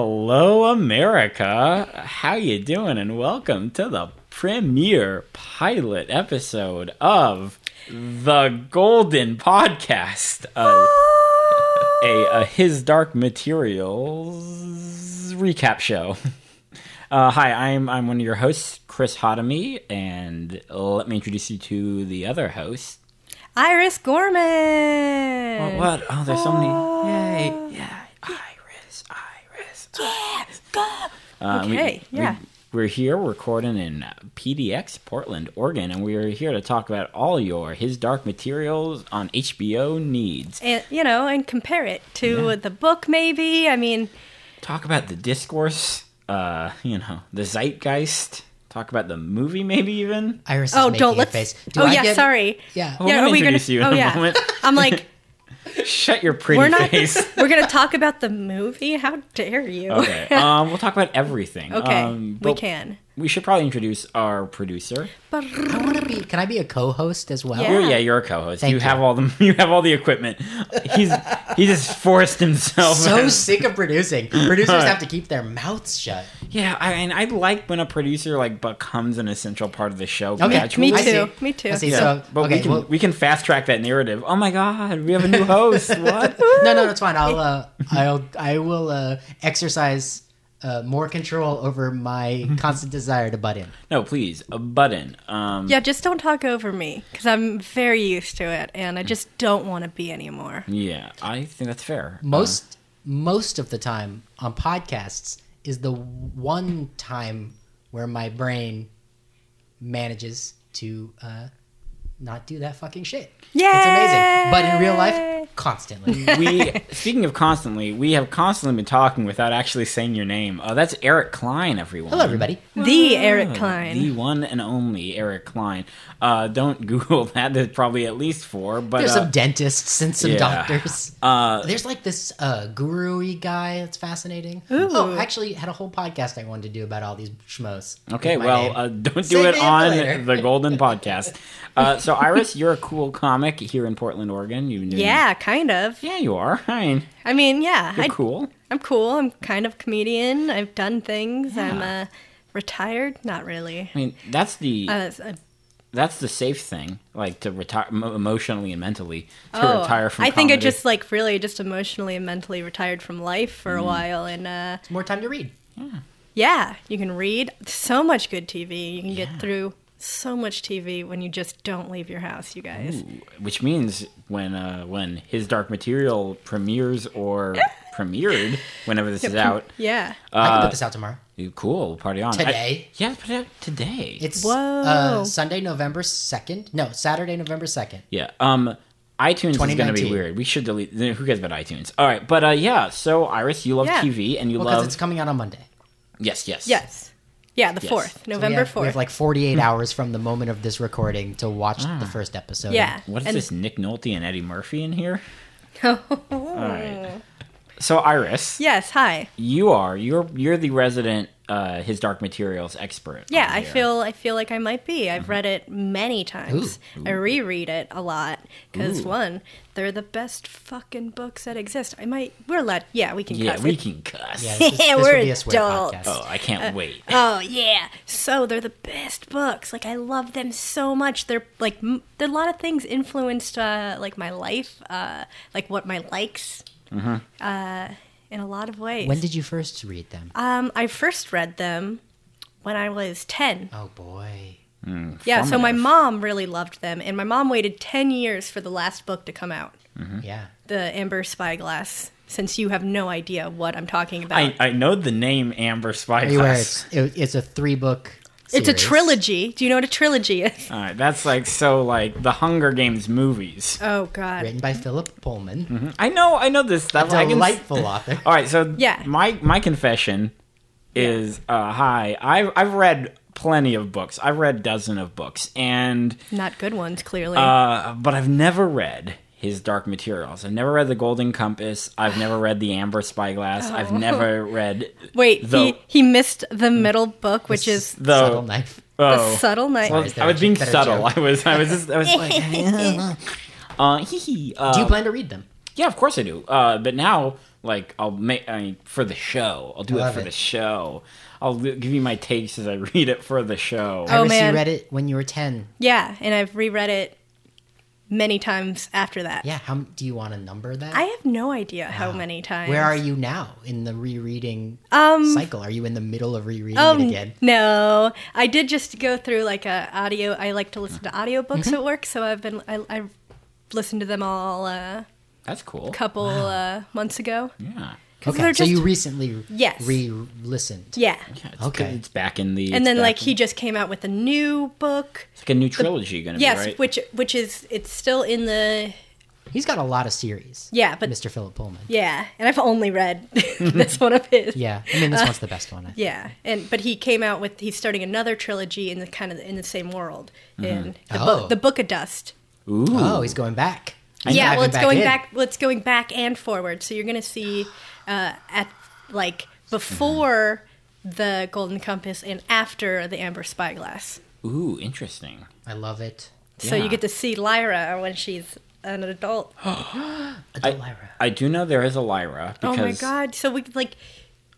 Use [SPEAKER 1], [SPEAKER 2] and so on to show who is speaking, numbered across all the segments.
[SPEAKER 1] Hello, America. How you doing? And welcome to the premiere pilot episode of the Golden Podcast, a, a, a His Dark Materials recap show. Uh, hi, I'm I'm one of your hosts, Chris Hodamy, and let me introduce you to the other host.
[SPEAKER 2] Iris Gorman.
[SPEAKER 1] Oh, what? Oh, there's so many! Yay! Yeah, Iris, Iris. Uh, we-
[SPEAKER 2] Okay,
[SPEAKER 1] we-
[SPEAKER 2] yeah.
[SPEAKER 1] we're here recording in PDX, Portland, Oregon, and we are here to talk about all your His Dark Materials on HBO needs.
[SPEAKER 2] And, you know, and compare it to the book, maybe. I mean,
[SPEAKER 1] Talk about the discourse, uh, you know, the zeitgeist. Talk about the movie, maybe even.
[SPEAKER 3] Iris is
[SPEAKER 2] oh,
[SPEAKER 3] making
[SPEAKER 2] don't
[SPEAKER 3] a
[SPEAKER 2] let's.
[SPEAKER 3] face. Do
[SPEAKER 2] Oh,
[SPEAKER 3] I
[SPEAKER 2] yeah,
[SPEAKER 3] get-
[SPEAKER 2] sorry.
[SPEAKER 3] Yeah.
[SPEAKER 1] Well, I'm gonna
[SPEAKER 2] are we
[SPEAKER 1] introduce you in
[SPEAKER 2] oh,
[SPEAKER 1] a
[SPEAKER 2] yeah.
[SPEAKER 1] moment.
[SPEAKER 2] I'm like,
[SPEAKER 1] Shut your pretty
[SPEAKER 2] we're not.
[SPEAKER 1] face.
[SPEAKER 2] we're gonna talk about the movie. How dare you?
[SPEAKER 1] okay. Um, we'll talk about everything.
[SPEAKER 2] Okay,
[SPEAKER 1] Um,
[SPEAKER 2] we
[SPEAKER 1] but
[SPEAKER 2] can.
[SPEAKER 1] We should probably introduce our producer.
[SPEAKER 2] But
[SPEAKER 3] I want to be. Can I be a co-host as well?
[SPEAKER 2] Yeah.
[SPEAKER 1] You're, yeah, you're a co-host.
[SPEAKER 3] Thank
[SPEAKER 1] you
[SPEAKER 3] you.
[SPEAKER 1] have all the you have all the equipment. He's he just forced himself.
[SPEAKER 3] So sick of producing. Producers
[SPEAKER 1] Alright.
[SPEAKER 3] have to keep their mouths shut.
[SPEAKER 1] yeah, I, and I like when a producer like becomes an essential part of the show.
[SPEAKER 2] me
[SPEAKER 1] gradually.
[SPEAKER 3] I see.
[SPEAKER 2] too, me too.
[SPEAKER 3] I see.
[SPEAKER 1] Yeah,
[SPEAKER 3] So,
[SPEAKER 1] but
[SPEAKER 3] okay,
[SPEAKER 1] we can
[SPEAKER 3] well-
[SPEAKER 1] we can fast track that narrative. Oh my god, we have a new host. what?
[SPEAKER 3] no, no, that's fine. I'll, uh, I'll, I will uh, exercise uh, more control over my constant desire to butt in.
[SPEAKER 1] No, please, a button. Um,
[SPEAKER 2] yeah, just don't talk over me because I'm very used to it, and I
[SPEAKER 1] Mm.
[SPEAKER 2] just don't want to be anymore.
[SPEAKER 1] yeah, I think that's fair.
[SPEAKER 3] Most, most of the time on podcasts is the one time where my brain manages to uh, not do that fucking shit.
[SPEAKER 2] Yeah,
[SPEAKER 3] It's amazing. But in real life, constantly.
[SPEAKER 1] we speaking of constantly, we have constantly been talking without actually saying your name. Oh, that's Eric Klein, everyone.
[SPEAKER 3] Hello, everybody.
[SPEAKER 2] the Eric
[SPEAKER 1] Ah, The
[SPEAKER 2] Klein.
[SPEAKER 1] one and only Eric Klein. Uh, don't Google that. There's probably at least four. But
[SPEAKER 3] There's
[SPEAKER 1] uh,
[SPEAKER 3] some dentists and some
[SPEAKER 1] yeah.
[SPEAKER 3] doctors.
[SPEAKER 1] Uh,
[SPEAKER 3] There's like this uh, guru-y guy that's fascinating. Oh, I actually had a whole podcast I wanted to do about all these schmoes. with
[SPEAKER 1] okay,
[SPEAKER 3] my
[SPEAKER 1] well,
[SPEAKER 3] name.
[SPEAKER 1] uh, don't do
[SPEAKER 3] Save
[SPEAKER 1] it
[SPEAKER 3] me
[SPEAKER 1] on
[SPEAKER 3] later.
[SPEAKER 1] the Golden Podcast. Uh, so, Iris, you're a cool comic here in Portland, Oregon. You've been doing-
[SPEAKER 2] Yeah, kind of.
[SPEAKER 1] Yeah, you are. I mean,
[SPEAKER 2] I mean, yeah,
[SPEAKER 1] you're
[SPEAKER 2] I,
[SPEAKER 1] cool.
[SPEAKER 2] I'm cool. I'm kind of comedian. I've done things. I'm uh, retired. Not really.
[SPEAKER 1] I mean, that's the
[SPEAKER 2] Uh, s- uh,
[SPEAKER 1] that's the safe thing, like to retire mo- emotionally and mentally to
[SPEAKER 2] oh,
[SPEAKER 1] retire from.
[SPEAKER 2] I think I
[SPEAKER 1] comedy.
[SPEAKER 2] just like really just emotionally and mentally retired from life for a
[SPEAKER 1] Mm-hmm.
[SPEAKER 2] while, and uh,
[SPEAKER 3] more time to read.
[SPEAKER 2] yeah, you can read so much good TV. You can get through so much TV when you just don't leave your house, you guys.
[SPEAKER 1] which means when uh, when his dark material premieres or premiered whenever this is out
[SPEAKER 2] Yeah.
[SPEAKER 1] Uh,
[SPEAKER 3] I can put this out tomorrow.
[SPEAKER 1] you- cool party on I-
[SPEAKER 3] Today?
[SPEAKER 1] yeah put it out today
[SPEAKER 3] It's
[SPEAKER 2] Whoa.
[SPEAKER 3] uh, Sunday, November second. No, Saturday, November second.
[SPEAKER 1] yeah um itunes is going to be
[SPEAKER 3] 2019.
[SPEAKER 1] weird we should delete who cares about itunes all right but uh yeah so iris you love
[SPEAKER 2] Yeah.
[SPEAKER 1] tv and you
[SPEAKER 3] Well, because
[SPEAKER 1] love
[SPEAKER 3] it's coming out on Monday.
[SPEAKER 1] yes yes
[SPEAKER 2] yes. Yeah, the
[SPEAKER 1] Yes.
[SPEAKER 2] fourth,
[SPEAKER 3] So we
[SPEAKER 2] November
[SPEAKER 3] have- We
[SPEAKER 2] fourth.
[SPEAKER 3] have like
[SPEAKER 1] Hmm.
[SPEAKER 3] 48 hours from the moment of this recording to watch
[SPEAKER 1] Ah.
[SPEAKER 3] the first episode.
[SPEAKER 2] yeah.
[SPEAKER 1] uh, what is
[SPEAKER 2] and-
[SPEAKER 1] this nick nolte and eddie murphy in here all right so iris
[SPEAKER 2] Yes. Hi.
[SPEAKER 1] you are you're you're the resident uh his dark materials expert
[SPEAKER 2] Yeah,
[SPEAKER 1] on
[SPEAKER 2] I
[SPEAKER 1] here.
[SPEAKER 2] feel I feel like I might be.
[SPEAKER 1] Mm-hmm.
[SPEAKER 2] I've read it many times. I reread it a lot because
[SPEAKER 1] Ooh.
[SPEAKER 2] one, they're the best fucking books that exist. I might. We're allowed. Yeah, we can.
[SPEAKER 1] yeah
[SPEAKER 2] cuss.
[SPEAKER 1] we
[SPEAKER 2] It-
[SPEAKER 1] can cuss
[SPEAKER 3] Yeah, this, this
[SPEAKER 2] We're
[SPEAKER 3] would be a swear
[SPEAKER 2] adults.
[SPEAKER 3] podcast.
[SPEAKER 1] oh i can't wait
[SPEAKER 2] Oh yeah. So they're the best books. Like I love them so much. They're like m- there are a lot of things influenced uh, like my life, uh, like what my likes,
[SPEAKER 1] Mm-hmm.
[SPEAKER 2] uh, in a lot of ways.
[SPEAKER 3] When did you first read them?
[SPEAKER 2] um, I first read them when I was ten.
[SPEAKER 3] Oh boy.
[SPEAKER 2] Yeah, so my
[SPEAKER 1] formative.
[SPEAKER 2] mom really loved them, and my mom waited 10 years for the last book to come out
[SPEAKER 1] Mm-hmm.
[SPEAKER 3] Yeah.
[SPEAKER 2] The Amber Spyglass, since you have no idea what I'm talking about.
[SPEAKER 1] I, I know the name Amber
[SPEAKER 3] Are you aware
[SPEAKER 1] Spyglass.
[SPEAKER 3] it's, it, it's a three book.
[SPEAKER 2] it's a trilogy. Do you know what a trilogy is?
[SPEAKER 1] All right, that's like so like the Hunger Games movies.
[SPEAKER 2] Oh, God.
[SPEAKER 3] written by Philip Pullman,
[SPEAKER 1] I know, I know this stuff. Mm-hmm. I
[SPEAKER 3] a
[SPEAKER 1] can s-
[SPEAKER 3] delightful author.
[SPEAKER 1] All right, so
[SPEAKER 2] Yeah.
[SPEAKER 1] my my confession is uh, hi. I've I've read plenty of books. I've read dozen of books, and
[SPEAKER 2] Not good ones, clearly.
[SPEAKER 1] uh, but I've never read his Dark Materials. I've never read the Golden Compass. I've never read the Amber Spyglass. I've
[SPEAKER 2] Oh.
[SPEAKER 1] never read
[SPEAKER 2] Wait,
[SPEAKER 1] the
[SPEAKER 2] he, he missed the middle book, which is
[SPEAKER 1] the
[SPEAKER 3] Subtle knife.
[SPEAKER 2] The
[SPEAKER 1] oh.
[SPEAKER 2] Subtle Night.
[SPEAKER 1] Well,
[SPEAKER 3] Is there
[SPEAKER 1] I
[SPEAKER 3] a
[SPEAKER 1] was being
[SPEAKER 3] better
[SPEAKER 1] subtle.
[SPEAKER 3] joke?
[SPEAKER 1] I was I was just I was like uh, hee hee. Uh,
[SPEAKER 3] Do you plan to read them?
[SPEAKER 1] Yeah, of course I do. Uh, but now, Like I'll make I mean, for the show. I'll do
[SPEAKER 3] I
[SPEAKER 1] it
[SPEAKER 3] love
[SPEAKER 1] for the
[SPEAKER 3] it.
[SPEAKER 1] show. I'll li- give you my takes as I read it for the show.
[SPEAKER 2] Oh,
[SPEAKER 3] Iris,
[SPEAKER 2] man.
[SPEAKER 3] you read it when you were 10.
[SPEAKER 2] Yeah, and I've reread it many times after that.
[SPEAKER 3] Yeah. How m- do you want to number that?
[SPEAKER 2] I have no idea how many times.
[SPEAKER 3] Where are you now in the rereading
[SPEAKER 2] Um,
[SPEAKER 3] cycle? Are you in the middle of rereading it
[SPEAKER 2] Um,
[SPEAKER 3] again?
[SPEAKER 2] no, I did just go through like a audio. I like to listen to audiobooks
[SPEAKER 3] Mm-hmm.
[SPEAKER 2] at work, so I've been I, I listened to them all uh,
[SPEAKER 1] That's cool.
[SPEAKER 2] a couple uh, months ago.
[SPEAKER 1] Yeah.
[SPEAKER 2] 'Cause
[SPEAKER 3] Okay,
[SPEAKER 2] they're
[SPEAKER 3] so you
[SPEAKER 2] just-
[SPEAKER 3] recently
[SPEAKER 2] Yes.
[SPEAKER 3] re-listened.
[SPEAKER 2] yeah.
[SPEAKER 1] Yeah, it's
[SPEAKER 3] Okay.
[SPEAKER 1] good. It's back in the.
[SPEAKER 2] And
[SPEAKER 1] it's
[SPEAKER 2] then
[SPEAKER 1] back
[SPEAKER 2] like
[SPEAKER 1] in-
[SPEAKER 2] he just came out with a new book.
[SPEAKER 1] It's like a new trilogy going to
[SPEAKER 2] Yes,
[SPEAKER 1] be right.
[SPEAKER 2] which which is it's still in the
[SPEAKER 3] He's got a lot of series.
[SPEAKER 2] yeah, but
[SPEAKER 3] Mr. Philip Pullman.
[SPEAKER 2] yeah, and I've only read this one of his.
[SPEAKER 3] Yeah, I mean this one's the best one. I think.
[SPEAKER 2] Uh, Yeah, and but he came out with he's starting another trilogy in the kind of in the same world in the
[SPEAKER 3] Oh.
[SPEAKER 2] book, the Book of Dust.
[SPEAKER 1] Ooh.
[SPEAKER 3] Oh, he's going back. He's
[SPEAKER 2] yeah, well,
[SPEAKER 3] diving
[SPEAKER 2] it's going
[SPEAKER 3] in.
[SPEAKER 2] back. Well, it's going back and forward. So you're going to see uh, at like before the Golden Compass and after the Amber Spyglass.
[SPEAKER 1] Ooh, interesting.
[SPEAKER 3] I love it.
[SPEAKER 2] So
[SPEAKER 1] Yeah.
[SPEAKER 2] you get to see Lyra when she's an adult.
[SPEAKER 3] Adult Lyra.
[SPEAKER 1] I do know there is a Lyra
[SPEAKER 2] Oh
[SPEAKER 1] because
[SPEAKER 2] my god! So we like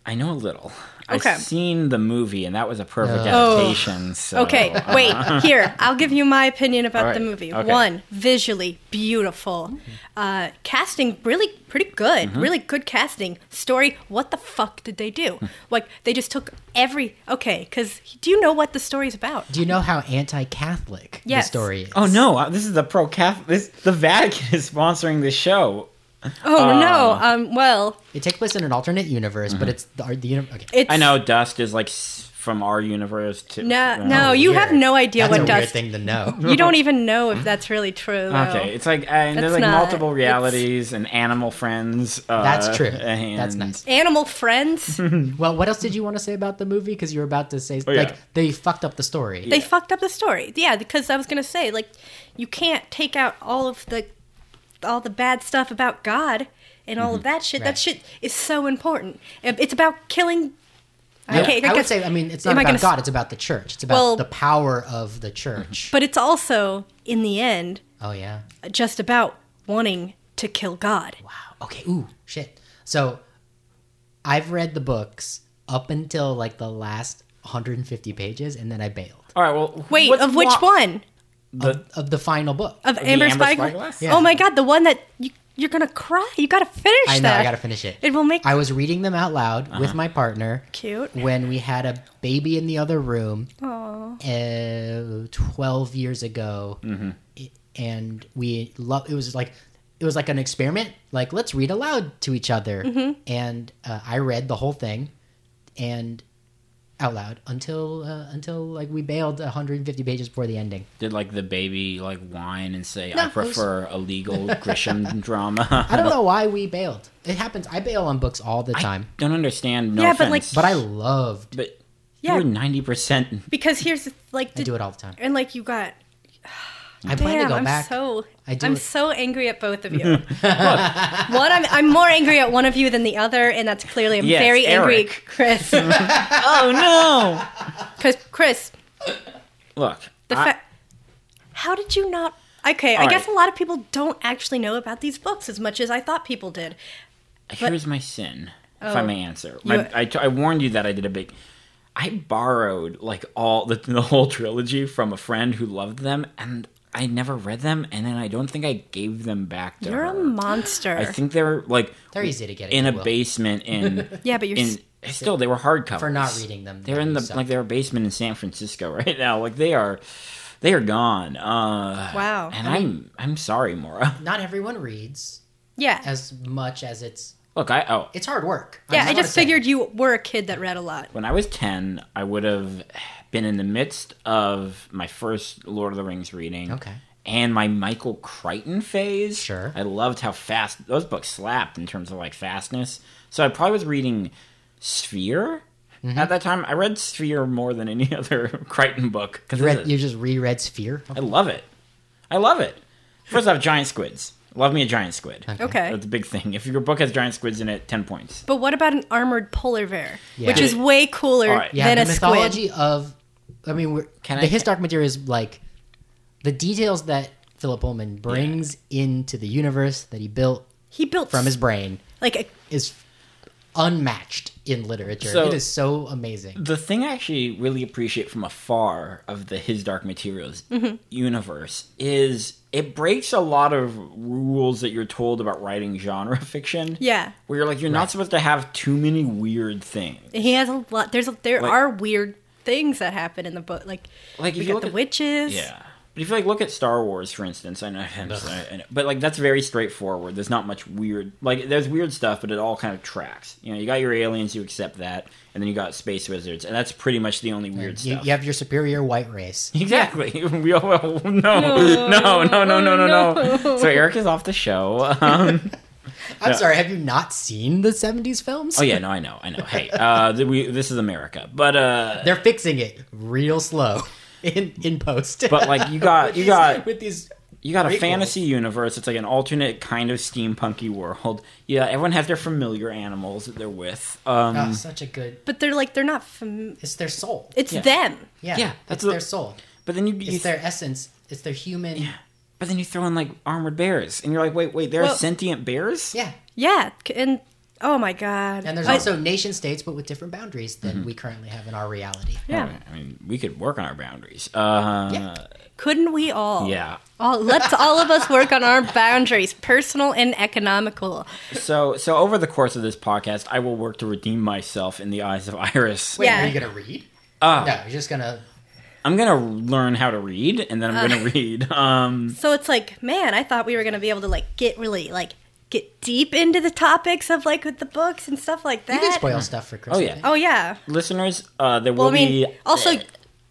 [SPEAKER 1] I know a little.
[SPEAKER 2] Okay. Oh.
[SPEAKER 1] I've seen the movie, and that was a perfect
[SPEAKER 3] No.
[SPEAKER 1] adaptation. So
[SPEAKER 2] okay,
[SPEAKER 1] uh,
[SPEAKER 2] wait here. I'll give you my opinion about
[SPEAKER 1] All right,
[SPEAKER 2] the movie.
[SPEAKER 1] okay. Mm-hmm.
[SPEAKER 2] One, visually beautiful, uh, casting really pretty good, really good casting. Story, what the fuck did they
[SPEAKER 1] Hmm.
[SPEAKER 2] do? like they just took every okay. Because do you know what the story's about?
[SPEAKER 3] Do you know how anti-Catholic
[SPEAKER 2] Yes.
[SPEAKER 3] the story is?
[SPEAKER 1] Oh no! uh, This is the pro Catholic. This the Vatican is sponsoring this show.
[SPEAKER 2] Oh no.
[SPEAKER 1] Uh.
[SPEAKER 2] Um. Well,
[SPEAKER 3] It takes place in an alternate universe,
[SPEAKER 1] Mm-hmm.
[SPEAKER 3] but it's the, the uni- okay.
[SPEAKER 2] it's
[SPEAKER 1] I know Dust is like s- from our universe to
[SPEAKER 2] No,
[SPEAKER 1] uh,
[SPEAKER 2] no, you have
[SPEAKER 3] Weird.
[SPEAKER 2] no idea
[SPEAKER 3] Oh, That's
[SPEAKER 2] what
[SPEAKER 3] a weird
[SPEAKER 2] dust.
[SPEAKER 3] thing to know.
[SPEAKER 2] You don't even know if that's really true. Though.
[SPEAKER 1] Okay, it's like uh, and there's
[SPEAKER 2] That's
[SPEAKER 1] like
[SPEAKER 2] not-
[SPEAKER 1] multiple
[SPEAKER 2] it's-
[SPEAKER 1] realities and animal friends. Uh,
[SPEAKER 3] That's true.
[SPEAKER 1] and-
[SPEAKER 3] That's nice.
[SPEAKER 2] Animal
[SPEAKER 1] Mm-hmm.
[SPEAKER 2] friends.
[SPEAKER 3] Well, what else did you want to say about the movie? Because you were about to say
[SPEAKER 1] Oh, yeah.
[SPEAKER 3] like they fucked up the story.
[SPEAKER 2] they fucked up the story. Yeah, because I was gonna say like you can't take out all of the all the bad stuff about God and all of that shit.
[SPEAKER 3] Mm-hmm. Right.
[SPEAKER 2] That shit is so important. And It's about killing.
[SPEAKER 3] I- I, would
[SPEAKER 2] guess-
[SPEAKER 3] say. I mean, it's
[SPEAKER 2] am
[SPEAKER 3] not
[SPEAKER 2] I
[SPEAKER 3] about
[SPEAKER 2] gonna s-
[SPEAKER 3] God. It's about the church. It's about
[SPEAKER 2] Well- Mm-hmm.
[SPEAKER 3] the power of the church.
[SPEAKER 2] But it's also in the end
[SPEAKER 3] oh yeah.
[SPEAKER 2] just about wanting to kill God.
[SPEAKER 3] Wow. Okay. Ooh, shit. So I've read the books up until like the last 150 pages, and then I bailed
[SPEAKER 1] All right. Well,
[SPEAKER 2] Wait,
[SPEAKER 1] what's
[SPEAKER 2] of which
[SPEAKER 1] wa-
[SPEAKER 2] one?
[SPEAKER 1] The-
[SPEAKER 3] of the final book.
[SPEAKER 2] Of
[SPEAKER 1] the
[SPEAKER 2] Amber,
[SPEAKER 1] Amber
[SPEAKER 2] Spyglass?
[SPEAKER 1] Spyglass?
[SPEAKER 3] Yeah.
[SPEAKER 2] Oh my god, the one that you, you're gonna cry. You gotta finish
[SPEAKER 3] I know.
[SPEAKER 2] that.
[SPEAKER 3] I gotta finish it.
[SPEAKER 2] It will make
[SPEAKER 3] I was reading them out loud with my partner.
[SPEAKER 2] Cute.
[SPEAKER 3] When we had a baby in the other room, uh, twelve years ago, I- and we love. It was like it was like an experiment. Like let's read aloud to each other,
[SPEAKER 2] Mm-hmm.
[SPEAKER 3] and uh, I read the whole thing, and out loud until uh, until like we bailed 150 pages before the ending.
[SPEAKER 1] Did like the baby like whine and say,
[SPEAKER 3] No,
[SPEAKER 1] "I
[SPEAKER 3] it was-
[SPEAKER 1] prefer a legal Grisham drama."
[SPEAKER 3] I don't know why we bailed. It happens. I bail on books all the time,
[SPEAKER 1] Don't understand. No
[SPEAKER 2] Yeah, but, like-
[SPEAKER 1] offense,
[SPEAKER 3] but I loved.
[SPEAKER 1] but
[SPEAKER 2] Yeah.
[SPEAKER 1] you were ninety percent.
[SPEAKER 2] because here's the- like
[SPEAKER 3] I
[SPEAKER 2] did,
[SPEAKER 3] do it all the time.
[SPEAKER 2] and like you got
[SPEAKER 3] I plan to
[SPEAKER 2] Damn,
[SPEAKER 3] go
[SPEAKER 2] I'm
[SPEAKER 3] back.
[SPEAKER 2] so
[SPEAKER 3] I do
[SPEAKER 2] I'm
[SPEAKER 3] it-
[SPEAKER 2] so angry at both of you. Look, one, I'm, I'm more angry at one of you than the other, and that's clearly I'm
[SPEAKER 1] Yes,
[SPEAKER 2] very angry,
[SPEAKER 1] Eric.
[SPEAKER 2] at Chris.
[SPEAKER 1] Oh no!
[SPEAKER 2] Because Chris,
[SPEAKER 1] Look,
[SPEAKER 2] the
[SPEAKER 1] I-
[SPEAKER 2] fact, how did you not? Okay, I
[SPEAKER 1] All
[SPEAKER 2] guess
[SPEAKER 1] right.
[SPEAKER 2] a lot of people don't actually know about these books as much as I thought people did.
[SPEAKER 1] here's my sin, if I
[SPEAKER 2] Oh.
[SPEAKER 1] may answer. My,
[SPEAKER 2] You-
[SPEAKER 1] I, t- I warned you that I did a big. I borrowed like all the, the whole trilogy from a friend who loved them, and I never read them, and then I don't think I gave them back to
[SPEAKER 2] You're
[SPEAKER 1] her.
[SPEAKER 2] a monster.
[SPEAKER 1] I think they're like
[SPEAKER 3] They're easy to get at
[SPEAKER 1] in a
[SPEAKER 3] Goodwill.
[SPEAKER 1] basement in
[SPEAKER 2] yeah, but you're. s-
[SPEAKER 1] in still they were hardcovers
[SPEAKER 3] for not reading them.
[SPEAKER 1] They're in the like they're a basement in San Francisco right now. Like they are, they are gone. Uh,
[SPEAKER 2] Wow.
[SPEAKER 1] And I'm I'm sorry, Mora.
[SPEAKER 3] not everyone reads
[SPEAKER 2] yeah.
[SPEAKER 3] as much as it's
[SPEAKER 1] Look, I oh
[SPEAKER 3] it's hard work.
[SPEAKER 2] yeah, I
[SPEAKER 3] wanna
[SPEAKER 2] just
[SPEAKER 3] say.
[SPEAKER 2] figured you were a kid that read a lot.
[SPEAKER 1] when I was 10, I would have been in the midst of my first Lord of the Rings reading.
[SPEAKER 3] Okay.
[SPEAKER 1] And my Michael Crichton phase.
[SPEAKER 3] Sure.
[SPEAKER 1] I loved how fast those books slapped in terms of like fastness. So I probably was reading Sphere
[SPEAKER 3] Mm-hmm.
[SPEAKER 1] at that time. I read Sphere more than any other Crichton book because
[SPEAKER 3] You read, you just reread Sphere.
[SPEAKER 1] I love it. I love it. First off, giant squids. Love me a giant squid.
[SPEAKER 2] Okay.
[SPEAKER 1] That's a big thing. If your book has giant squids in it, 10 points.
[SPEAKER 2] But what about an armored polar bear,
[SPEAKER 3] Yeah.
[SPEAKER 2] which is way cooler
[SPEAKER 1] All right.
[SPEAKER 3] Yeah,
[SPEAKER 2] than
[SPEAKER 3] the
[SPEAKER 2] a squid?
[SPEAKER 3] mythology of. I mean, we're,
[SPEAKER 1] Can
[SPEAKER 3] the
[SPEAKER 1] I-
[SPEAKER 3] historic material is like the details that Philip Pullman brings into the universe that he built
[SPEAKER 2] He built
[SPEAKER 3] from his brain
[SPEAKER 2] Like uh, a
[SPEAKER 3] is unmatched in literature.
[SPEAKER 1] So-
[SPEAKER 3] it is so amazing.
[SPEAKER 1] the thing I actually really appreciate from afar of the His Dark Materials universe is it breaks a lot of rules that you're told about writing genre fiction.
[SPEAKER 2] yeah.
[SPEAKER 1] Where you're like, you're not supposed to have too many weird things.
[SPEAKER 2] He has a lot. There's a, there
[SPEAKER 1] Like-
[SPEAKER 2] are weird things that happen in the book. Like
[SPEAKER 1] Like,
[SPEAKER 2] we
[SPEAKER 1] if you
[SPEAKER 2] got
[SPEAKER 1] look
[SPEAKER 2] the
[SPEAKER 1] at-
[SPEAKER 2] witches.
[SPEAKER 1] Yeah. But if you like look at Star Wars, for instance, I know, I'm sorry, I know- but like that's very straightforward. There's not much weird, like there's weird stuff, but it all kind of tracks. You know, you got your aliens, you accept that, and then you got space wizards, and that's pretty much the only weird
[SPEAKER 3] You,
[SPEAKER 1] stuff.
[SPEAKER 3] you have your superior white race.
[SPEAKER 1] Exactly. We all well, no. No. no, no, no, no, no, So Eric is off the show. Um,
[SPEAKER 3] I'm sorry, have you not seen the 70s films?
[SPEAKER 1] oh yeah, no, I know, I know. Hey, uh, th- we this is America, but uh,
[SPEAKER 3] They're fixing it real slow in in post.
[SPEAKER 1] but like you got Uh, you got
[SPEAKER 3] with these
[SPEAKER 1] You got a
[SPEAKER 3] Prequels.
[SPEAKER 1] fantasy universe. It's like an alternate kind of steampunky world. Yeah, everyone has their familiar animals that they're with. Um,
[SPEAKER 2] Ah.
[SPEAKER 3] oh, such a good
[SPEAKER 2] But they're like they're not. Fam-
[SPEAKER 3] it's their soul.
[SPEAKER 2] it's
[SPEAKER 1] Yeah.
[SPEAKER 2] them.
[SPEAKER 3] yeah,
[SPEAKER 1] yeah, that's
[SPEAKER 3] it's
[SPEAKER 1] what-
[SPEAKER 3] their soul.
[SPEAKER 1] but then you, you
[SPEAKER 3] It's their essence. It's their human. Yeah.
[SPEAKER 1] but then you throw in like armored bears, and you're like, wait, wait, there are
[SPEAKER 2] Well-
[SPEAKER 1] sentient bears.
[SPEAKER 2] Yeah. c- And oh my god.
[SPEAKER 3] And there's
[SPEAKER 2] I-
[SPEAKER 3] also nation states but with different boundaries than
[SPEAKER 1] Mm-hmm.
[SPEAKER 3] we currently have in our reality.
[SPEAKER 2] yeah.
[SPEAKER 1] I mean, we could work on our boundaries. Uh,
[SPEAKER 3] Yeah.
[SPEAKER 2] Couldn't we all?
[SPEAKER 1] Yeah.
[SPEAKER 2] All let's all of us work on our boundaries, personal and economical.
[SPEAKER 1] So, so over the course of this podcast, I will work to redeem myself in the eyes of Iris.
[SPEAKER 3] Wait,
[SPEAKER 2] Yeah.
[SPEAKER 3] are you gonna read?
[SPEAKER 1] Uh,
[SPEAKER 3] No, you're just gonna
[SPEAKER 1] I'm gonna learn how to read, and then I'm gonna read. Um,
[SPEAKER 2] So it's like, man, I thought we were gonna be able to like get really like get deep into the topics of like with the books and stuff like that.
[SPEAKER 3] you can spoil stuff for Chris.
[SPEAKER 1] Oh,
[SPEAKER 3] I
[SPEAKER 1] yeah.
[SPEAKER 3] think.
[SPEAKER 2] Oh yeah.
[SPEAKER 1] listeners, uh, there will
[SPEAKER 2] Well, I mean,
[SPEAKER 1] be eh,
[SPEAKER 2] also-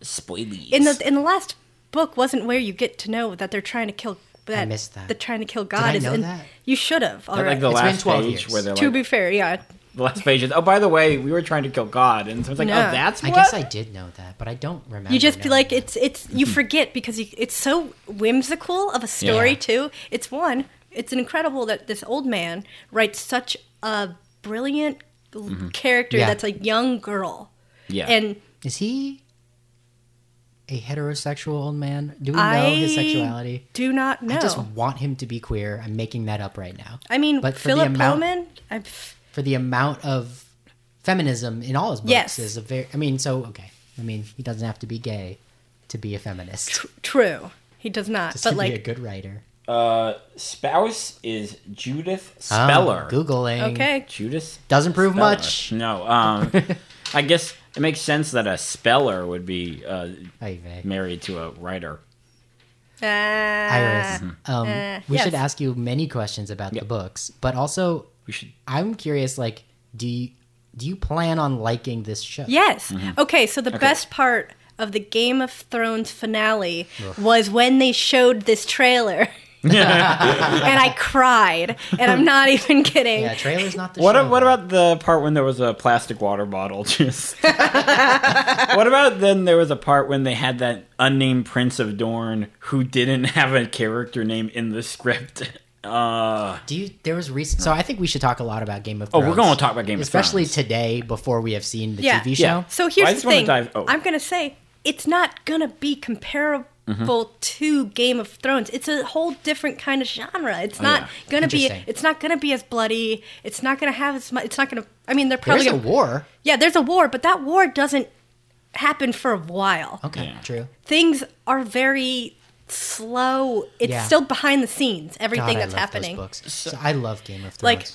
[SPEAKER 1] spoilies
[SPEAKER 2] In the in the last book wasn't where you get to know that they're trying to kill that
[SPEAKER 3] missed that.
[SPEAKER 2] they're trying to kill God
[SPEAKER 3] I
[SPEAKER 2] is
[SPEAKER 3] know
[SPEAKER 2] in-
[SPEAKER 3] that?
[SPEAKER 2] you should have
[SPEAKER 1] Like
[SPEAKER 2] already.
[SPEAKER 1] the
[SPEAKER 3] It's been
[SPEAKER 1] last
[SPEAKER 3] 12
[SPEAKER 1] page
[SPEAKER 3] years.
[SPEAKER 1] where they're
[SPEAKER 2] to
[SPEAKER 1] like,
[SPEAKER 2] be fair, yeah.
[SPEAKER 1] the last page is, oh, by the way, we were trying to kill God. And so it's like,
[SPEAKER 2] No.
[SPEAKER 1] oh, that's
[SPEAKER 3] I
[SPEAKER 1] what?
[SPEAKER 3] guess I did know that, but I don't remember.
[SPEAKER 2] You just
[SPEAKER 3] now.
[SPEAKER 2] be like it's it's you forget because you, it's so whimsical of a story
[SPEAKER 3] Yeah.
[SPEAKER 2] too. It's one. It's incredible that this old man writes such a brilliant l-
[SPEAKER 3] Mm-hmm.
[SPEAKER 2] character
[SPEAKER 3] Yeah.
[SPEAKER 2] that's a young girl.
[SPEAKER 1] yeah.
[SPEAKER 2] And
[SPEAKER 3] Is he a heterosexual old man? Do we know
[SPEAKER 2] I
[SPEAKER 3] his sexuality?
[SPEAKER 2] do not know.
[SPEAKER 3] I
[SPEAKER 2] I,
[SPEAKER 3] just want him to be queer. I'm making that up right now.
[SPEAKER 2] mean,
[SPEAKER 3] but for the
[SPEAKER 2] Philip
[SPEAKER 3] amount-
[SPEAKER 2] Pullman. I, pff,
[SPEAKER 3] For the amount of feminism in all his books
[SPEAKER 2] Yes.
[SPEAKER 3] is a very. I mean, so okay. I mean, he doesn't have to be gay to be a feminist.
[SPEAKER 2] tr- true, he does not.
[SPEAKER 3] Just
[SPEAKER 2] but
[SPEAKER 3] to
[SPEAKER 2] like,
[SPEAKER 3] be a good writer.
[SPEAKER 1] uh, spouse is Judith
[SPEAKER 3] Oh,
[SPEAKER 1] Speller.
[SPEAKER 3] Googling.
[SPEAKER 2] okay,
[SPEAKER 1] Judith
[SPEAKER 3] Doesn't prove
[SPEAKER 1] Speller.
[SPEAKER 3] much.
[SPEAKER 1] No. Um, I guess it makes sense that a speller would be uh,
[SPEAKER 3] Ay vey.
[SPEAKER 1] married to a writer.
[SPEAKER 2] uh,
[SPEAKER 3] Iris,
[SPEAKER 1] Mm-hmm.
[SPEAKER 3] um,
[SPEAKER 2] uh,
[SPEAKER 3] we
[SPEAKER 2] yes.
[SPEAKER 3] should ask you many questions about the books, but also
[SPEAKER 1] We should.
[SPEAKER 3] I'm curious. Like, do you, do you plan on liking this show?
[SPEAKER 2] Yes.
[SPEAKER 1] Mm-hmm.
[SPEAKER 2] Okay, so the best part of the Game of Thrones finale was when they showed this trailer. and I cried, and I'm not even kidding.
[SPEAKER 3] Yeah, trailer's not the
[SPEAKER 1] What,
[SPEAKER 3] show.
[SPEAKER 1] a- what
[SPEAKER 3] though.
[SPEAKER 1] about the part when there was a plastic water bottle? Just what about then? There was a part when they had that unnamed Prince of Dorne who didn't have a character name in the script. Uh,
[SPEAKER 3] Do you? There was recent. So I think we should talk a lot about Game of
[SPEAKER 1] Oh,
[SPEAKER 3] Thrones.
[SPEAKER 1] we're going to talk about Game of
[SPEAKER 3] especially
[SPEAKER 1] Thrones.
[SPEAKER 3] today before we have seen the
[SPEAKER 2] Yeah.
[SPEAKER 3] TV show.
[SPEAKER 1] Yeah.
[SPEAKER 2] So here's
[SPEAKER 1] I
[SPEAKER 2] the
[SPEAKER 1] just wanna
[SPEAKER 2] thing.
[SPEAKER 1] dive- oh.
[SPEAKER 2] I'm gonna say it's not gonna be comparable
[SPEAKER 1] Mm-hmm.
[SPEAKER 2] to Game of Thrones. It's a whole different kind of genre. It's not
[SPEAKER 1] Oh, yeah.
[SPEAKER 2] gonna be.
[SPEAKER 3] Interesting.
[SPEAKER 2] It's not gonna be as bloody. It's not gonna have as much. It's not gonna. I mean, they're
[SPEAKER 3] There's
[SPEAKER 2] probably.
[SPEAKER 3] a
[SPEAKER 2] Gonna,
[SPEAKER 3] war.
[SPEAKER 2] yeah, there's a war, but that war doesn't happen for a while.
[SPEAKER 3] Okay,
[SPEAKER 1] Yeah.
[SPEAKER 3] true.
[SPEAKER 2] Things are very slow. It's
[SPEAKER 3] Yeah.
[SPEAKER 2] still behind the scenes.
[SPEAKER 3] God,
[SPEAKER 2] Everything
[SPEAKER 3] I
[SPEAKER 2] that's
[SPEAKER 3] love
[SPEAKER 2] happening.
[SPEAKER 3] Those books. So I love Game of Thrones.
[SPEAKER 2] Like,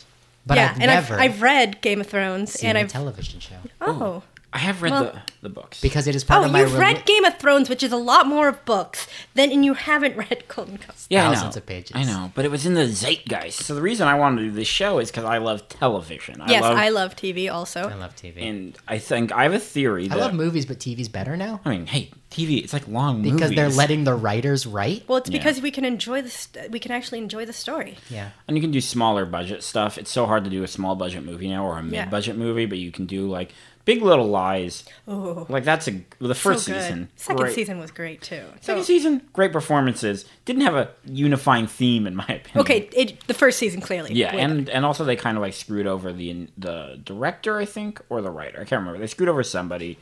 [SPEAKER 3] but
[SPEAKER 2] yeah,
[SPEAKER 3] I've
[SPEAKER 2] and
[SPEAKER 3] never
[SPEAKER 2] I've, I've read Game of Thrones,
[SPEAKER 3] seen
[SPEAKER 2] and
[SPEAKER 3] a
[SPEAKER 2] I've
[SPEAKER 3] television show
[SPEAKER 2] oh.
[SPEAKER 1] I have read
[SPEAKER 2] Well-
[SPEAKER 1] the, the books.
[SPEAKER 3] because it is part
[SPEAKER 2] Oh,
[SPEAKER 3] of my.
[SPEAKER 2] you've
[SPEAKER 3] reli-
[SPEAKER 2] read Game of Thrones, which is a lot more of books than and you haven't read Golden Girls.
[SPEAKER 1] yeah, I know.
[SPEAKER 3] thousands of pages.
[SPEAKER 1] I know, but it was in the zeitgeist. So the reason I wanted to do this show is because I love television. I
[SPEAKER 2] yes,
[SPEAKER 1] love,
[SPEAKER 2] I love TV
[SPEAKER 3] I
[SPEAKER 2] also.
[SPEAKER 3] love TV.
[SPEAKER 1] and I think I have a theory
[SPEAKER 3] I
[SPEAKER 1] that
[SPEAKER 3] love movies, but TV's better now
[SPEAKER 1] I mean, hey, TV, it's like long
[SPEAKER 3] because
[SPEAKER 1] movies.
[SPEAKER 3] they're letting the writers write.
[SPEAKER 2] Well, it's
[SPEAKER 1] Yeah.
[SPEAKER 2] because we can enjoy the st- we can actually enjoy the story.
[SPEAKER 3] Yeah,
[SPEAKER 1] and you can do smaller budget stuff. It's so hard to do a small budget movie now or a mid budget movie, but you can do like Big Little Lies.
[SPEAKER 2] Oh,
[SPEAKER 1] Like that's a the first
[SPEAKER 2] so good.
[SPEAKER 1] season.
[SPEAKER 2] Second
[SPEAKER 1] great-
[SPEAKER 2] season was great too.
[SPEAKER 1] Second
[SPEAKER 2] So-
[SPEAKER 1] season, great performances. Didn't have a unifying theme, in my opinion.
[SPEAKER 2] Okay, it, the first season clearly.
[SPEAKER 1] Yeah,
[SPEAKER 2] Way
[SPEAKER 1] and and also they kind of like screwed over the the director, I think, or the writer. I can't remember. They screwed over somebody.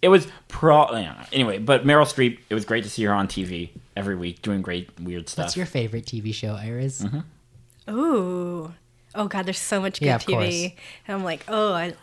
[SPEAKER 1] It was pro yeah, anyway. But Meryl Streep, it was great to see her on TV every week doing great weird stuff. Mm-hmm.
[SPEAKER 3] what's your favorite TV show, Iris?
[SPEAKER 2] better. Ooh, Oh God, there's so much good
[SPEAKER 3] Yeah, of
[SPEAKER 2] TV. And I'm like, oh, I,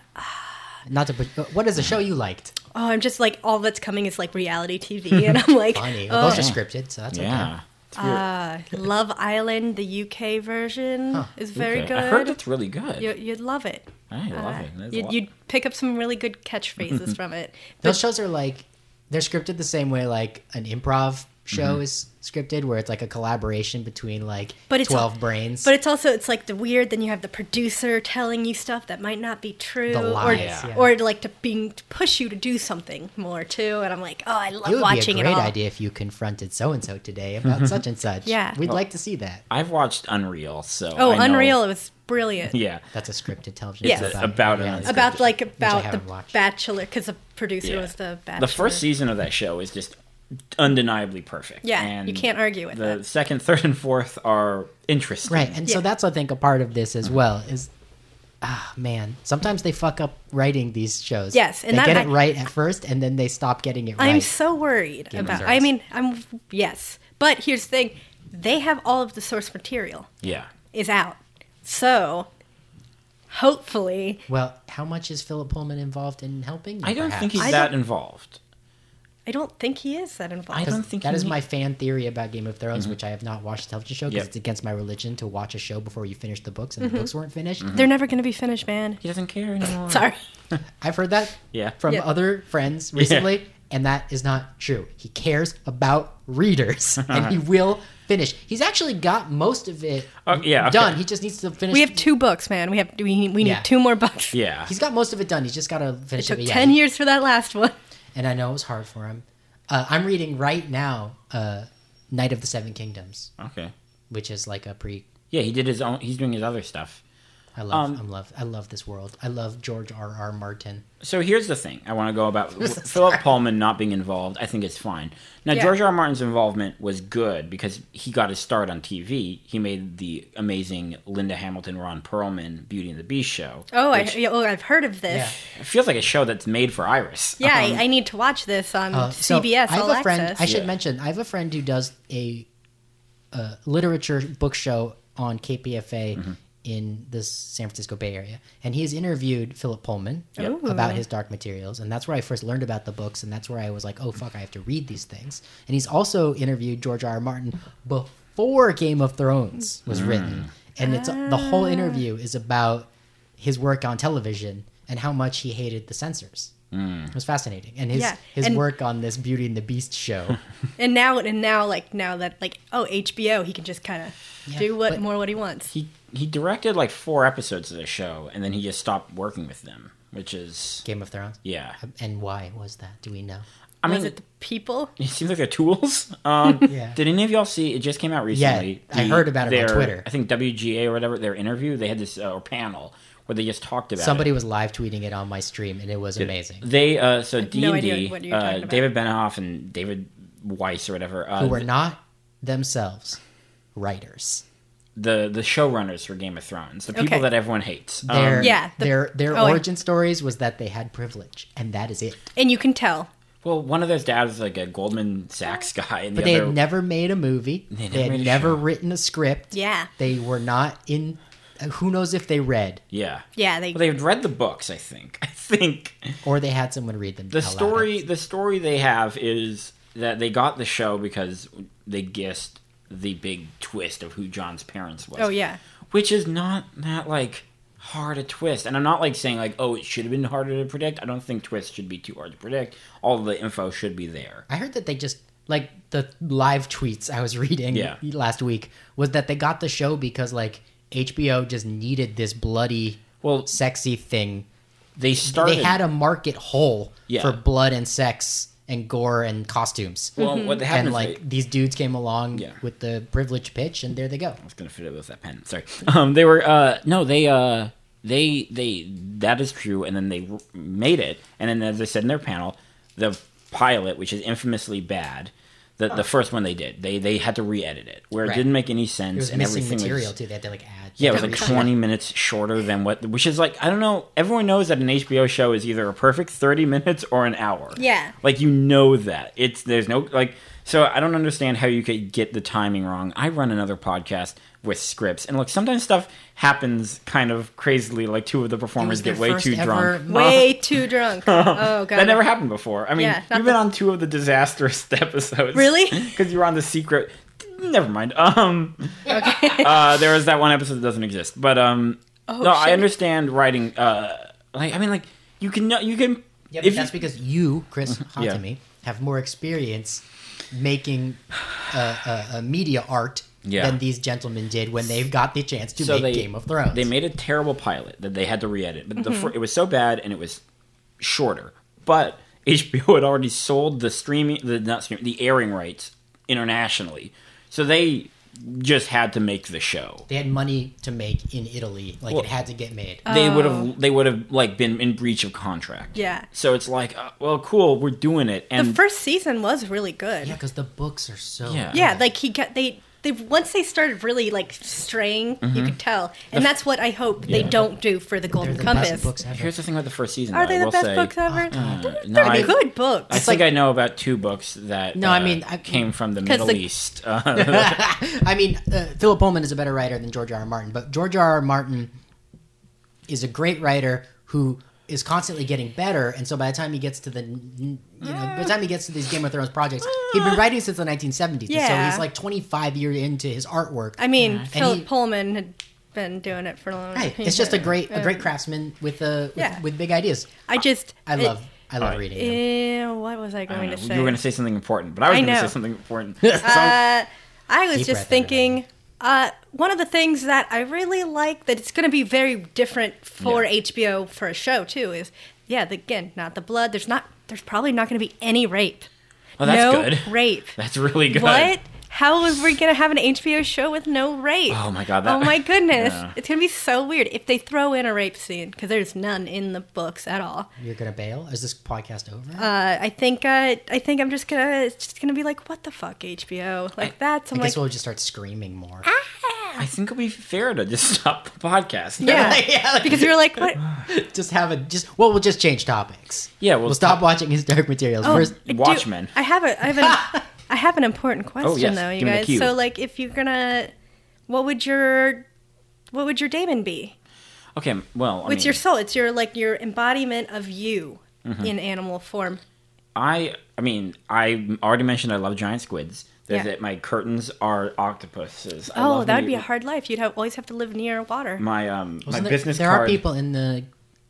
[SPEAKER 3] Not to put. What is a show you liked?
[SPEAKER 2] oh, I'm just like all that's coming is like reality TV, and I'm like,
[SPEAKER 3] Funny. Well,
[SPEAKER 2] oh,
[SPEAKER 3] Those are scripted, so that's okay.
[SPEAKER 1] yeah. It's weird.
[SPEAKER 2] uh, Love Island, the UK version is very
[SPEAKER 1] Okay.
[SPEAKER 2] good.
[SPEAKER 1] I heard it's really good.
[SPEAKER 2] you, you'd love it.
[SPEAKER 1] I love
[SPEAKER 2] Uh,
[SPEAKER 1] it. There's a
[SPEAKER 2] you'd,
[SPEAKER 1] lot-
[SPEAKER 2] you'd pick up some really good catchphrases from it.
[SPEAKER 3] Those shows are like they're scripted the same way like an improv show
[SPEAKER 1] Mm-hmm.
[SPEAKER 3] is scripted, where it's like a collaboration between like
[SPEAKER 2] But it's
[SPEAKER 3] twelve
[SPEAKER 2] all-
[SPEAKER 3] brains.
[SPEAKER 2] But it's also it's like the weird. Then you have the producer telling you stuff that might not be true,
[SPEAKER 3] The
[SPEAKER 2] or
[SPEAKER 3] lies, yeah.
[SPEAKER 2] or like to being to push you to do something more too. And I'm like, oh, I love
[SPEAKER 3] it would
[SPEAKER 2] watching
[SPEAKER 3] be a great
[SPEAKER 2] it all.
[SPEAKER 3] idea if you confronted so and so today
[SPEAKER 1] Mm-hmm.
[SPEAKER 3] about such and such.
[SPEAKER 2] Yeah.
[SPEAKER 3] we'd like to see that.
[SPEAKER 1] I've watched Unreal, so
[SPEAKER 2] Oh,
[SPEAKER 1] I know-
[SPEAKER 2] Unreal! It was brilliant.
[SPEAKER 1] Yeah,
[SPEAKER 3] That's a scripted television.
[SPEAKER 2] Yes.
[SPEAKER 3] show
[SPEAKER 2] It's
[SPEAKER 1] about an
[SPEAKER 3] reality.
[SPEAKER 1] unscripted-
[SPEAKER 2] about like about the
[SPEAKER 3] haven't watched.
[SPEAKER 2] Bachelor because the producer
[SPEAKER 1] Yeah.
[SPEAKER 2] was the Bachelor.
[SPEAKER 1] the first season of that show is just undeniably perfect.
[SPEAKER 2] Yeah,
[SPEAKER 1] and
[SPEAKER 2] you can't argue with
[SPEAKER 1] The
[SPEAKER 2] that.
[SPEAKER 1] second, third, and fourth are interesting.
[SPEAKER 3] right, and so
[SPEAKER 2] Yeah.
[SPEAKER 3] that's I think a part of this
[SPEAKER 1] Mm-hmm.
[SPEAKER 3] as well is. Ah man, sometimes they fuck up writing these shows.
[SPEAKER 2] Yes, and
[SPEAKER 3] they
[SPEAKER 2] that
[SPEAKER 3] get
[SPEAKER 2] I-
[SPEAKER 3] it right at first, and then they stop getting it right.
[SPEAKER 2] I'm so worried
[SPEAKER 3] of
[SPEAKER 2] about. I
[SPEAKER 3] Thrones.
[SPEAKER 2] mean, I'm yes, but here's the thing: they have all of the source material
[SPEAKER 1] Yeah.
[SPEAKER 2] is out, so hopefully,
[SPEAKER 3] Well, how much is Philip Pullman involved in helping? you,
[SPEAKER 1] I don't think
[SPEAKER 3] perhaps?
[SPEAKER 1] he's
[SPEAKER 2] I
[SPEAKER 1] that
[SPEAKER 2] don't-
[SPEAKER 1] involved.
[SPEAKER 2] I don't think he is that involved.
[SPEAKER 1] I don't
[SPEAKER 3] 'Cause
[SPEAKER 1] think
[SPEAKER 3] that
[SPEAKER 1] he
[SPEAKER 3] is
[SPEAKER 1] need- Mm-hmm.
[SPEAKER 3] my fan theory about Game of Thrones, which I have not watched the television show because
[SPEAKER 1] Yep.
[SPEAKER 3] it's against my religion to watch a show before you finish the books,
[SPEAKER 2] Mm-hmm.
[SPEAKER 3] and the books weren't finished.
[SPEAKER 1] Mm-hmm.
[SPEAKER 2] They're never going to be finished, man.
[SPEAKER 1] He doesn't care anymore.
[SPEAKER 2] Sorry.
[SPEAKER 3] I've heard that
[SPEAKER 1] Yeah.
[SPEAKER 3] from
[SPEAKER 2] Yeah.
[SPEAKER 3] other friends recently, and that is not true. He cares about readers, and he will finish. He's actually got most of it
[SPEAKER 1] Oh, yeah, okay.
[SPEAKER 3] done. He just needs to finish.
[SPEAKER 2] We have two books, man. We have we, we need
[SPEAKER 3] Yeah.
[SPEAKER 2] two more books.
[SPEAKER 1] Yeah.
[SPEAKER 3] He's got most of it done. He's just got to
[SPEAKER 2] It
[SPEAKER 3] finish
[SPEAKER 2] took
[SPEAKER 3] it. but yeah,
[SPEAKER 2] ten
[SPEAKER 3] he-
[SPEAKER 2] years for that last one.
[SPEAKER 3] and I know it was hard for him. Uh, I'm reading right now, uh, Night of the Seven Kingdoms,
[SPEAKER 1] okay.
[SPEAKER 3] which is like a pre
[SPEAKER 1] Yeah, he did his own. He's doing his other stuff.
[SPEAKER 3] I love,
[SPEAKER 1] Um,
[SPEAKER 3] I'm love, I love this world. I love George R. R. Martin.
[SPEAKER 1] So here's the thing I want to go about Philip Pullman not being involved. I think it's fine. Now
[SPEAKER 2] Yeah.
[SPEAKER 1] George R. R. Martin's involvement was good because he got his start on TV. He made the amazing Linda Hamilton, Ron Perlman, Beauty and the Beast show.
[SPEAKER 2] Oh, I,
[SPEAKER 1] which
[SPEAKER 2] yeah, oh I've heard of this.
[SPEAKER 3] Yeah.
[SPEAKER 1] feels like a show that's made for Iris.
[SPEAKER 2] Yeah,
[SPEAKER 1] Um,
[SPEAKER 2] I, I need to watch this on
[SPEAKER 3] Uh, so
[SPEAKER 2] CBS
[SPEAKER 3] I have
[SPEAKER 2] All
[SPEAKER 3] a friend.
[SPEAKER 2] Access.
[SPEAKER 3] I should
[SPEAKER 1] Yeah.
[SPEAKER 3] mention. I have a friend who does a, uh literature book show on KPFA
[SPEAKER 1] Mm-hmm.
[SPEAKER 3] in the San Francisco Bay Area, and he has interviewed Philip Pullman
[SPEAKER 1] Yep. Ooh.
[SPEAKER 3] about his Dark Materials, and that's where I first learned about the books, and that's where I was like, oh fuck, I have to read these things. And he's also interviewed George R. R. Martin before Game of Thrones was
[SPEAKER 1] Mm.
[SPEAKER 3] written, and it's the whole interview is about his work on television and how much he hated the censors. It was fascinating, and his
[SPEAKER 2] Yeah,
[SPEAKER 3] his
[SPEAKER 2] and-
[SPEAKER 3] work on this Beauty and the Beast show.
[SPEAKER 2] and now and now like now that like oh HBO, he can just kind of
[SPEAKER 3] Yeah,
[SPEAKER 2] do what
[SPEAKER 3] but-
[SPEAKER 2] more what he wants.
[SPEAKER 1] he he directed like four episodes of the show, and then he just stopped working with them, which is
[SPEAKER 3] Game of Thrones.
[SPEAKER 1] yeah.
[SPEAKER 3] And why was that? Do we know?
[SPEAKER 1] I
[SPEAKER 2] was
[SPEAKER 1] mean,
[SPEAKER 2] it the people?
[SPEAKER 1] It seems like they're tools. Um,
[SPEAKER 3] Yeah.
[SPEAKER 1] Did any of y'all see? It just came out recently.
[SPEAKER 3] I heard about it on
[SPEAKER 1] their-
[SPEAKER 3] Twitter.
[SPEAKER 1] I think WGA or whatever their interview. They had this uh, or panel where they just talked about
[SPEAKER 3] Somebody
[SPEAKER 1] it.
[SPEAKER 3] was live tweeting it on my stream, and it was amazing.
[SPEAKER 1] They uh, so D
[SPEAKER 2] no
[SPEAKER 1] and
[SPEAKER 2] idea what
[SPEAKER 1] D.
[SPEAKER 2] you're talking about.
[SPEAKER 1] David Benioff and David Weiss or whatever. Uh,
[SPEAKER 3] Who were not themselves writers.
[SPEAKER 1] the the showrunners for Game of Thrones, the people
[SPEAKER 2] Okay.
[SPEAKER 1] that everyone hates. Um,
[SPEAKER 3] Their
[SPEAKER 2] Yeah, the-
[SPEAKER 3] their their
[SPEAKER 2] oh, I-
[SPEAKER 3] origin stories was that they had privilege, and that is it.
[SPEAKER 2] And you can tell.
[SPEAKER 1] well, one of those dads is like a Goldman Sachs guy, and the
[SPEAKER 3] But they
[SPEAKER 1] other
[SPEAKER 3] had never made a movie. They,
[SPEAKER 1] never made
[SPEAKER 3] had
[SPEAKER 1] a
[SPEAKER 3] never
[SPEAKER 1] show.
[SPEAKER 3] written a script.
[SPEAKER 2] Yeah.
[SPEAKER 3] They were not in. Who knows if they read
[SPEAKER 1] yeah
[SPEAKER 2] Yeah, they-
[SPEAKER 1] well, they've read the books. I think. I think.
[SPEAKER 3] or they had someone read them.
[SPEAKER 1] the
[SPEAKER 3] out loud.
[SPEAKER 1] story the story they have is that they got the show because they guessed the big twist of who John's parents was.
[SPEAKER 2] Oh yeah.
[SPEAKER 1] Which is not that like hard a twist. And I'm not like saying like, oh, it should have been harder to predict. I don't think twists should be too hard to predict. All the info should be there.
[SPEAKER 3] I heard that they just like the live tweets I was reading
[SPEAKER 1] Yeah.
[SPEAKER 3] last week was that they got the show because like HBO just needed this bloody
[SPEAKER 1] Well-
[SPEAKER 3] sexy thing.
[SPEAKER 1] They started
[SPEAKER 3] They had a market hole
[SPEAKER 1] Yeah.
[SPEAKER 3] for blood and sex and gore and costumes.
[SPEAKER 1] well, what happened
[SPEAKER 3] and
[SPEAKER 1] is
[SPEAKER 3] like
[SPEAKER 1] they-
[SPEAKER 3] these dudes came along
[SPEAKER 1] Yeah.
[SPEAKER 3] with the privilege pitch and there they go.
[SPEAKER 1] I was gonna fit it with that pen. Sorry. Um, they were uh, no, they uh, they they that is true, and then they w- made it, and then as I said in their panel, the pilot, which is infamously bad, the the first one they did, they they had to re-edit it where
[SPEAKER 3] Right.
[SPEAKER 1] it didn't make any
[SPEAKER 3] It
[SPEAKER 1] sense
[SPEAKER 3] was
[SPEAKER 1] and
[SPEAKER 3] missing
[SPEAKER 1] everything
[SPEAKER 3] material
[SPEAKER 1] was.
[SPEAKER 3] too. They had to like add.
[SPEAKER 1] Yeah, it was
[SPEAKER 3] they
[SPEAKER 1] like
[SPEAKER 3] had to re-
[SPEAKER 1] 20 minutes shorter than what, which is like, I don't know. Everyone knows that an HBO show is either a perfect 30 minutes or an hour.
[SPEAKER 2] Yeah.
[SPEAKER 1] Like, you know that. It's, there's no, like, so I don't understand how you could get the timing wrong. I run another podcast with scripts, and look, sometimes stuff happens kind of crazily. Like two of the performers get way too drunk.
[SPEAKER 2] Way too drunk. Oh god.
[SPEAKER 1] That never happened before. I mean,
[SPEAKER 2] Yeah, not
[SPEAKER 1] you've been
[SPEAKER 2] the-
[SPEAKER 1] on two of the disastrous episodes.
[SPEAKER 2] Really?
[SPEAKER 1] Because you were on the secret. Never mind. Um, uh, there was that one episode that doesn't exist. But um, no, I
[SPEAKER 2] Oh, shit.
[SPEAKER 1] understand writing. Uh, like I mean, like you can know you can.
[SPEAKER 3] Yeah, but
[SPEAKER 1] if
[SPEAKER 3] that's
[SPEAKER 1] you,
[SPEAKER 3] because you, Chris
[SPEAKER 1] Yeah.
[SPEAKER 3] Hantami, have more experience making uh, uh, uh, media art
[SPEAKER 1] Yeah.
[SPEAKER 3] than these gentlemen did when they got the chance to
[SPEAKER 1] So
[SPEAKER 3] make
[SPEAKER 1] they-
[SPEAKER 3] Game of Thrones.
[SPEAKER 1] they made a terrible pilot that they had to re-edit, but the
[SPEAKER 2] Mm-hmm.
[SPEAKER 1] fir- it was so bad and it was shorter. But HBO had already sold the streaming, the not stream, the airing rights internationally, so they just had to make the show.
[SPEAKER 3] They had money to make in Italy, like it had to get made.
[SPEAKER 1] they would
[SPEAKER 2] Oh.
[SPEAKER 1] have they would have like been in breach of contract.
[SPEAKER 2] Yeah.
[SPEAKER 1] So it's like, uh, well, cool, we're doing it,
[SPEAKER 2] the
[SPEAKER 1] and
[SPEAKER 2] first season was really good. Yeah,
[SPEAKER 3] yeah, because the books are so
[SPEAKER 1] Yeah.
[SPEAKER 2] like he got they they once they started really like straying, you could tell, and that's what I hope they
[SPEAKER 1] Mm-hmm. Yeah.
[SPEAKER 2] don't do for the
[SPEAKER 3] they're
[SPEAKER 2] Golden
[SPEAKER 3] the
[SPEAKER 2] Compass.
[SPEAKER 3] best books ever.
[SPEAKER 1] here's the thing about the first season. that
[SPEAKER 2] Are they
[SPEAKER 1] I
[SPEAKER 2] the
[SPEAKER 1] will
[SPEAKER 2] best
[SPEAKER 1] say,
[SPEAKER 2] books ever?
[SPEAKER 1] Uh, no,
[SPEAKER 2] They're
[SPEAKER 1] I,
[SPEAKER 2] good
[SPEAKER 1] I
[SPEAKER 2] books.
[SPEAKER 1] think I know about two books that
[SPEAKER 3] No, I
[SPEAKER 1] uh,
[SPEAKER 3] mean, I-
[SPEAKER 1] came from the
[SPEAKER 2] 'Cause
[SPEAKER 1] Middle
[SPEAKER 2] the-
[SPEAKER 1] East. Uh,
[SPEAKER 3] I mean, uh, Philip Pullman is a better writer than George R. R. Martin, but George R. R. Martin is a great writer who is constantly getting better, and so by the time he gets to the, you know, by the time he gets to these Game of Thrones projects, he'd been writing since the 1970s, and so
[SPEAKER 2] Yeah.
[SPEAKER 3] he's like 25 years into his artwork.
[SPEAKER 2] I mean, Philip
[SPEAKER 3] he-
[SPEAKER 2] Pullman had been doing it for a long time.
[SPEAKER 3] Right. It's just a great, a great craftsman with a with,
[SPEAKER 2] Yeah.
[SPEAKER 3] with big ideas.
[SPEAKER 2] I just.
[SPEAKER 3] I
[SPEAKER 2] it-
[SPEAKER 3] love, I love
[SPEAKER 1] Alright.
[SPEAKER 3] reading. them.
[SPEAKER 2] Eh, what was I
[SPEAKER 1] I don't
[SPEAKER 2] going
[SPEAKER 1] know,
[SPEAKER 2] to say?
[SPEAKER 1] you were going to say something important, but I was
[SPEAKER 2] I
[SPEAKER 1] going to say
[SPEAKER 2] know.
[SPEAKER 1] something important. So,
[SPEAKER 2] uh, I was just
[SPEAKER 3] Deep breath, everybody.
[SPEAKER 2] thinking. Uh, one of the things that I really like that it's going to be very different for
[SPEAKER 1] Yeah.
[SPEAKER 2] HBO for a show too is yeah the, again not the blood there's not there's probably not going to be any rape
[SPEAKER 1] oh, that's
[SPEAKER 2] no
[SPEAKER 1] good.
[SPEAKER 2] rape
[SPEAKER 1] That's really good.
[SPEAKER 2] what how are we going to have an HBO show with no rape
[SPEAKER 1] Oh my God, that-
[SPEAKER 2] oh my goodness
[SPEAKER 1] Yeah.
[SPEAKER 2] it's going to be so weird if they throw in a rape scene because there's none in the books at all
[SPEAKER 3] You're gonna bail? Is this podcast over?
[SPEAKER 2] uh, I think uh, I think I'm just gonna it's just gonna be like what the fuck HBO like that's
[SPEAKER 3] I
[SPEAKER 2] I'm
[SPEAKER 3] guess
[SPEAKER 2] like "Ah!"
[SPEAKER 3] we'll just start screaming more.
[SPEAKER 1] I think it'll be fair to just stop the podcast.
[SPEAKER 2] yeah
[SPEAKER 3] yeah, like,
[SPEAKER 2] because you're like what
[SPEAKER 3] just have a just. Well, we'll just change topics.
[SPEAKER 1] Yeah, we'll
[SPEAKER 3] We'll stop watching his dark materials
[SPEAKER 2] oh,
[SPEAKER 3] first.
[SPEAKER 2] I do-
[SPEAKER 1] Watchmen. Oh,
[SPEAKER 2] I have a I have an I have an important question
[SPEAKER 1] yes,
[SPEAKER 2] though you
[SPEAKER 1] give me the
[SPEAKER 2] guys
[SPEAKER 1] cue.
[SPEAKER 2] so like if you're gonna what would your what would your daemon be
[SPEAKER 1] Okay. Well, I
[SPEAKER 2] it's
[SPEAKER 1] mean,
[SPEAKER 2] your soul it's your like your embodiment of you
[SPEAKER 1] Mm-hmm.
[SPEAKER 2] in animal form
[SPEAKER 1] I I mean I already mentioned I love giant squids. There's
[SPEAKER 2] Yeah.
[SPEAKER 1] That my curtains are octopuses. I
[SPEAKER 2] oh
[SPEAKER 1] love
[SPEAKER 2] that
[SPEAKER 1] me-
[SPEAKER 2] would be a hard life you'd have, always have to live near water
[SPEAKER 1] My um my
[SPEAKER 3] Wasn't there,
[SPEAKER 1] business
[SPEAKER 3] there
[SPEAKER 1] card.
[SPEAKER 3] are people in the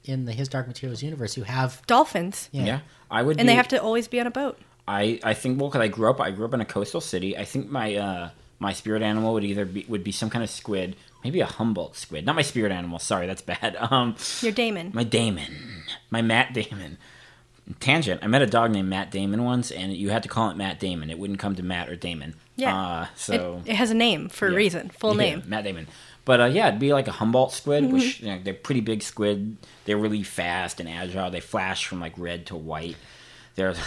[SPEAKER 3] in the his dark materials universe who have
[SPEAKER 2] dolphins
[SPEAKER 1] Yeah. I would.
[SPEAKER 2] and
[SPEAKER 1] be,
[SPEAKER 2] they have to always be on a boat
[SPEAKER 1] I I think well, 'cause I grew up I grew up in a coastal city. I think my uh my spirit animal would either be would be some kind of squid, maybe a Humboldt squid. Not my spirit animal. Sorry, that's bad. Um,
[SPEAKER 2] your daemon
[SPEAKER 1] my Damon, my Matt Damon. Tangent. I met a dog named Matt Damon once, and you had to call it Matt Damon. It wouldn't come to Matt or Damon.
[SPEAKER 2] Yeah.
[SPEAKER 1] Uh,
[SPEAKER 2] It-
[SPEAKER 1] so
[SPEAKER 2] it, has a name for a
[SPEAKER 1] Yeah.
[SPEAKER 2] reason full
[SPEAKER 1] Yeah,
[SPEAKER 2] name Mm-hmm.
[SPEAKER 1] Matt Damon. But uh, yeah, it'd be like a Humboldt squid, which you know, they're pretty big squid. They're really fast and agile. They flash from like red to white. They're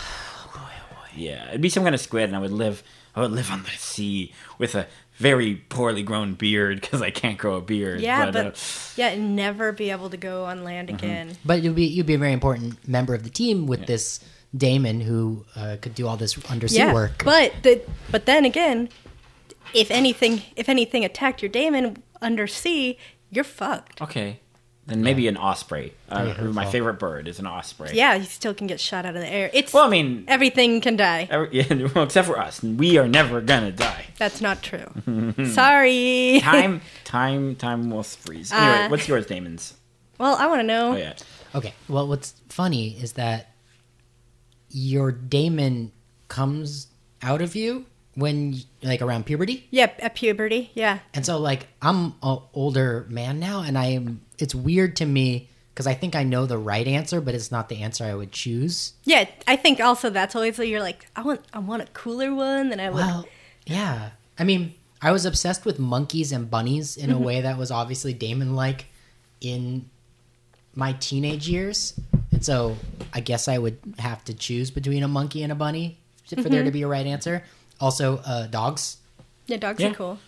[SPEAKER 1] yeah, it'd be some kind of squid, and I would live. I would live on the sea with a very poorly grown beard because I can't grow a beard.
[SPEAKER 2] Yeah, but,
[SPEAKER 1] uh, Mm-hmm.
[SPEAKER 2] yeah, and never be able to go on land again.
[SPEAKER 3] But you'd be you'd be a very important member of the team with this Damon who uh, could do all this undersea
[SPEAKER 2] Yeah,
[SPEAKER 3] work.
[SPEAKER 2] but the, but then again, if anything, if anything attacked your daemon undersea, you're fucked.
[SPEAKER 1] uh, okay, then maybe an osprey. Uh,
[SPEAKER 3] Yeah,
[SPEAKER 1] my
[SPEAKER 3] well.
[SPEAKER 1] favorite bird is an osprey.
[SPEAKER 2] Yeah, you still can get shot out of the air. It's
[SPEAKER 1] Well, I mean,
[SPEAKER 2] everything can die.
[SPEAKER 1] every, yeah, well, except for us, we are never gonna die.
[SPEAKER 2] That's not true. Sorry.
[SPEAKER 1] Time, time, time will freeze. Anyway,
[SPEAKER 2] Uh,
[SPEAKER 1] what's yours, Damon's?
[SPEAKER 2] well, I want to know.
[SPEAKER 1] Oh yeah.
[SPEAKER 3] Okay. Well, what's funny is that your Damon comes out of you when y- like around puberty,
[SPEAKER 2] Yeah, at puberty. Yeah.
[SPEAKER 3] and so like I'm an older man now, and I am. It's weird to me because I think I know the right answer, but it's not the answer I would choose.
[SPEAKER 2] Yeah, I think also that's always what you're like, I want I want a cooler one than I would.
[SPEAKER 3] Well, yeah. I mean, I was obsessed with monkeys and bunnies in a way that was obviously Damon like in my teenage years. And so I guess I would have to choose between a monkey and a bunny for there to be a right answer. Also, uh, dogs.
[SPEAKER 2] yeah, dogs
[SPEAKER 1] Yeah.
[SPEAKER 2] are cool.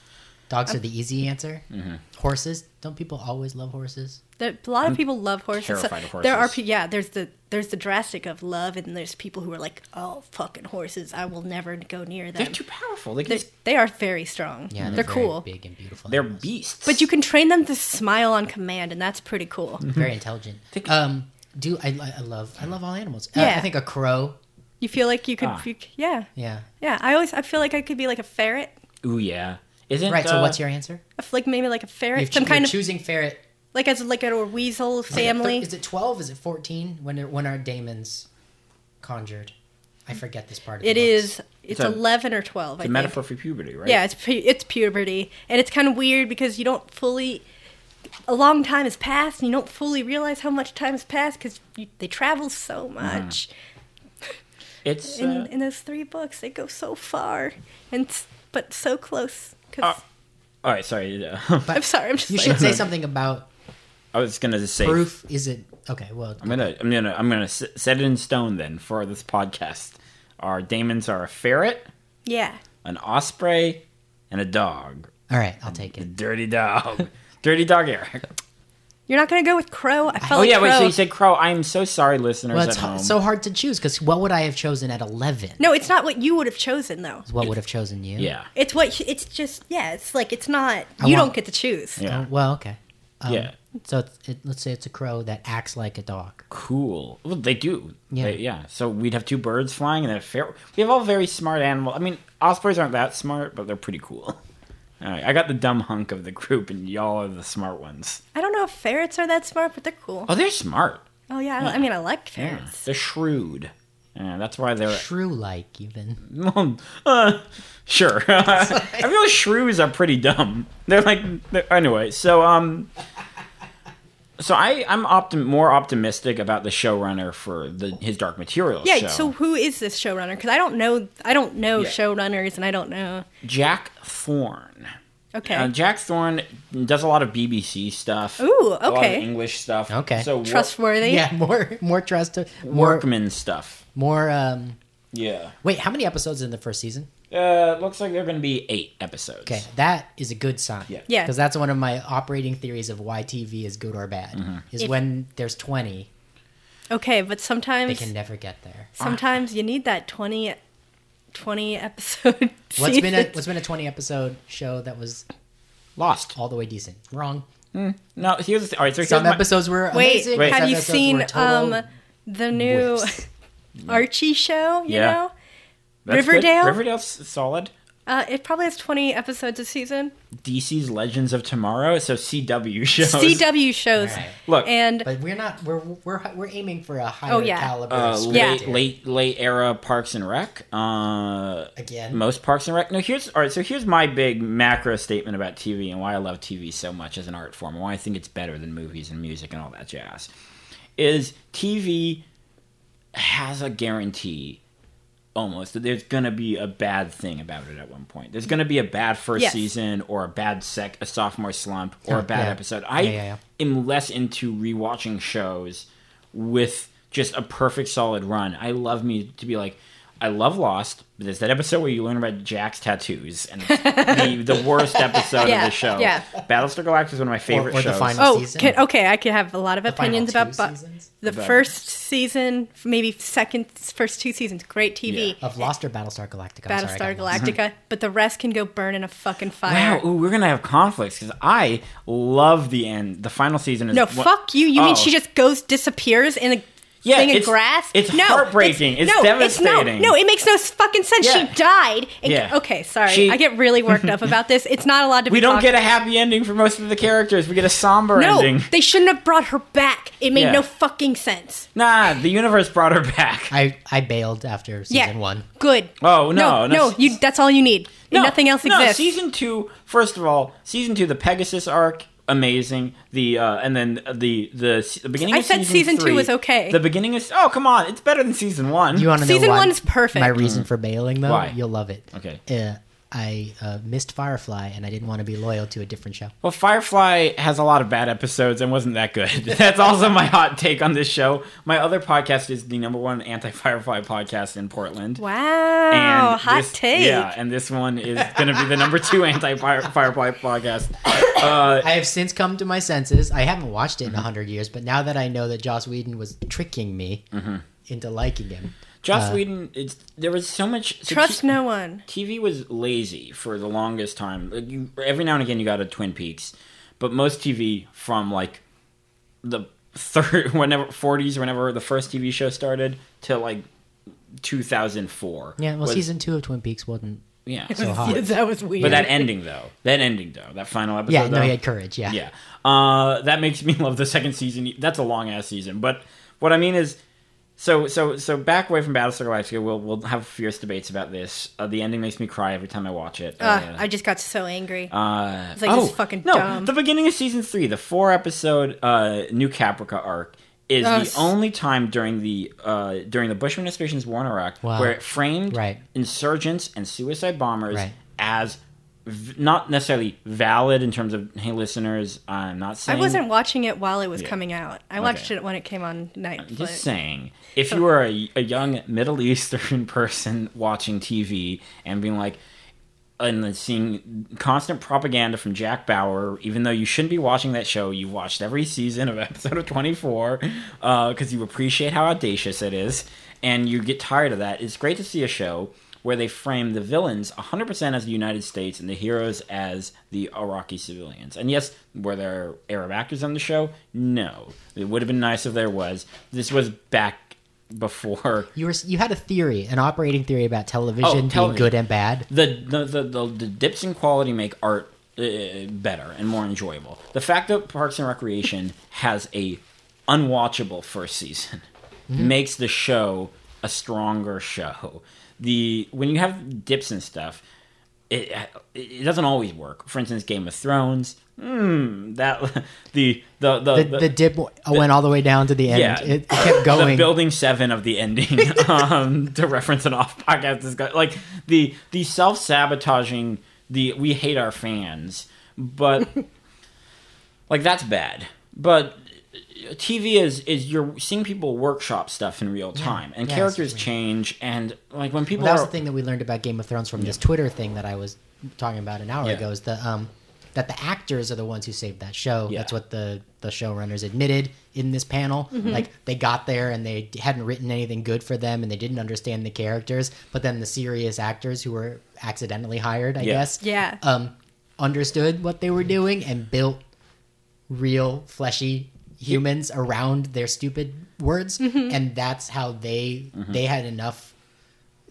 [SPEAKER 3] Dogs are the easy answer. Horses. Don't people always love horses?
[SPEAKER 2] There, a lot of people love horses. So
[SPEAKER 1] terrified of
[SPEAKER 2] There are,
[SPEAKER 1] horses.
[SPEAKER 2] pe- yeah. There's the there's the drastic of love, and there's people who are like, oh, fucking horses. I will never go near them.
[SPEAKER 1] They're too powerful. They can
[SPEAKER 2] They're,
[SPEAKER 1] just,
[SPEAKER 2] they are very strong.
[SPEAKER 3] Yeah,
[SPEAKER 2] they're,
[SPEAKER 3] very
[SPEAKER 2] cool.
[SPEAKER 3] big and beautiful.
[SPEAKER 1] Mm-hmm. they're
[SPEAKER 3] animals.
[SPEAKER 1] beasts.
[SPEAKER 2] But you can train them to smile on command, and that's pretty cool.
[SPEAKER 1] Mm.
[SPEAKER 3] very intelligent. Um, do I, li- I love I love all animals? Uh,
[SPEAKER 2] Yeah.
[SPEAKER 3] I think a crow.
[SPEAKER 2] You feel like you could,
[SPEAKER 1] Ah.
[SPEAKER 2] you c- yeah,
[SPEAKER 3] Yeah.
[SPEAKER 2] yeah. I always I feel like I could be like a ferret,
[SPEAKER 1] Ooh yeah. Isn't
[SPEAKER 3] Right. So
[SPEAKER 1] uh,
[SPEAKER 3] what's your answer?
[SPEAKER 2] A f- like maybe like a ferret,
[SPEAKER 3] You're,
[SPEAKER 2] some kind of
[SPEAKER 3] choosing ferret.
[SPEAKER 2] like as like a weasel family.
[SPEAKER 3] Is it twelve? Is it fourteen? When are, when are daemons conjured? I forget this part. Of
[SPEAKER 2] It
[SPEAKER 3] the books.
[SPEAKER 2] is. It's
[SPEAKER 1] a-
[SPEAKER 2] eleven or twelve. I
[SPEAKER 1] the
[SPEAKER 2] think.
[SPEAKER 1] metaphor for puberty, right?
[SPEAKER 2] Yeah, it's pu- it's puberty, and it's kind of weird because you don't fully. A long time has passed, and you don't fully realize how much time has passed because they travel so
[SPEAKER 1] Mm.
[SPEAKER 2] much.
[SPEAKER 1] It's uh,
[SPEAKER 2] In in those three books, they go so far, and s- but so close. Because
[SPEAKER 1] Ah. all right. Sorry, uh,
[SPEAKER 2] I'm sorry, I'm just
[SPEAKER 3] You
[SPEAKER 2] like,
[SPEAKER 3] should say something about
[SPEAKER 1] I was gonna just say.
[SPEAKER 3] proof. Is it okay? Well,
[SPEAKER 1] I'm gonna, I'm gonna, I'm gonna s- set it in stone then for this podcast. Our daemons are a ferret,
[SPEAKER 2] yeah.
[SPEAKER 1] an osprey, and a dog.
[SPEAKER 3] all right. I'll take
[SPEAKER 1] A
[SPEAKER 3] it.
[SPEAKER 1] dirty dog. dirty dog, Eric.
[SPEAKER 2] You're not gonna go with crow. I felt
[SPEAKER 1] Oh
[SPEAKER 2] like
[SPEAKER 1] yeah, wait.
[SPEAKER 2] Crow-
[SPEAKER 1] So you said crow. I'm so sorry, listeners
[SPEAKER 3] Well,
[SPEAKER 1] at
[SPEAKER 3] it's
[SPEAKER 1] home.
[SPEAKER 3] h- so hard to choose because what would I have chosen at eleven?
[SPEAKER 2] no, it's not what you would have chosen though.
[SPEAKER 3] What would have chosen you?
[SPEAKER 1] yeah,
[SPEAKER 2] It's what it's just yeah. It's like it's not.
[SPEAKER 3] I
[SPEAKER 2] you
[SPEAKER 3] want-
[SPEAKER 2] don't get to choose.
[SPEAKER 1] yeah,
[SPEAKER 3] Oh, well, okay. Um,
[SPEAKER 1] yeah.
[SPEAKER 3] So it's, it, let's say it's a crow that acts like a dog.
[SPEAKER 1] Cool. Well, they do.
[SPEAKER 3] Yeah.
[SPEAKER 1] Yeah, yeah. So we'd have two birds flying, and a ferret. We have all very smart animals. I mean, ospreys aren't that smart, but they're pretty cool. All right, I got the dumb hunk of the group, and y'all are the smart ones.
[SPEAKER 2] I don't know if ferrets are that smart, but they're cool.
[SPEAKER 1] Oh, they're smart.
[SPEAKER 2] Oh yeah, I, I mean I like
[SPEAKER 1] Yeah,
[SPEAKER 2] ferrets.
[SPEAKER 1] they're shrewd. Yeah, that's why they're
[SPEAKER 3] Shrew-like, even.
[SPEAKER 1] Well, uh, sure. I feel shrews are pretty dumb. They're like they're- anyway. So um, so I I'm optim- more optimistic about the showrunner for the his Dark Materials.
[SPEAKER 2] Yeah.
[SPEAKER 1] show.
[SPEAKER 2] So who is this showrunner? Because I don't know. I don't know
[SPEAKER 1] Yeah.
[SPEAKER 2] showrunners, and I don't know.
[SPEAKER 1] Jack Thorne.
[SPEAKER 2] Okay.
[SPEAKER 1] Uh, Jack Thorne does a lot of BBC stuff.
[SPEAKER 2] Ooh,
[SPEAKER 1] A lot of
[SPEAKER 2] okay.
[SPEAKER 1] English stuff.
[SPEAKER 3] Okay.
[SPEAKER 1] So wor-
[SPEAKER 2] Trustworthy.
[SPEAKER 3] Yeah, more more trust. More
[SPEAKER 1] workman stuff.
[SPEAKER 3] more. Um,
[SPEAKER 1] Yeah.
[SPEAKER 3] wait, how many episodes in the first season?
[SPEAKER 1] Uh, looks like they're going to be eight episodes.
[SPEAKER 3] Okay, that is a good sign.
[SPEAKER 1] Yeah.
[SPEAKER 2] Yeah.
[SPEAKER 3] Because that's one of my operating theories of why TV is good or bad. Is
[SPEAKER 1] Mm-hmm.
[SPEAKER 2] If-
[SPEAKER 3] when there's twenty,
[SPEAKER 2] Okay, but
[SPEAKER 3] they
[SPEAKER 2] sometimes
[SPEAKER 3] can never get there.
[SPEAKER 2] sometimes you need that 20, 20 episode.
[SPEAKER 3] What's been a
[SPEAKER 2] season.
[SPEAKER 3] what's been a twenty episode show that was
[SPEAKER 1] Lost.
[SPEAKER 3] all the way decent? Wrong.
[SPEAKER 1] No, here's the all right. So here's
[SPEAKER 3] Some
[SPEAKER 1] my-
[SPEAKER 3] episodes were
[SPEAKER 2] Wait,
[SPEAKER 3] amazing.
[SPEAKER 1] Wait.
[SPEAKER 3] some
[SPEAKER 2] have you
[SPEAKER 3] episodes
[SPEAKER 2] seen
[SPEAKER 3] were total-
[SPEAKER 2] um the new
[SPEAKER 3] whiffs.
[SPEAKER 2] Archie show? You
[SPEAKER 1] Yeah.
[SPEAKER 2] know,
[SPEAKER 1] that's good.
[SPEAKER 2] Riverdale?
[SPEAKER 1] Riverdale's solid.
[SPEAKER 2] uh, it probably has twenty episodes a season.
[SPEAKER 1] DC's Legends of Tomorrow, so CW shows.
[SPEAKER 2] CW shows.
[SPEAKER 3] Alright.
[SPEAKER 1] Look,
[SPEAKER 2] and
[SPEAKER 3] But we're not. We're we're we're aiming for a higher
[SPEAKER 2] Oh, yeah.
[SPEAKER 3] caliber.
[SPEAKER 1] uh,
[SPEAKER 3] script
[SPEAKER 1] late,
[SPEAKER 3] here.
[SPEAKER 1] late, late era Parks and Rec. Uh,
[SPEAKER 3] again.
[SPEAKER 1] most Parks and Rec. No, here's all right. So here's my big macro statement about TV and why I love TV so much as an art form, and why I think it's better than movies and music and all that jazz. Is TV has a guarantee almost that there's going to be a bad thing about it at one point. There's going to be a bad first
[SPEAKER 2] Yes.
[SPEAKER 1] season or a bad sec a sophomore slump or
[SPEAKER 3] Huh,
[SPEAKER 1] a bad
[SPEAKER 3] Oh, yeah.
[SPEAKER 1] episode. I
[SPEAKER 3] Yeah, yeah, yeah.
[SPEAKER 1] am less into rewatching shows with just a perfect solid run. I love me to be like I love Lost, but there's that episode where you learn about Jack's tattoos and it's the, the worst episode
[SPEAKER 2] Yeah,
[SPEAKER 1] of the show.
[SPEAKER 2] yeah.
[SPEAKER 1] Battlestar Galactica is one of my favorite
[SPEAKER 3] or the
[SPEAKER 1] shows.
[SPEAKER 3] final-
[SPEAKER 2] oh,
[SPEAKER 3] season?
[SPEAKER 2] can, okay, I could have a lot of
[SPEAKER 3] final
[SPEAKER 2] opinions
[SPEAKER 3] two
[SPEAKER 2] about bu-
[SPEAKER 3] seasons?
[SPEAKER 2] the
[SPEAKER 1] About-
[SPEAKER 2] first season, maybe second, first two seasons. Great TV.
[SPEAKER 1] Yeah.
[SPEAKER 3] of Lost or Battlestar Galactica. Oh, I'm sorry, I
[SPEAKER 2] Battlestar
[SPEAKER 3] got lost.
[SPEAKER 2] Galactica, but the rest can go burn in a fucking fire.
[SPEAKER 1] Wow, ooh, we're gonna have conflicts because I love the end. The final season is
[SPEAKER 2] No,
[SPEAKER 1] one-
[SPEAKER 2] fuck you. You
[SPEAKER 1] Oh.
[SPEAKER 2] mean she just goes, disappears in a
[SPEAKER 1] Yeah,
[SPEAKER 2] thing of
[SPEAKER 1] it's-
[SPEAKER 2] grass?
[SPEAKER 1] it's
[SPEAKER 2] no,
[SPEAKER 1] heartbreaking. It's
[SPEAKER 2] no-
[SPEAKER 1] devastating.
[SPEAKER 2] no, it makes no fucking sense.
[SPEAKER 1] Yeah.
[SPEAKER 2] She died. and-
[SPEAKER 1] Yeah.
[SPEAKER 2] Okay, sorry.
[SPEAKER 1] She-
[SPEAKER 2] I get really worked up about this. It's not allowed to be
[SPEAKER 1] We don't
[SPEAKER 2] talked
[SPEAKER 1] get a happy ending for most of the characters. We get a somber
[SPEAKER 2] No,
[SPEAKER 1] ending.
[SPEAKER 2] they shouldn't have brought her back. It made
[SPEAKER 1] Yeah.
[SPEAKER 2] no fucking sense.
[SPEAKER 1] Nah, the universe brought her back.
[SPEAKER 3] I I bailed after season
[SPEAKER 2] yeah.
[SPEAKER 3] one.
[SPEAKER 2] Good.
[SPEAKER 1] Oh, no,
[SPEAKER 2] no,
[SPEAKER 1] no.
[SPEAKER 2] you that's all you need. Nothing else
[SPEAKER 1] no,
[SPEAKER 2] exists.
[SPEAKER 1] Season two, first of all, season two, the Pegasus arc, amazing. The uh, and then the the, the beginning.
[SPEAKER 2] I
[SPEAKER 1] of
[SPEAKER 2] said season two
[SPEAKER 1] three,
[SPEAKER 2] was okay.
[SPEAKER 1] The beginning is oh come on, it's better than season one.
[SPEAKER 3] You want to know
[SPEAKER 2] Season
[SPEAKER 3] why-
[SPEAKER 2] one's perfect.
[SPEAKER 3] My reason for bailing though,
[SPEAKER 1] Why?
[SPEAKER 3] you'll love it.
[SPEAKER 1] Okay.
[SPEAKER 3] Uh, I uh, missed Firefly and I didn't want to be loyal to a different show.
[SPEAKER 1] Well, Firefly has a lot of bad episodes and wasn't that good. That's also my hot take on this show. My other podcast is the number one anti Firefly podcast in Portland.
[SPEAKER 2] Wow, hot
[SPEAKER 1] this-
[SPEAKER 2] take.
[SPEAKER 1] Yeah, and this one is going to be the number two anti Firefly podcast. Uh,
[SPEAKER 3] I have since come to my senses. I haven't watched it
[SPEAKER 1] Mm-hmm.
[SPEAKER 3] in a 100 years, but now that I know that Joss Whedon was tricking me
[SPEAKER 1] Mm-hmm.
[SPEAKER 3] into liking him,
[SPEAKER 1] Joss Whedon, it's, there was so much. so
[SPEAKER 2] Trust
[SPEAKER 1] T-
[SPEAKER 2] no one.
[SPEAKER 1] TV was lazy for the longest time. Like you, every now and again, you got a Twin Peaks, but most TV from like the third, whenever 40s, whenever the first TV show started, to like 2004.
[SPEAKER 3] yeah, well,
[SPEAKER 1] was-
[SPEAKER 3] season two of Twin Peaks wasn't.
[SPEAKER 1] yeah.
[SPEAKER 3] So hot.
[SPEAKER 2] Yeah, that was weird.
[SPEAKER 1] But that ending though, that ending though, that final episode.
[SPEAKER 3] Yeah, no,
[SPEAKER 1] though,
[SPEAKER 3] he had courage. Yeah,
[SPEAKER 1] yeah. Uh, that makes me love the second season. That's a long ass season. But what I mean is, so so so back away from Battlestar Galactica, we'll we'll have fierce debates about this. Uh, the ending makes me cry every time I watch it.
[SPEAKER 2] uh, I just got so angry.
[SPEAKER 1] Uh,
[SPEAKER 2] It's like, this is fucking
[SPEAKER 1] no,
[SPEAKER 2] dumb.
[SPEAKER 1] The beginning of season three, the four episode uh, New Caprica arc, is
[SPEAKER 2] Yes.
[SPEAKER 1] the only time during the uh, during the Bush administration's war in Iraq
[SPEAKER 3] Wow.
[SPEAKER 1] where it framed
[SPEAKER 3] Right.
[SPEAKER 1] insurgents and suicide bombers
[SPEAKER 3] Right.
[SPEAKER 1] as v- not necessarily valid in terms of hey listeners, I'm not
[SPEAKER 2] I
[SPEAKER 1] saying
[SPEAKER 2] wasn't watching it while it was
[SPEAKER 1] Yeah.
[SPEAKER 2] coming out. I watched
[SPEAKER 1] Okay.
[SPEAKER 2] it when it came on Netflix.
[SPEAKER 1] just saying if you were a, a young middle eastern person watching tv and being like and then seeing constant propaganda from jack bauer even though you shouldn't be watching that show you've watched every season of episode of 24 because you appreciate how audacious it is and you get tired of that it's great to see a show where they frame the villains 100% as the United States and the heroes as the Iraqi civilians. And yes, were there Arab actors on the show? No. It would have been nice if there was. This was back before
[SPEAKER 3] you were you had a theory, an operating theory about television
[SPEAKER 1] Oh,
[SPEAKER 3] being
[SPEAKER 1] television.
[SPEAKER 3] good and bad.
[SPEAKER 1] the the the, the, the dips in quality make art uh, better and more enjoyable. The fact that Parks and Recreation has a unwatchable first season makes the show a stronger show. The when you have dips and stuff, it it doesn't always work. For instance, Game of Thrones, mm, that the the the,
[SPEAKER 3] The, the dip w- went all the way down to the end.
[SPEAKER 1] Yeah.
[SPEAKER 3] It, it kept
[SPEAKER 1] the
[SPEAKER 3] going.
[SPEAKER 1] building seven of the ending um, to reference an off podcast discussion. Like the the self sabotaging the we hate our fans, but like that's bad. But TV is is you're seeing people workshop stuff in real time, and
[SPEAKER 3] Yeah, that's
[SPEAKER 1] characters
[SPEAKER 3] what I
[SPEAKER 1] change, and like when people
[SPEAKER 3] Well, that was
[SPEAKER 1] are
[SPEAKER 3] the thing that we learned about Game of Thrones from this Twitter thing that I was talking about an hour
[SPEAKER 1] Yeah.
[SPEAKER 3] ago. Is the um, that the actors are the ones who saved that show.
[SPEAKER 1] Yeah.
[SPEAKER 3] That's what the the showrunners admitted in this panel. Like they got there and they hadn't written anything good for them, and they didn't understand the characters. But then the serious actors who were accidentally hired, I
[SPEAKER 1] Yeah.
[SPEAKER 3] guess,
[SPEAKER 2] Yeah.
[SPEAKER 3] um, understood what they were doing and built real fleshy humans around their stupid words
[SPEAKER 2] Mm-hmm.
[SPEAKER 3] and that's how they
[SPEAKER 1] Mm-hmm.
[SPEAKER 3] they had enough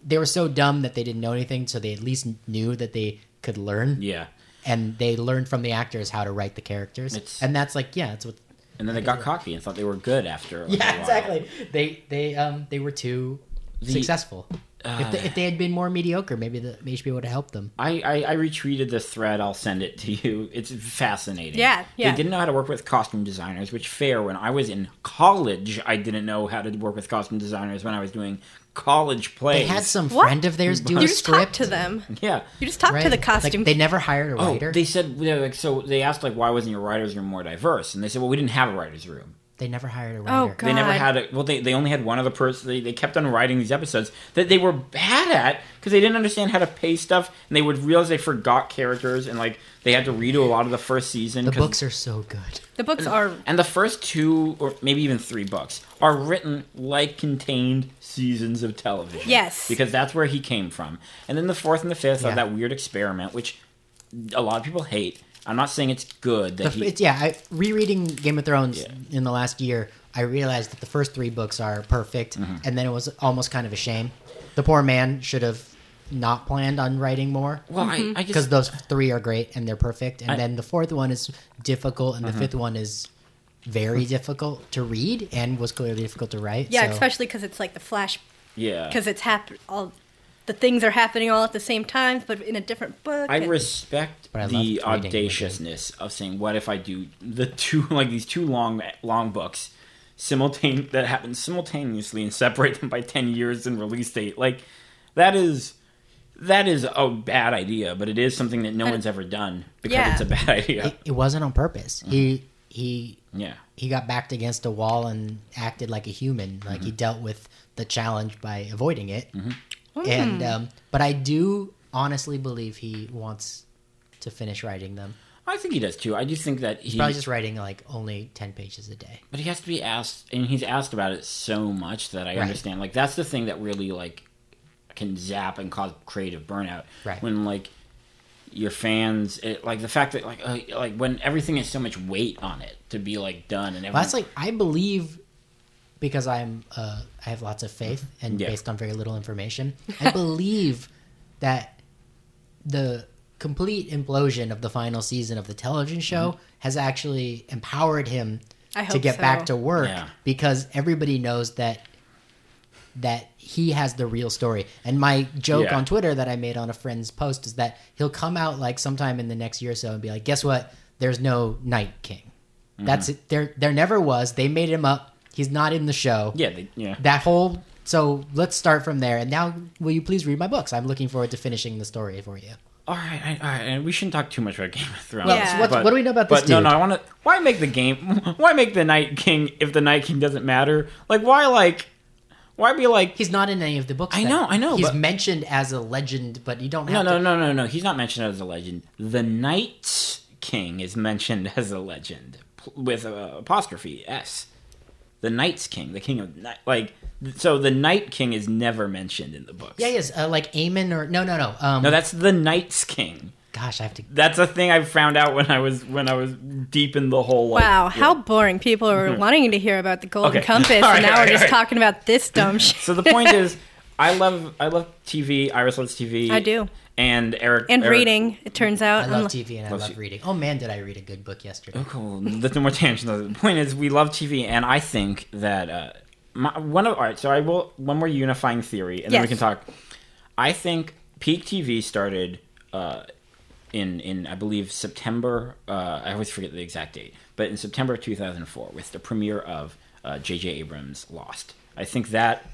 [SPEAKER 3] they were so dumb that they didn't know anything so they at least knew that they could learn
[SPEAKER 1] yeah,
[SPEAKER 3] and they learned from the actors how to write the characters
[SPEAKER 1] It's-
[SPEAKER 3] and that's like yeah that's what
[SPEAKER 1] and then they got cocky and thought they were good after. like, a
[SPEAKER 3] yeah
[SPEAKER 1] while.
[SPEAKER 3] exactly they they um they were too successful if,
[SPEAKER 1] uh,
[SPEAKER 3] they, if they had been more mediocre maybe the hbo would have helped them
[SPEAKER 1] I, I, I retweeted this thread. I'll send it to you. It's fascinating.
[SPEAKER 2] Yeah, yeah.
[SPEAKER 1] They didn't know how to work with costume designers, which fair. When I was in college, I didn't know how to work with costume designers when I was doing college
[SPEAKER 3] they
[SPEAKER 1] plays.
[SPEAKER 3] had some
[SPEAKER 2] What?
[SPEAKER 3] friend of theirs do
[SPEAKER 2] you
[SPEAKER 3] a
[SPEAKER 2] just talk
[SPEAKER 3] script
[SPEAKER 2] to them.
[SPEAKER 1] yeah.
[SPEAKER 2] You just talk
[SPEAKER 3] right?
[SPEAKER 2] to the costume.
[SPEAKER 3] like, they never hired a
[SPEAKER 1] Oh,
[SPEAKER 3] writer
[SPEAKER 1] they said they were like so. They asked like, why wasn't your writers room more diverse? And they said, well, we didn't have a writers room.
[SPEAKER 3] They never hired a
[SPEAKER 2] Oh,
[SPEAKER 3] writer.
[SPEAKER 2] God.
[SPEAKER 1] They never had a well. They, they only had one other person. They, they kept on writing these episodes that they were bad at because they didn't understand how to pay stuff, and they would realize they forgot characters, and like they had to redo a lot of the first season.
[SPEAKER 3] The
[SPEAKER 1] 'cause-
[SPEAKER 3] books are so good.
[SPEAKER 2] the books are
[SPEAKER 1] And the first two, or maybe even three books, are written like contained seasons of television.
[SPEAKER 2] Yes.
[SPEAKER 1] Because that's where he came from. And then the fourth and the fifth are
[SPEAKER 3] Yeah.
[SPEAKER 1] that weird experiment, which a lot of people hate. I'm not saying it's good that
[SPEAKER 3] The,
[SPEAKER 1] he.
[SPEAKER 3] it's, yeah, I, rereading Game of Thrones
[SPEAKER 1] Yeah.
[SPEAKER 3] in the last year, I realized that the first three books are perfect,
[SPEAKER 1] Mm-hmm.
[SPEAKER 3] and then it was almost kind of a shame. The poor man should have not planned on writing more
[SPEAKER 1] well, I, I
[SPEAKER 3] because
[SPEAKER 1] just.
[SPEAKER 3] those three are great and they're perfect, and
[SPEAKER 1] I- Mm-hmm.
[SPEAKER 3] then the fourth one is difficult, and the fifth one is very difficult to read and was clearly difficult to write.
[SPEAKER 2] yeah,
[SPEAKER 3] so-
[SPEAKER 2] especially because it's like the flash
[SPEAKER 1] Yeah.
[SPEAKER 2] because it's hap- all the things are happening all at the same time, but in a different book.
[SPEAKER 1] I
[SPEAKER 2] and-
[SPEAKER 1] respect
[SPEAKER 3] But I loved reading
[SPEAKER 1] the
[SPEAKER 3] it again.
[SPEAKER 1] audaciousness of saying, "What if I do the two like these two long long books simultane that happen simultaneously and separate them by ten years and release date?" Like that is that is a bad idea, but it is something that no
[SPEAKER 2] And-
[SPEAKER 1] one's ever done because
[SPEAKER 2] Yeah.
[SPEAKER 1] it's a bad idea.
[SPEAKER 3] It, it wasn't on purpose.
[SPEAKER 1] Mm-hmm.
[SPEAKER 3] He he
[SPEAKER 1] Yeah.
[SPEAKER 3] he got backed against a wall and acted like a human. Like he dealt with the challenge by avoiding it. And um, but I do honestly believe he wants to finish writing them.
[SPEAKER 1] I think he does too. I just think that he,
[SPEAKER 3] Probably just writing like only ten pages a day.
[SPEAKER 1] but he has to be asked, and he's asked about it so much that I understand. Like that's the thing that really like can zap and cause creative burnout.
[SPEAKER 3] Right.
[SPEAKER 1] When like your fans, it, like the fact that like uh, like when everything has so much weight on it to be like done and everything.
[SPEAKER 3] Well, that's like I believe because I'm uh, I have lots of faith and
[SPEAKER 1] Yeah.
[SPEAKER 3] based on very little information. I believe that the complete implosion of the final season of the television show
[SPEAKER 1] Mm-hmm.
[SPEAKER 3] has actually empowered him
[SPEAKER 2] I
[SPEAKER 3] to
[SPEAKER 2] hope
[SPEAKER 3] get
[SPEAKER 2] so.
[SPEAKER 3] back to work
[SPEAKER 1] Yeah.
[SPEAKER 3] because everybody knows that that he has the real story. And my joke
[SPEAKER 1] Yeah.
[SPEAKER 3] on Twitter that I made on a friend's post is that he'll come out like sometime in the next year or so and be like, "Guess what? There's no Night King. That's
[SPEAKER 1] Mm-hmm.
[SPEAKER 3] it. There, there never was. They made him up. He's not in the show.
[SPEAKER 1] yeah, they, yeah.
[SPEAKER 3] That whole. So let's start from there. And now, will you please read my books? I'm looking forward to finishing the story for you.
[SPEAKER 1] All right, I, all right, and we shouldn't talk too much about Game of Thrones.
[SPEAKER 2] Well, so
[SPEAKER 3] what's- what do we know about
[SPEAKER 1] but
[SPEAKER 3] this
[SPEAKER 1] No,
[SPEAKER 3] dude?
[SPEAKER 1] no, I want to. Why make the game? Why make the Night King if the Night King doesn't matter? Like, why? Like, why be like?
[SPEAKER 3] He's not in any of the books.
[SPEAKER 1] I
[SPEAKER 3] that-
[SPEAKER 1] know, I know,
[SPEAKER 3] He's
[SPEAKER 1] but-
[SPEAKER 3] mentioned as a legend, but you don't
[SPEAKER 1] No,
[SPEAKER 3] have
[SPEAKER 1] no,
[SPEAKER 3] to.
[SPEAKER 1] no, no, no. He's not mentioned as a legend. The Night King is mentioned as a legend p- with a apostrophe s. The Night's King, the King of Night, like so. The Night King is never mentioned in the books.
[SPEAKER 3] Yeah, yes, uh, like Aemon or no, no, no. Um,
[SPEAKER 1] No, that's the Night's King.
[SPEAKER 3] gosh, I have to.
[SPEAKER 1] That's a thing I found out when I was when I was deep in the whole. Like,
[SPEAKER 2] Wow,
[SPEAKER 1] yeah. Mm-hmm.
[SPEAKER 2] how boring. People are wanting to hear about the Golden
[SPEAKER 1] Okay. All
[SPEAKER 2] Compass,
[SPEAKER 1] right,
[SPEAKER 2] and now
[SPEAKER 1] all right,
[SPEAKER 2] we're just
[SPEAKER 1] all right.
[SPEAKER 2] talking about this dumb shit.
[SPEAKER 1] So the point is, I love I love TV. Iris loves TV.
[SPEAKER 2] I do.
[SPEAKER 1] And Eric
[SPEAKER 2] and
[SPEAKER 1] Eric-
[SPEAKER 2] reading, it turns out.
[SPEAKER 3] I
[SPEAKER 2] I'm
[SPEAKER 3] love
[SPEAKER 2] like-
[SPEAKER 3] TV and I
[SPEAKER 1] Love
[SPEAKER 3] love
[SPEAKER 1] you. Uh,
[SPEAKER 3] reading. Oh man, did I read a good book yesterday?
[SPEAKER 1] Oh, Cool. That's no more tangent. The point is, we love TV, and I think that uh, my, one of all right. So I will one more unifying theory, and then we
[SPEAKER 2] Yes.
[SPEAKER 1] can talk. I think peak TV started uh, in in I believe September. Uh, I always forget the exact date, but in September of 2004, with the premiere of uh, J.J. Abrams' Lost. I think that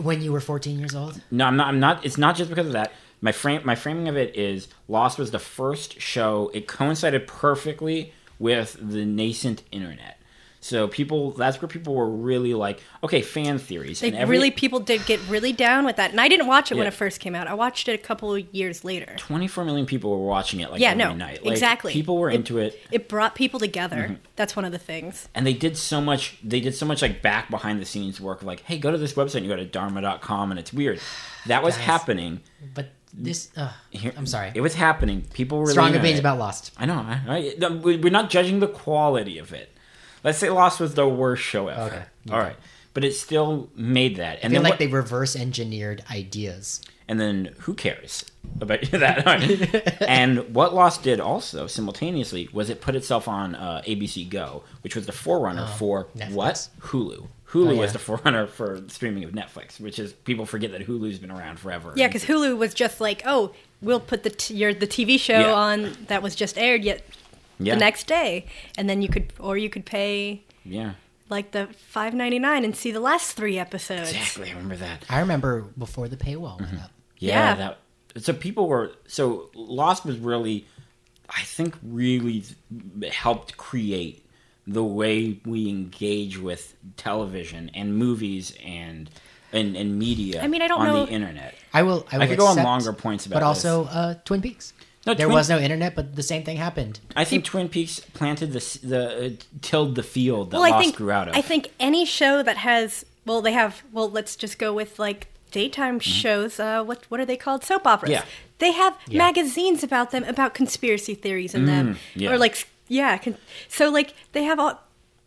[SPEAKER 3] When you were 14 years old?
[SPEAKER 1] No, I'm not. I'm not. It's not just because of that. My frame, my framing of it is Lost was the first show. It coincided perfectly with the nascent internet. So people, that's where people were really like, okay, fan theories.
[SPEAKER 2] Like,
[SPEAKER 1] and every
[SPEAKER 2] really, people did get really down with that. And I didn't watch it when
[SPEAKER 1] Yeah.
[SPEAKER 2] it first came out. I watched it a couple of years later.
[SPEAKER 1] 24 million people were watching it like
[SPEAKER 2] Yeah,
[SPEAKER 1] every
[SPEAKER 2] no,
[SPEAKER 1] night. Like,
[SPEAKER 2] exactly.
[SPEAKER 1] People were
[SPEAKER 2] It-
[SPEAKER 1] into it. Mm-hmm.
[SPEAKER 2] It brought people together. That's one of the things.
[SPEAKER 1] and they did so much they did so much like back behind the scenes work of like hey go to this website and you go to dharma.com and it's weird that was
[SPEAKER 3] Guys.
[SPEAKER 1] happening
[SPEAKER 3] But this. Uh,
[SPEAKER 1] Here-
[SPEAKER 3] I'm sorry.
[SPEAKER 1] it was happening people were
[SPEAKER 3] Strong
[SPEAKER 1] leaning on
[SPEAKER 3] opinions
[SPEAKER 1] it.
[SPEAKER 3] about Lost.
[SPEAKER 1] I know. I, I, no, we- we're not judging the quality of it. Let's say Lost was the worst show ever.
[SPEAKER 3] Okay.
[SPEAKER 1] All right. But it still made that. And
[SPEAKER 3] I feel
[SPEAKER 1] then
[SPEAKER 3] like
[SPEAKER 1] what-
[SPEAKER 3] they reverse engineered ideas.
[SPEAKER 1] and then who cares about that? All right. and what Lost did also simultaneously was it put itself on uh, ABC Go, which was the forerunner for
[SPEAKER 3] Oh, Netflix. Oh,
[SPEAKER 1] what Hulu. Hulu
[SPEAKER 3] yeah.
[SPEAKER 1] was the forerunner for streaming of Netflix, which is people forget that Hulu's been around forever.
[SPEAKER 2] Yeah, because Hulu was just like, oh, we'll put the t- your the TV show
[SPEAKER 1] Yeah.
[SPEAKER 2] on that was just aired yet
[SPEAKER 1] yeah.
[SPEAKER 2] the next day, and then you could or you could pay
[SPEAKER 1] yeah,
[SPEAKER 2] like the five ninety nine and see the last three episodes.
[SPEAKER 1] exactly. I remember that.
[SPEAKER 3] I remember before the paywall
[SPEAKER 1] Mm-hmm.
[SPEAKER 3] went up.
[SPEAKER 1] Yeah.
[SPEAKER 2] Yeah.
[SPEAKER 1] That, so people were so Lost was really, I think, really helped create the way we engage with television and movies and and, and media.
[SPEAKER 2] I mean, I don't
[SPEAKER 1] on
[SPEAKER 2] know-
[SPEAKER 1] the internet.
[SPEAKER 3] I will. I, will
[SPEAKER 1] I could go on
[SPEAKER 3] accept-
[SPEAKER 1] longer points about
[SPEAKER 3] But also uh, Twin Peaks.
[SPEAKER 1] No,
[SPEAKER 3] there
[SPEAKER 1] Twin-
[SPEAKER 3] was no internet, but the same thing happened.
[SPEAKER 1] I think Twin Peaks planted the s- the uh, tilled the field that
[SPEAKER 2] Well, I
[SPEAKER 1] Lost
[SPEAKER 2] think
[SPEAKER 1] grew out of.
[SPEAKER 2] I think any show that has well, they have well, let's just go with like daytime shows. Uh, what what are they called? Soap operas.
[SPEAKER 1] Mm-hmm. Yeah. Mm,
[SPEAKER 2] They have magazines about them about conspiracy theories in them,
[SPEAKER 1] yeah.
[SPEAKER 2] or like s- yeah. Con- so like they have all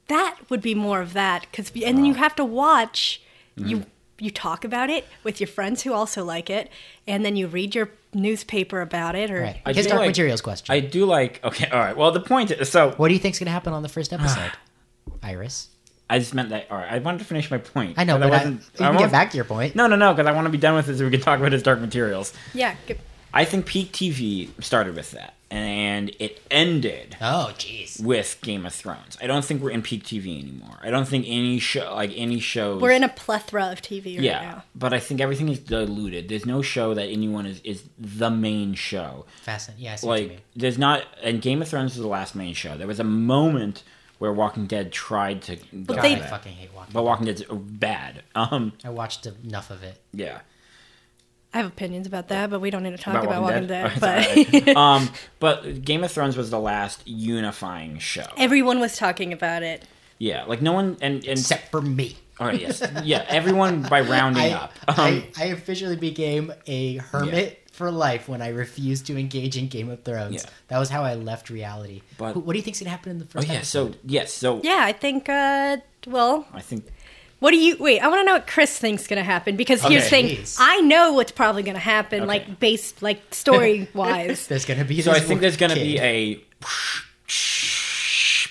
[SPEAKER 2] that would be more of that because and then you have to watch
[SPEAKER 1] Mm-hmm.
[SPEAKER 2] you you talk about it with your friends who also like it, and then you read your newspaper about it or
[SPEAKER 3] Right.
[SPEAKER 1] I
[SPEAKER 3] His
[SPEAKER 1] do
[SPEAKER 3] Dark
[SPEAKER 1] like-
[SPEAKER 3] Materials question.
[SPEAKER 1] I do like okay, all right. Well, the point is so
[SPEAKER 3] what do you think's going to happen on the
[SPEAKER 1] Ah.
[SPEAKER 3] first episode, Iris?
[SPEAKER 1] I just meant that. All right, I wanted to finish my point.
[SPEAKER 3] I know, but, I, you
[SPEAKER 1] wasn't- I
[SPEAKER 3] can get
[SPEAKER 1] won't-
[SPEAKER 3] back to your point.
[SPEAKER 1] No, no, no, because I want to be done with this, so we can talk about his Dark Materials.
[SPEAKER 2] yeah. g-
[SPEAKER 1] I think peak TV started with that, and it ended
[SPEAKER 3] Oh, jeez.
[SPEAKER 1] with Game of Thrones. I don't think we're in peak TV anymore. I don't think any show like any shows
[SPEAKER 2] We're in a plethora of TV right
[SPEAKER 1] yeah,
[SPEAKER 2] now.
[SPEAKER 1] but I think everything is diluted. There's no show that anyone is is the main show.
[SPEAKER 3] Fascinating. Yeah, I see what you mean.
[SPEAKER 1] Like there's not and Game of Thrones was the last main show. There was a moment where Walking Dead tried to
[SPEAKER 2] But
[SPEAKER 1] go
[SPEAKER 2] they-
[SPEAKER 3] I
[SPEAKER 1] back.
[SPEAKER 3] fucking hate Walking
[SPEAKER 1] but Walking Dead's bad. Um
[SPEAKER 3] I watched enough of it.
[SPEAKER 1] yeah.
[SPEAKER 2] I have opinions about that, but we don't need to talk about, Walking Dead.
[SPEAKER 1] Alright,
[SPEAKER 2] but
[SPEAKER 1] alright. um but Game of Thrones was the last unifying show.
[SPEAKER 2] everyone was talking about it.
[SPEAKER 1] Yeah, like no one and and
[SPEAKER 3] Except for me.
[SPEAKER 1] all right, yes. Yeah, everyone by rounding
[SPEAKER 3] I,
[SPEAKER 1] up. Um,
[SPEAKER 3] I, I officially became a hermit for life when I refused to engage in Game of Thrones.
[SPEAKER 1] Yeah.
[SPEAKER 3] That was how I left reality.
[SPEAKER 1] But-
[SPEAKER 3] But what do you think's gonna happen in the first?
[SPEAKER 1] oh, yeah,
[SPEAKER 3] episode?
[SPEAKER 1] so yes, so
[SPEAKER 2] Yeah, I think. Uh, well,
[SPEAKER 1] I think
[SPEAKER 2] what do you wait? I want to know what Chris thinks going to happen because here's the
[SPEAKER 1] Okay.
[SPEAKER 2] thing:
[SPEAKER 3] Jeez.
[SPEAKER 2] I know what's probably going to happen,
[SPEAKER 1] Okay.
[SPEAKER 2] like based, like story wise.
[SPEAKER 3] there's gonna be.
[SPEAKER 1] So I
[SPEAKER 3] this
[SPEAKER 1] think there's going to be
[SPEAKER 3] kid.
[SPEAKER 1] a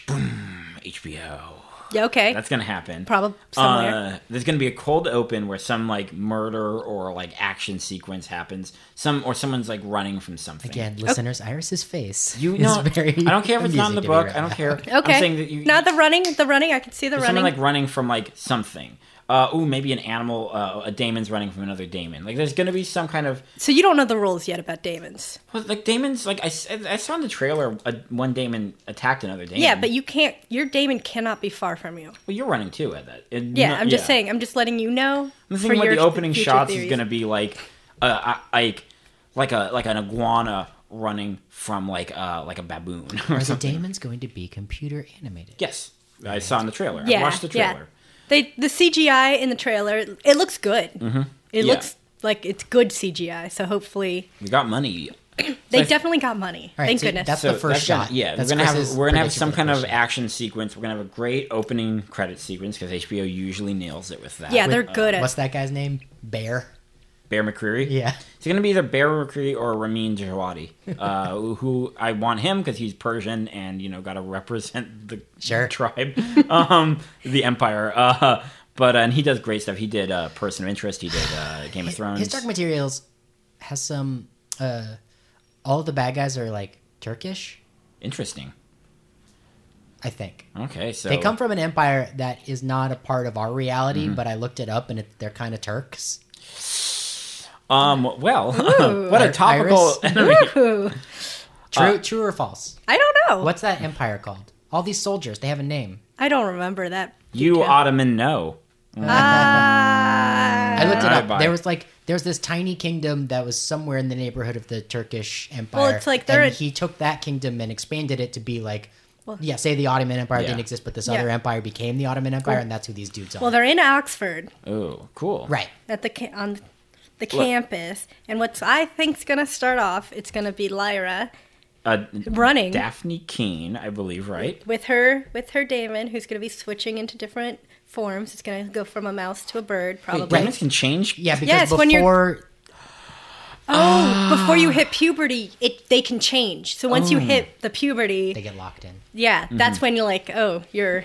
[SPEAKER 1] boom HBO.
[SPEAKER 2] yeah, okay,
[SPEAKER 1] That's going to happen.
[SPEAKER 2] Probab- somewhere.
[SPEAKER 1] Uh, there's going to be a cold open where some like murder or like action sequence happens. Some or someone's like running from something.
[SPEAKER 3] again, listeners. Iris's face.
[SPEAKER 1] You
[SPEAKER 3] is
[SPEAKER 1] know,
[SPEAKER 3] very
[SPEAKER 1] I don't care if it's not in
[SPEAKER 3] amusing
[SPEAKER 1] the
[SPEAKER 3] to me
[SPEAKER 1] book.
[SPEAKER 3] right
[SPEAKER 1] I don't
[SPEAKER 3] now.
[SPEAKER 1] care.
[SPEAKER 2] okay.
[SPEAKER 1] I'm saying that you,
[SPEAKER 2] now the running, the running. I can see the running.
[SPEAKER 1] someone like running from like something. Uh, ooh, maybe an animal. Uh, a damon's running from another daemon. Like there's going to be some kind of
[SPEAKER 2] so you don't know the rules yet about Damon's.
[SPEAKER 1] well, like Damon's like I, s- I saw in the trailer uh one Damon attacked another Damon.
[SPEAKER 2] Yeah, but you can't. Your Damon cannot be far from you.
[SPEAKER 1] Well, you're running too at that. And
[SPEAKER 2] Yeah,
[SPEAKER 1] no-
[SPEAKER 2] I'm just saying. I'm just letting you know.
[SPEAKER 1] I'm
[SPEAKER 2] for
[SPEAKER 1] thinking like
[SPEAKER 2] your
[SPEAKER 1] the opening
[SPEAKER 2] future
[SPEAKER 1] shots
[SPEAKER 2] theories.
[SPEAKER 1] is gonna be like, uh, I- like, like a like an iguana running from like uh like a baboon or
[SPEAKER 3] Are the
[SPEAKER 1] something.
[SPEAKER 3] Damon's going to be computer animated?
[SPEAKER 1] Yes, I saw in the trailer. I
[SPEAKER 2] Yeah,
[SPEAKER 1] watched the
[SPEAKER 2] yeah.
[SPEAKER 1] trailer.
[SPEAKER 2] They the CGI in the trailer. It looks good. It
[SPEAKER 1] Mm-hmm. Yeah.
[SPEAKER 2] looks like it's good CGI. So hopefully
[SPEAKER 1] We got money.
[SPEAKER 2] they
[SPEAKER 1] So I-
[SPEAKER 2] definitely got money.
[SPEAKER 3] All right,
[SPEAKER 2] Thank
[SPEAKER 3] so
[SPEAKER 2] goodness.
[SPEAKER 3] that's- the first
[SPEAKER 1] gonna-
[SPEAKER 3] shot.
[SPEAKER 1] yeah,
[SPEAKER 3] That's
[SPEAKER 1] we're gonna have
[SPEAKER 3] Chris's
[SPEAKER 1] we're gonna have
[SPEAKER 3] prediction
[SPEAKER 1] some
[SPEAKER 3] for the
[SPEAKER 1] kind of
[SPEAKER 3] first shot.
[SPEAKER 1] action sequence. We're gonna have a great opening credit sequence because HBO usually nails it with that.
[SPEAKER 2] yeah,
[SPEAKER 1] With
[SPEAKER 2] they're good at.
[SPEAKER 3] What's that guy's name? Bear.
[SPEAKER 1] Bear McCreary.
[SPEAKER 3] Yeah.
[SPEAKER 1] It's going to be either Bear McCreary or Ramin Djawadi, uh, who I want him because he's Persian and, you know, got to represent the
[SPEAKER 3] Sure.
[SPEAKER 1] tribe, um, the empire. Uh, but, uh, and he does great stuff. He did uh, Person of Interest, he did uh, Game of Thrones.
[SPEAKER 3] His Dark Materials has some. Uh, all the bad guys are like Turkish,
[SPEAKER 1] Interesting.
[SPEAKER 3] I think.
[SPEAKER 1] Okay, so.
[SPEAKER 3] They come from an empire that is not a part of our reality,
[SPEAKER 1] Mm-hmm.
[SPEAKER 3] but I looked it up and it, they're kind of Turks.
[SPEAKER 1] um, well, what a
[SPEAKER 3] Iris.
[SPEAKER 1] topical. Uh,
[SPEAKER 2] Woo!
[SPEAKER 3] True, true or false?
[SPEAKER 2] I don't know.
[SPEAKER 3] What's that empire called? All these soldiers, they have a name.
[SPEAKER 2] I don't remember that.
[SPEAKER 1] you
[SPEAKER 2] detail. Uh,
[SPEAKER 1] Ottoman know.
[SPEAKER 3] I looked it
[SPEAKER 1] I
[SPEAKER 3] up.
[SPEAKER 1] buy it.
[SPEAKER 3] There was like there's this tiny kingdom that was somewhere in the neighborhood of the Turkish Empire.
[SPEAKER 2] it's like they're
[SPEAKER 3] and
[SPEAKER 2] a-
[SPEAKER 3] he took that kingdom and expanded it to be like,
[SPEAKER 2] Well-
[SPEAKER 3] yeah, say the Ottoman Empire
[SPEAKER 1] Yeah.
[SPEAKER 3] didn't exist, but this
[SPEAKER 2] Yeah.
[SPEAKER 3] other empire became the Ottoman Empire, and that's who these dudes are.
[SPEAKER 2] Well, they're in Oxford
[SPEAKER 1] Oh, cool.
[SPEAKER 3] right.
[SPEAKER 2] at the ca- on the campus, and what's I think's gonna start off. It's gonna be Lyra
[SPEAKER 1] Uh,
[SPEAKER 2] running
[SPEAKER 1] Daphne Keene, I believe, right?
[SPEAKER 2] with her with her Damon, who's gonna be switching into different forms. It's gonna go from a mouse to a bird, probably.
[SPEAKER 1] Demons can change.
[SPEAKER 3] Yeah, because
[SPEAKER 2] Yes, when you're-
[SPEAKER 3] before
[SPEAKER 2] Oh, before you hit puberty, it they can change. So once you hit the puberty,
[SPEAKER 3] they get locked in,
[SPEAKER 2] yeah, that's when you're like, oh, you're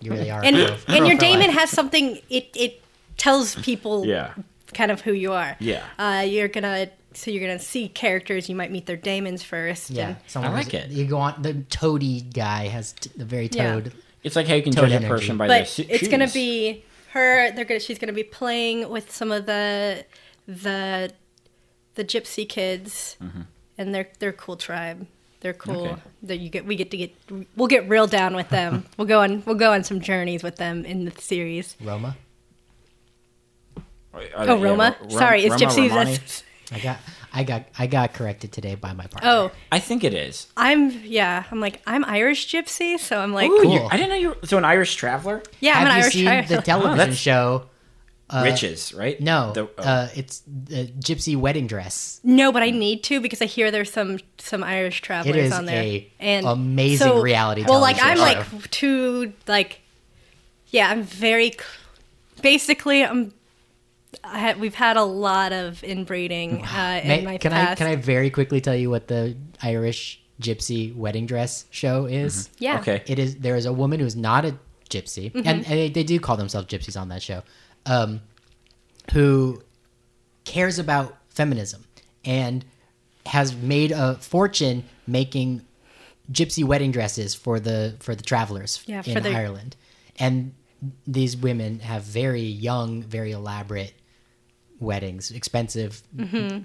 [SPEAKER 3] you really are.
[SPEAKER 2] and
[SPEAKER 3] a pro- pro
[SPEAKER 2] and your
[SPEAKER 3] for life.
[SPEAKER 2] Damon has something. It it tells people,
[SPEAKER 1] Yeah.
[SPEAKER 2] kind of who you are.
[SPEAKER 1] Yeah.
[SPEAKER 2] uh, you're gonna so you're gonna see characters. You might meet their Damons first.
[SPEAKER 3] Yeah,
[SPEAKER 2] and-
[SPEAKER 3] someone
[SPEAKER 1] I like
[SPEAKER 3] who's-
[SPEAKER 1] it.
[SPEAKER 3] You go on. The toady guy has t- the very
[SPEAKER 2] Yeah.
[SPEAKER 3] toad.
[SPEAKER 1] It's like how you can
[SPEAKER 3] Toad
[SPEAKER 1] judge a
[SPEAKER 3] energy.
[SPEAKER 1] person by their
[SPEAKER 2] but
[SPEAKER 1] su-
[SPEAKER 2] it's gonna
[SPEAKER 1] shoes.
[SPEAKER 2] be her. They're gonna she's gonna be playing with some of the the the gypsy kids,
[SPEAKER 3] Mm-hmm.
[SPEAKER 2] and they're they're cool tribe. They're cool.
[SPEAKER 1] Okay.
[SPEAKER 2] That you get we get to get we'll get real down with them. we'll go on we'll go on some journeys with them in the series.
[SPEAKER 3] Roma.
[SPEAKER 1] Oh,
[SPEAKER 2] Oh, Roma. Sorry, it's gypsies. That's-
[SPEAKER 3] I got, I got, I got corrected today by my partner.
[SPEAKER 2] Oh,
[SPEAKER 1] I think it is.
[SPEAKER 2] I'm yeah. I'm like I'm Irish gypsy, so I'm like
[SPEAKER 1] Ooh,
[SPEAKER 3] Cool.
[SPEAKER 1] you- I didn't know you. Were, so an Irish traveler,
[SPEAKER 2] yeah. I'm
[SPEAKER 3] have
[SPEAKER 2] an
[SPEAKER 3] you
[SPEAKER 2] Irish.
[SPEAKER 3] seen
[SPEAKER 2] Irish-
[SPEAKER 3] the television
[SPEAKER 1] Oh, that's-
[SPEAKER 3] show? Uh,
[SPEAKER 1] riches, right?
[SPEAKER 3] No,
[SPEAKER 1] The- oh.
[SPEAKER 3] uh, it's the gypsy wedding dress.
[SPEAKER 2] no, but I need to because I hear there's some some Irish travelers
[SPEAKER 3] is
[SPEAKER 2] on there.
[SPEAKER 3] a
[SPEAKER 2] and
[SPEAKER 3] amazing
[SPEAKER 2] so-
[SPEAKER 3] reality
[SPEAKER 2] Well, like I'm
[SPEAKER 3] television
[SPEAKER 2] like too like yeah. I'm very cl- basically I'm. I ha- we've had a lot of inbreeding uh, in
[SPEAKER 3] May-
[SPEAKER 2] my
[SPEAKER 3] can
[SPEAKER 2] past.
[SPEAKER 3] I can I very quickly tell you what the Irish gypsy wedding dress show is?
[SPEAKER 2] Yeah.
[SPEAKER 1] Okay.
[SPEAKER 3] It is there is a woman who's not a gypsy,
[SPEAKER 2] Mm-hmm.
[SPEAKER 3] and, and they, they do call themselves gypsies on that show, um, who cares about feminism and has made a fortune making gypsy wedding dresses for the for the travelers
[SPEAKER 2] Yeah,
[SPEAKER 3] in
[SPEAKER 2] for the-
[SPEAKER 3] Ireland, and these women have very young, very elaborate weddings, expensive,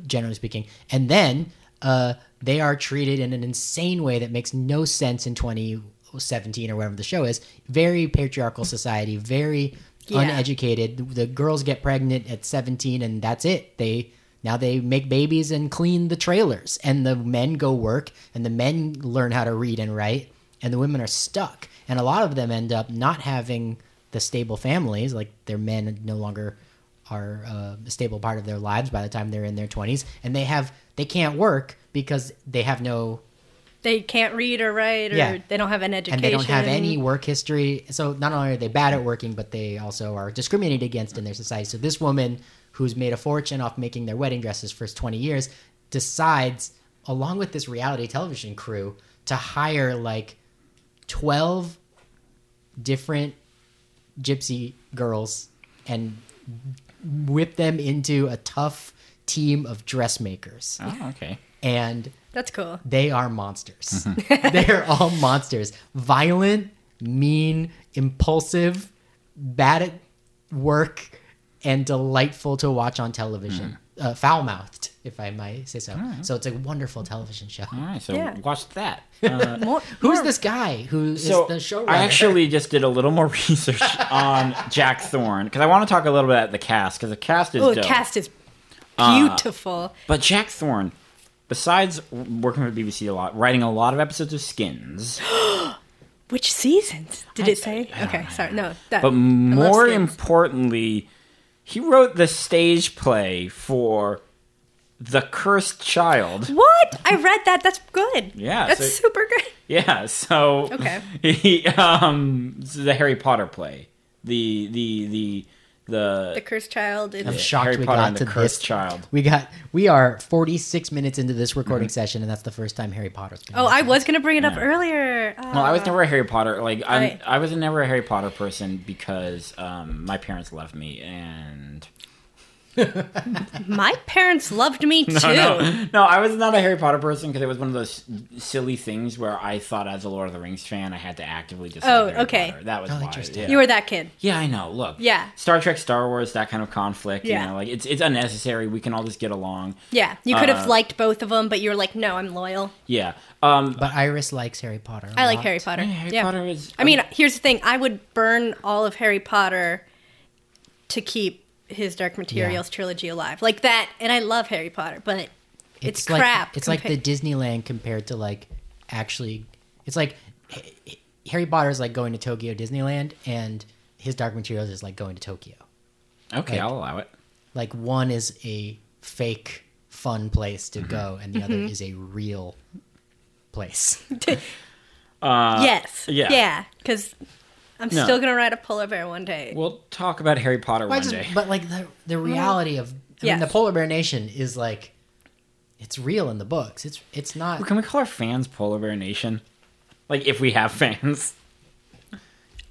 [SPEAKER 3] generally speaking, and then uh, they are treated in an insane way that makes no sense in 2017 or whatever the show is. Very patriarchal society, very
[SPEAKER 2] Yeah.
[SPEAKER 3] uneducated. The girls get pregnant at 17, and that's it. They now they make babies and clean the trailers, and the men go work, and the men learn how to read and write, and the women are stuck. And a lot of them end up not having the stable families, like their men no longer are uh, a stable part of their lives by the time they're in their 20s and they have they can't work because they have no
[SPEAKER 2] They can't read or write, or
[SPEAKER 3] Yeah.
[SPEAKER 2] they don't have an education.
[SPEAKER 3] and they don't have any work history so not only are they bad at working but they also are discriminated against in their society so this woman who's made a fortune off making their wedding dresses for 20 years decides along with this reality television crew to hire like 12 different gypsy girls and whip them into a tough team of dressmakers
[SPEAKER 1] Oh, okay.
[SPEAKER 3] and
[SPEAKER 2] That's cool.
[SPEAKER 3] they are monsters.
[SPEAKER 1] Mm-hmm.
[SPEAKER 3] They're all monsters. Violent, mean, impulsive, bad at work, and delightful to watch on television.
[SPEAKER 1] Mm-hmm.
[SPEAKER 3] Uh, Foul mouthed, if I might say so. So it's a wonderful television show.
[SPEAKER 1] All right, so
[SPEAKER 2] Yeah.
[SPEAKER 1] watch that. Uh,
[SPEAKER 2] More,
[SPEAKER 3] Who's
[SPEAKER 2] more-
[SPEAKER 3] this guy who is
[SPEAKER 1] so
[SPEAKER 3] the showrunner?
[SPEAKER 1] I actually just did a little more research on Jack Thorne because I want to talk a little bit about the cast because the cast is
[SPEAKER 2] Oh, the
[SPEAKER 1] dope.
[SPEAKER 2] cast is
[SPEAKER 1] Ah.
[SPEAKER 2] beautiful.
[SPEAKER 1] But Jack Thorne, besides working for BBC a lot, writing a lot of episodes of Skins,
[SPEAKER 2] Which seasons did it say? okay, sorry. No, that.
[SPEAKER 1] but
[SPEAKER 2] I love
[SPEAKER 1] more
[SPEAKER 2] Skins.
[SPEAKER 1] importantly, he wrote the stage play for The Cursed Child.
[SPEAKER 2] What? I read that. That's good.
[SPEAKER 1] Yeah,
[SPEAKER 2] That's
[SPEAKER 1] so-
[SPEAKER 2] super good.
[SPEAKER 1] Yeah, so
[SPEAKER 2] Okay.
[SPEAKER 1] he um so the Harry Potter play. The the the
[SPEAKER 2] The
[SPEAKER 1] the
[SPEAKER 2] Cursed Child.
[SPEAKER 3] I'm
[SPEAKER 2] Is,
[SPEAKER 3] shocked
[SPEAKER 1] Harry
[SPEAKER 3] we
[SPEAKER 1] Potter
[SPEAKER 3] got
[SPEAKER 1] and
[SPEAKER 3] to
[SPEAKER 1] the Cursed
[SPEAKER 3] this.
[SPEAKER 1] Child.
[SPEAKER 3] We got we are 46 minutes into this
[SPEAKER 1] Mm-hmm.
[SPEAKER 3] recording session, and that's the first time Harry Potter's been.
[SPEAKER 2] oh, I was going to bring it up
[SPEAKER 1] Yeah.
[SPEAKER 2] earlier.
[SPEAKER 1] well, I was
[SPEAKER 2] Uh,
[SPEAKER 1] never a Harry Potter like I'm,
[SPEAKER 2] Right.
[SPEAKER 1] I was never a Harry Potter person because um, my parents loved me and
[SPEAKER 2] My parents loved me too.
[SPEAKER 1] No, no, no, I was not a Harry Potter person because it was one of those silly things where I thought, as a Lord of the Rings fan, I had to actively dislike
[SPEAKER 2] Oh,
[SPEAKER 1] Harry
[SPEAKER 2] okay.
[SPEAKER 1] Potter. That was
[SPEAKER 3] Oh,
[SPEAKER 1] why.
[SPEAKER 3] interesting.
[SPEAKER 1] Yeah.
[SPEAKER 2] You were that kid.
[SPEAKER 1] yeah, I know. Look,
[SPEAKER 2] Yeah.
[SPEAKER 1] Star Trek, Star Wars, that kind of conflict.
[SPEAKER 2] Yeah.
[SPEAKER 1] you know, like it's it's unnecessary. We can all just get along.
[SPEAKER 2] Yeah, you could have
[SPEAKER 1] Uh,
[SPEAKER 2] liked both of them, but you were like, no, I'm loyal.
[SPEAKER 1] Yeah, um,
[SPEAKER 3] But Iris likes Harry Potter. I
[SPEAKER 2] I like Harry Potter.
[SPEAKER 1] yeah, Harry
[SPEAKER 2] yeah.
[SPEAKER 1] Potter is.
[SPEAKER 2] I mean, here's the thing: I would burn all of Harry Potter to keep his Dark Materials trilogy alive, like that. And I love Harry Potter, but it's,
[SPEAKER 3] like,
[SPEAKER 2] crap.
[SPEAKER 3] It's
[SPEAKER 2] compa-
[SPEAKER 3] like the Disneyland compared to like actually. It's like H- H- Harry Potter is like going to Tokyo Disneyland, and his Dark Materials is like going to Tokyo.
[SPEAKER 1] okay,
[SPEAKER 3] like-
[SPEAKER 1] I'll allow it.
[SPEAKER 3] Like one is a fake fun place
[SPEAKER 1] Mm-hmm.
[SPEAKER 3] to go, and the other
[SPEAKER 2] Mm-hmm.
[SPEAKER 3] is a real place.
[SPEAKER 2] yes,
[SPEAKER 1] Uh, yeah.
[SPEAKER 2] yeah, because I'm
[SPEAKER 1] No.
[SPEAKER 2] still gonna ride a polar bear one day.
[SPEAKER 1] We'll talk about Harry Potter
[SPEAKER 3] Well, I
[SPEAKER 1] one
[SPEAKER 3] just-
[SPEAKER 1] day.
[SPEAKER 3] but like the the reality of I mean,
[SPEAKER 2] Mm. Yes.
[SPEAKER 3] the Polar Bear Nation is like it's real in the books. It's it's not.
[SPEAKER 1] Can we call our fans Polar Bear Nation? Like, if we have fans,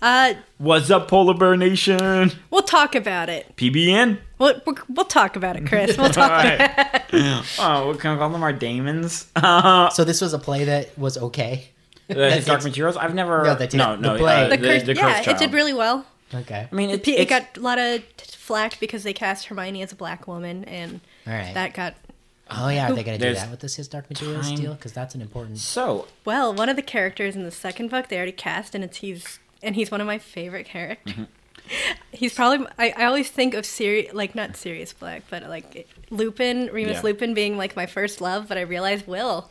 [SPEAKER 2] uh,
[SPEAKER 1] what's up, Polar Bear Nation?
[SPEAKER 2] we'll talk about it.
[SPEAKER 1] PBN.
[SPEAKER 2] We'll we'll, we'll talk about it, Chris. We'll
[SPEAKER 1] All
[SPEAKER 2] talk.
[SPEAKER 1] right. oh, what can I call them? Our daemons? Uh,
[SPEAKER 3] So this was a play that was okay.
[SPEAKER 1] the his Dark
[SPEAKER 3] takes-
[SPEAKER 1] Materials? I've never.
[SPEAKER 3] No,
[SPEAKER 1] No,
[SPEAKER 3] that takes-
[SPEAKER 1] no,
[SPEAKER 3] the
[SPEAKER 1] no.
[SPEAKER 3] play.
[SPEAKER 1] uh,
[SPEAKER 2] The
[SPEAKER 1] the,
[SPEAKER 2] Cursed-
[SPEAKER 1] the
[SPEAKER 2] yeah,
[SPEAKER 1] Cursed
[SPEAKER 2] it did
[SPEAKER 1] Child.
[SPEAKER 2] really well.
[SPEAKER 3] Okay.
[SPEAKER 1] I mean, it,
[SPEAKER 2] It, it
[SPEAKER 1] it's-
[SPEAKER 2] got a lot of t- flack because they cast Hermione as a black woman, and
[SPEAKER 3] All right.
[SPEAKER 2] that got
[SPEAKER 3] Oh yeah, are they going to do
[SPEAKER 1] There's
[SPEAKER 3] that with this his Dark Materials
[SPEAKER 1] time-
[SPEAKER 3] deal? Because that's an important.
[SPEAKER 1] So,
[SPEAKER 2] Well, one of the characters in the second book they already cast, and it's he's and he's one of my favorite characters. He's probably I, I always think of Sirius like not Sirius Black, but like Lupin, Remus
[SPEAKER 1] Yeah.
[SPEAKER 2] Lupin being like my first love, but I realized Will.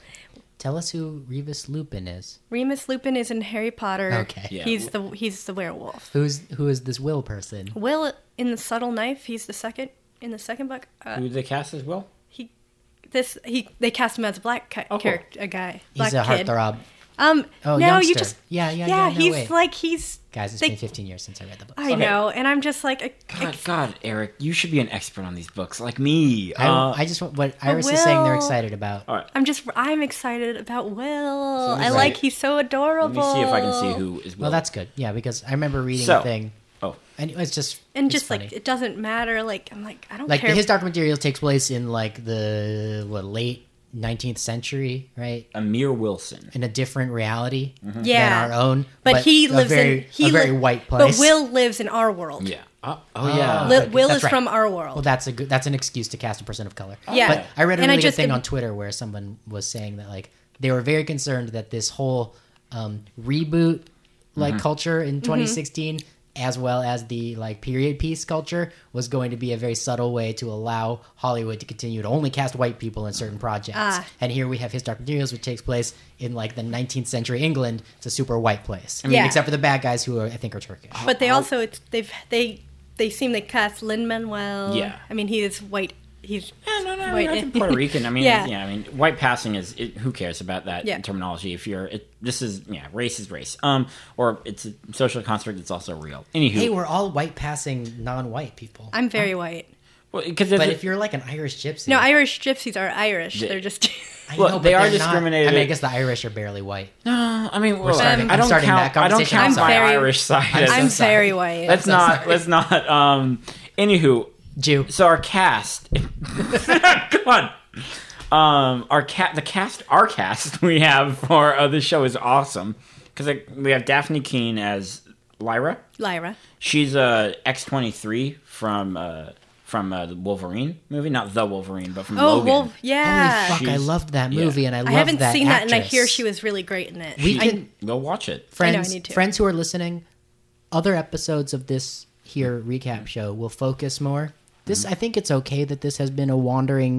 [SPEAKER 3] Tell us who Revis Lupin is.
[SPEAKER 2] Remus Lupin is in Harry Potter.
[SPEAKER 3] Okay.
[SPEAKER 1] Yeah.
[SPEAKER 2] He's the he's the werewolf.
[SPEAKER 3] Who's who is this Will person?
[SPEAKER 2] Will in the subtle knife, he's the second in the second book. Uh,
[SPEAKER 1] who did they cast as well?
[SPEAKER 2] he this he they cast him as a black ca-
[SPEAKER 1] Oh, cool.
[SPEAKER 2] character a guy. Black
[SPEAKER 3] He's a
[SPEAKER 2] kid.
[SPEAKER 3] heartthrob.
[SPEAKER 2] Um
[SPEAKER 3] Oh,
[SPEAKER 2] no,
[SPEAKER 3] youngster.
[SPEAKER 2] you just
[SPEAKER 3] Yeah,
[SPEAKER 2] yeah,
[SPEAKER 3] yeah, yeah, no,
[SPEAKER 2] he's
[SPEAKER 3] wait.
[SPEAKER 2] like he's
[SPEAKER 3] Guys, it's
[SPEAKER 2] they-
[SPEAKER 3] been 15 years since I read the book.
[SPEAKER 2] I
[SPEAKER 1] Okay.
[SPEAKER 2] know, and I'm just like, I- I-
[SPEAKER 1] God, God, Eric, you should be an expert on these books, like me.
[SPEAKER 3] I,
[SPEAKER 1] Uh,
[SPEAKER 3] I just want what Iris is saying. They're
[SPEAKER 2] Will-
[SPEAKER 3] excited about.
[SPEAKER 1] All right.
[SPEAKER 2] I'm just, I'm excited about Will.
[SPEAKER 1] let me
[SPEAKER 2] I
[SPEAKER 1] see.
[SPEAKER 2] like he's so
[SPEAKER 1] let
[SPEAKER 2] adorable.
[SPEAKER 1] me see if I can see who is Will.
[SPEAKER 3] Well, that's good. Yeah, because I remember reading
[SPEAKER 1] So-
[SPEAKER 3] a thing,
[SPEAKER 1] Oh,
[SPEAKER 3] and it was just
[SPEAKER 2] And
[SPEAKER 3] it's
[SPEAKER 2] just
[SPEAKER 3] funny.
[SPEAKER 2] like it doesn't matter. Like I'm like I don't
[SPEAKER 3] like
[SPEAKER 2] care.
[SPEAKER 3] his Dark Materials takes place in like the what late 19th century, right?
[SPEAKER 1] Amir Wilson.
[SPEAKER 3] In a different reality
[SPEAKER 1] Mm-hmm.
[SPEAKER 2] Yeah.
[SPEAKER 3] than our own.
[SPEAKER 2] But, he
[SPEAKER 3] a
[SPEAKER 2] lives
[SPEAKER 3] very,
[SPEAKER 2] in he
[SPEAKER 3] a very
[SPEAKER 2] li-
[SPEAKER 3] white place.
[SPEAKER 2] But Will lives in our world.
[SPEAKER 1] Yeah. Oh, oh yeah.
[SPEAKER 2] Li-
[SPEAKER 3] okay.
[SPEAKER 2] Will
[SPEAKER 3] That's
[SPEAKER 2] is
[SPEAKER 3] right.
[SPEAKER 2] from our world.
[SPEAKER 3] Well, that's a good. That's an excuse to cast a person of color.
[SPEAKER 2] Yeah.
[SPEAKER 3] but I read a
[SPEAKER 2] And I
[SPEAKER 3] really good
[SPEAKER 2] just-
[SPEAKER 3] thing on Twitter where someone was saying that like they were very concerned that this whole um, reboot like culture in
[SPEAKER 2] Mm-hmm.
[SPEAKER 3] 2016, as well as the like period piece culture, was going to be a very subtle way to allow Hollywood to continue to only cast white people in certain projects.
[SPEAKER 2] Ah.
[SPEAKER 3] And here we have His Dark Materials, which takes place in like the 19th century England. It's a super white place, I mean,
[SPEAKER 2] Yeah.
[SPEAKER 3] except for the bad guys who are, I think are Turkish.
[SPEAKER 2] but they also it's, they've they they seem to cast Lin Manuel.
[SPEAKER 1] Yeah.
[SPEAKER 2] I mean he is white. He's
[SPEAKER 1] Yeah, no, no, I
[SPEAKER 2] white.
[SPEAKER 1] mean, I think Puerto Rican. I mean, yeah.
[SPEAKER 2] Yeah.
[SPEAKER 1] I mean, white passing is it, who cares about that
[SPEAKER 2] Yeah.
[SPEAKER 1] terminology? If you're, it, this is yeah, race is race. Um, or it's a social construct that's also real. Anywho,
[SPEAKER 3] Hey, we're all white passing non-white people.
[SPEAKER 2] I'm very white.
[SPEAKER 1] because
[SPEAKER 3] But if you're like an Irish gypsy,
[SPEAKER 2] No, Irish gypsies are Irish.
[SPEAKER 1] Yeah.
[SPEAKER 2] They're just
[SPEAKER 3] I
[SPEAKER 1] Well,
[SPEAKER 3] but
[SPEAKER 1] they are
[SPEAKER 3] they're not-
[SPEAKER 1] discriminated.
[SPEAKER 3] I mean, I guess the Irish are barely white.
[SPEAKER 1] no, I mean, well,
[SPEAKER 3] starting-
[SPEAKER 1] I
[SPEAKER 3] I'm
[SPEAKER 1] don't
[SPEAKER 3] starting
[SPEAKER 1] count.
[SPEAKER 3] that
[SPEAKER 1] I don't
[SPEAKER 3] conversation.
[SPEAKER 1] count
[SPEAKER 3] I'm
[SPEAKER 1] my
[SPEAKER 2] very-
[SPEAKER 1] Irish side. as-
[SPEAKER 2] I'm
[SPEAKER 3] sorry.
[SPEAKER 2] very white.
[SPEAKER 1] let's
[SPEAKER 3] so
[SPEAKER 1] not.
[SPEAKER 3] sorry.
[SPEAKER 1] Let's not. Um. Anywho,
[SPEAKER 3] Jew.
[SPEAKER 1] so our cast. God. Um, our cat, the cast, our cast we have for uh, this show is awesome because we have Daphne Keene as Lyra.
[SPEAKER 2] Lyra.
[SPEAKER 1] She's uh X twenty three from uh from uh, the Wolverine movie, not the Wolverine, but from
[SPEAKER 2] Oh,
[SPEAKER 1] Logan.
[SPEAKER 2] well, yeah.
[SPEAKER 3] Holy fuck! I
[SPEAKER 1] She's-
[SPEAKER 3] loved that
[SPEAKER 1] yeah.
[SPEAKER 3] movie, and I,
[SPEAKER 2] I
[SPEAKER 3] love
[SPEAKER 2] haven't
[SPEAKER 3] that
[SPEAKER 2] seen that, and I
[SPEAKER 3] actress.
[SPEAKER 2] hear she was really great in it.
[SPEAKER 3] We
[SPEAKER 1] I-
[SPEAKER 3] can
[SPEAKER 1] Go watch it.
[SPEAKER 3] friends,
[SPEAKER 2] need to.
[SPEAKER 3] friends who are listening. Other episodes of this here recap show will focus more.
[SPEAKER 2] Mm.
[SPEAKER 3] This, I think, it's okay that this has been a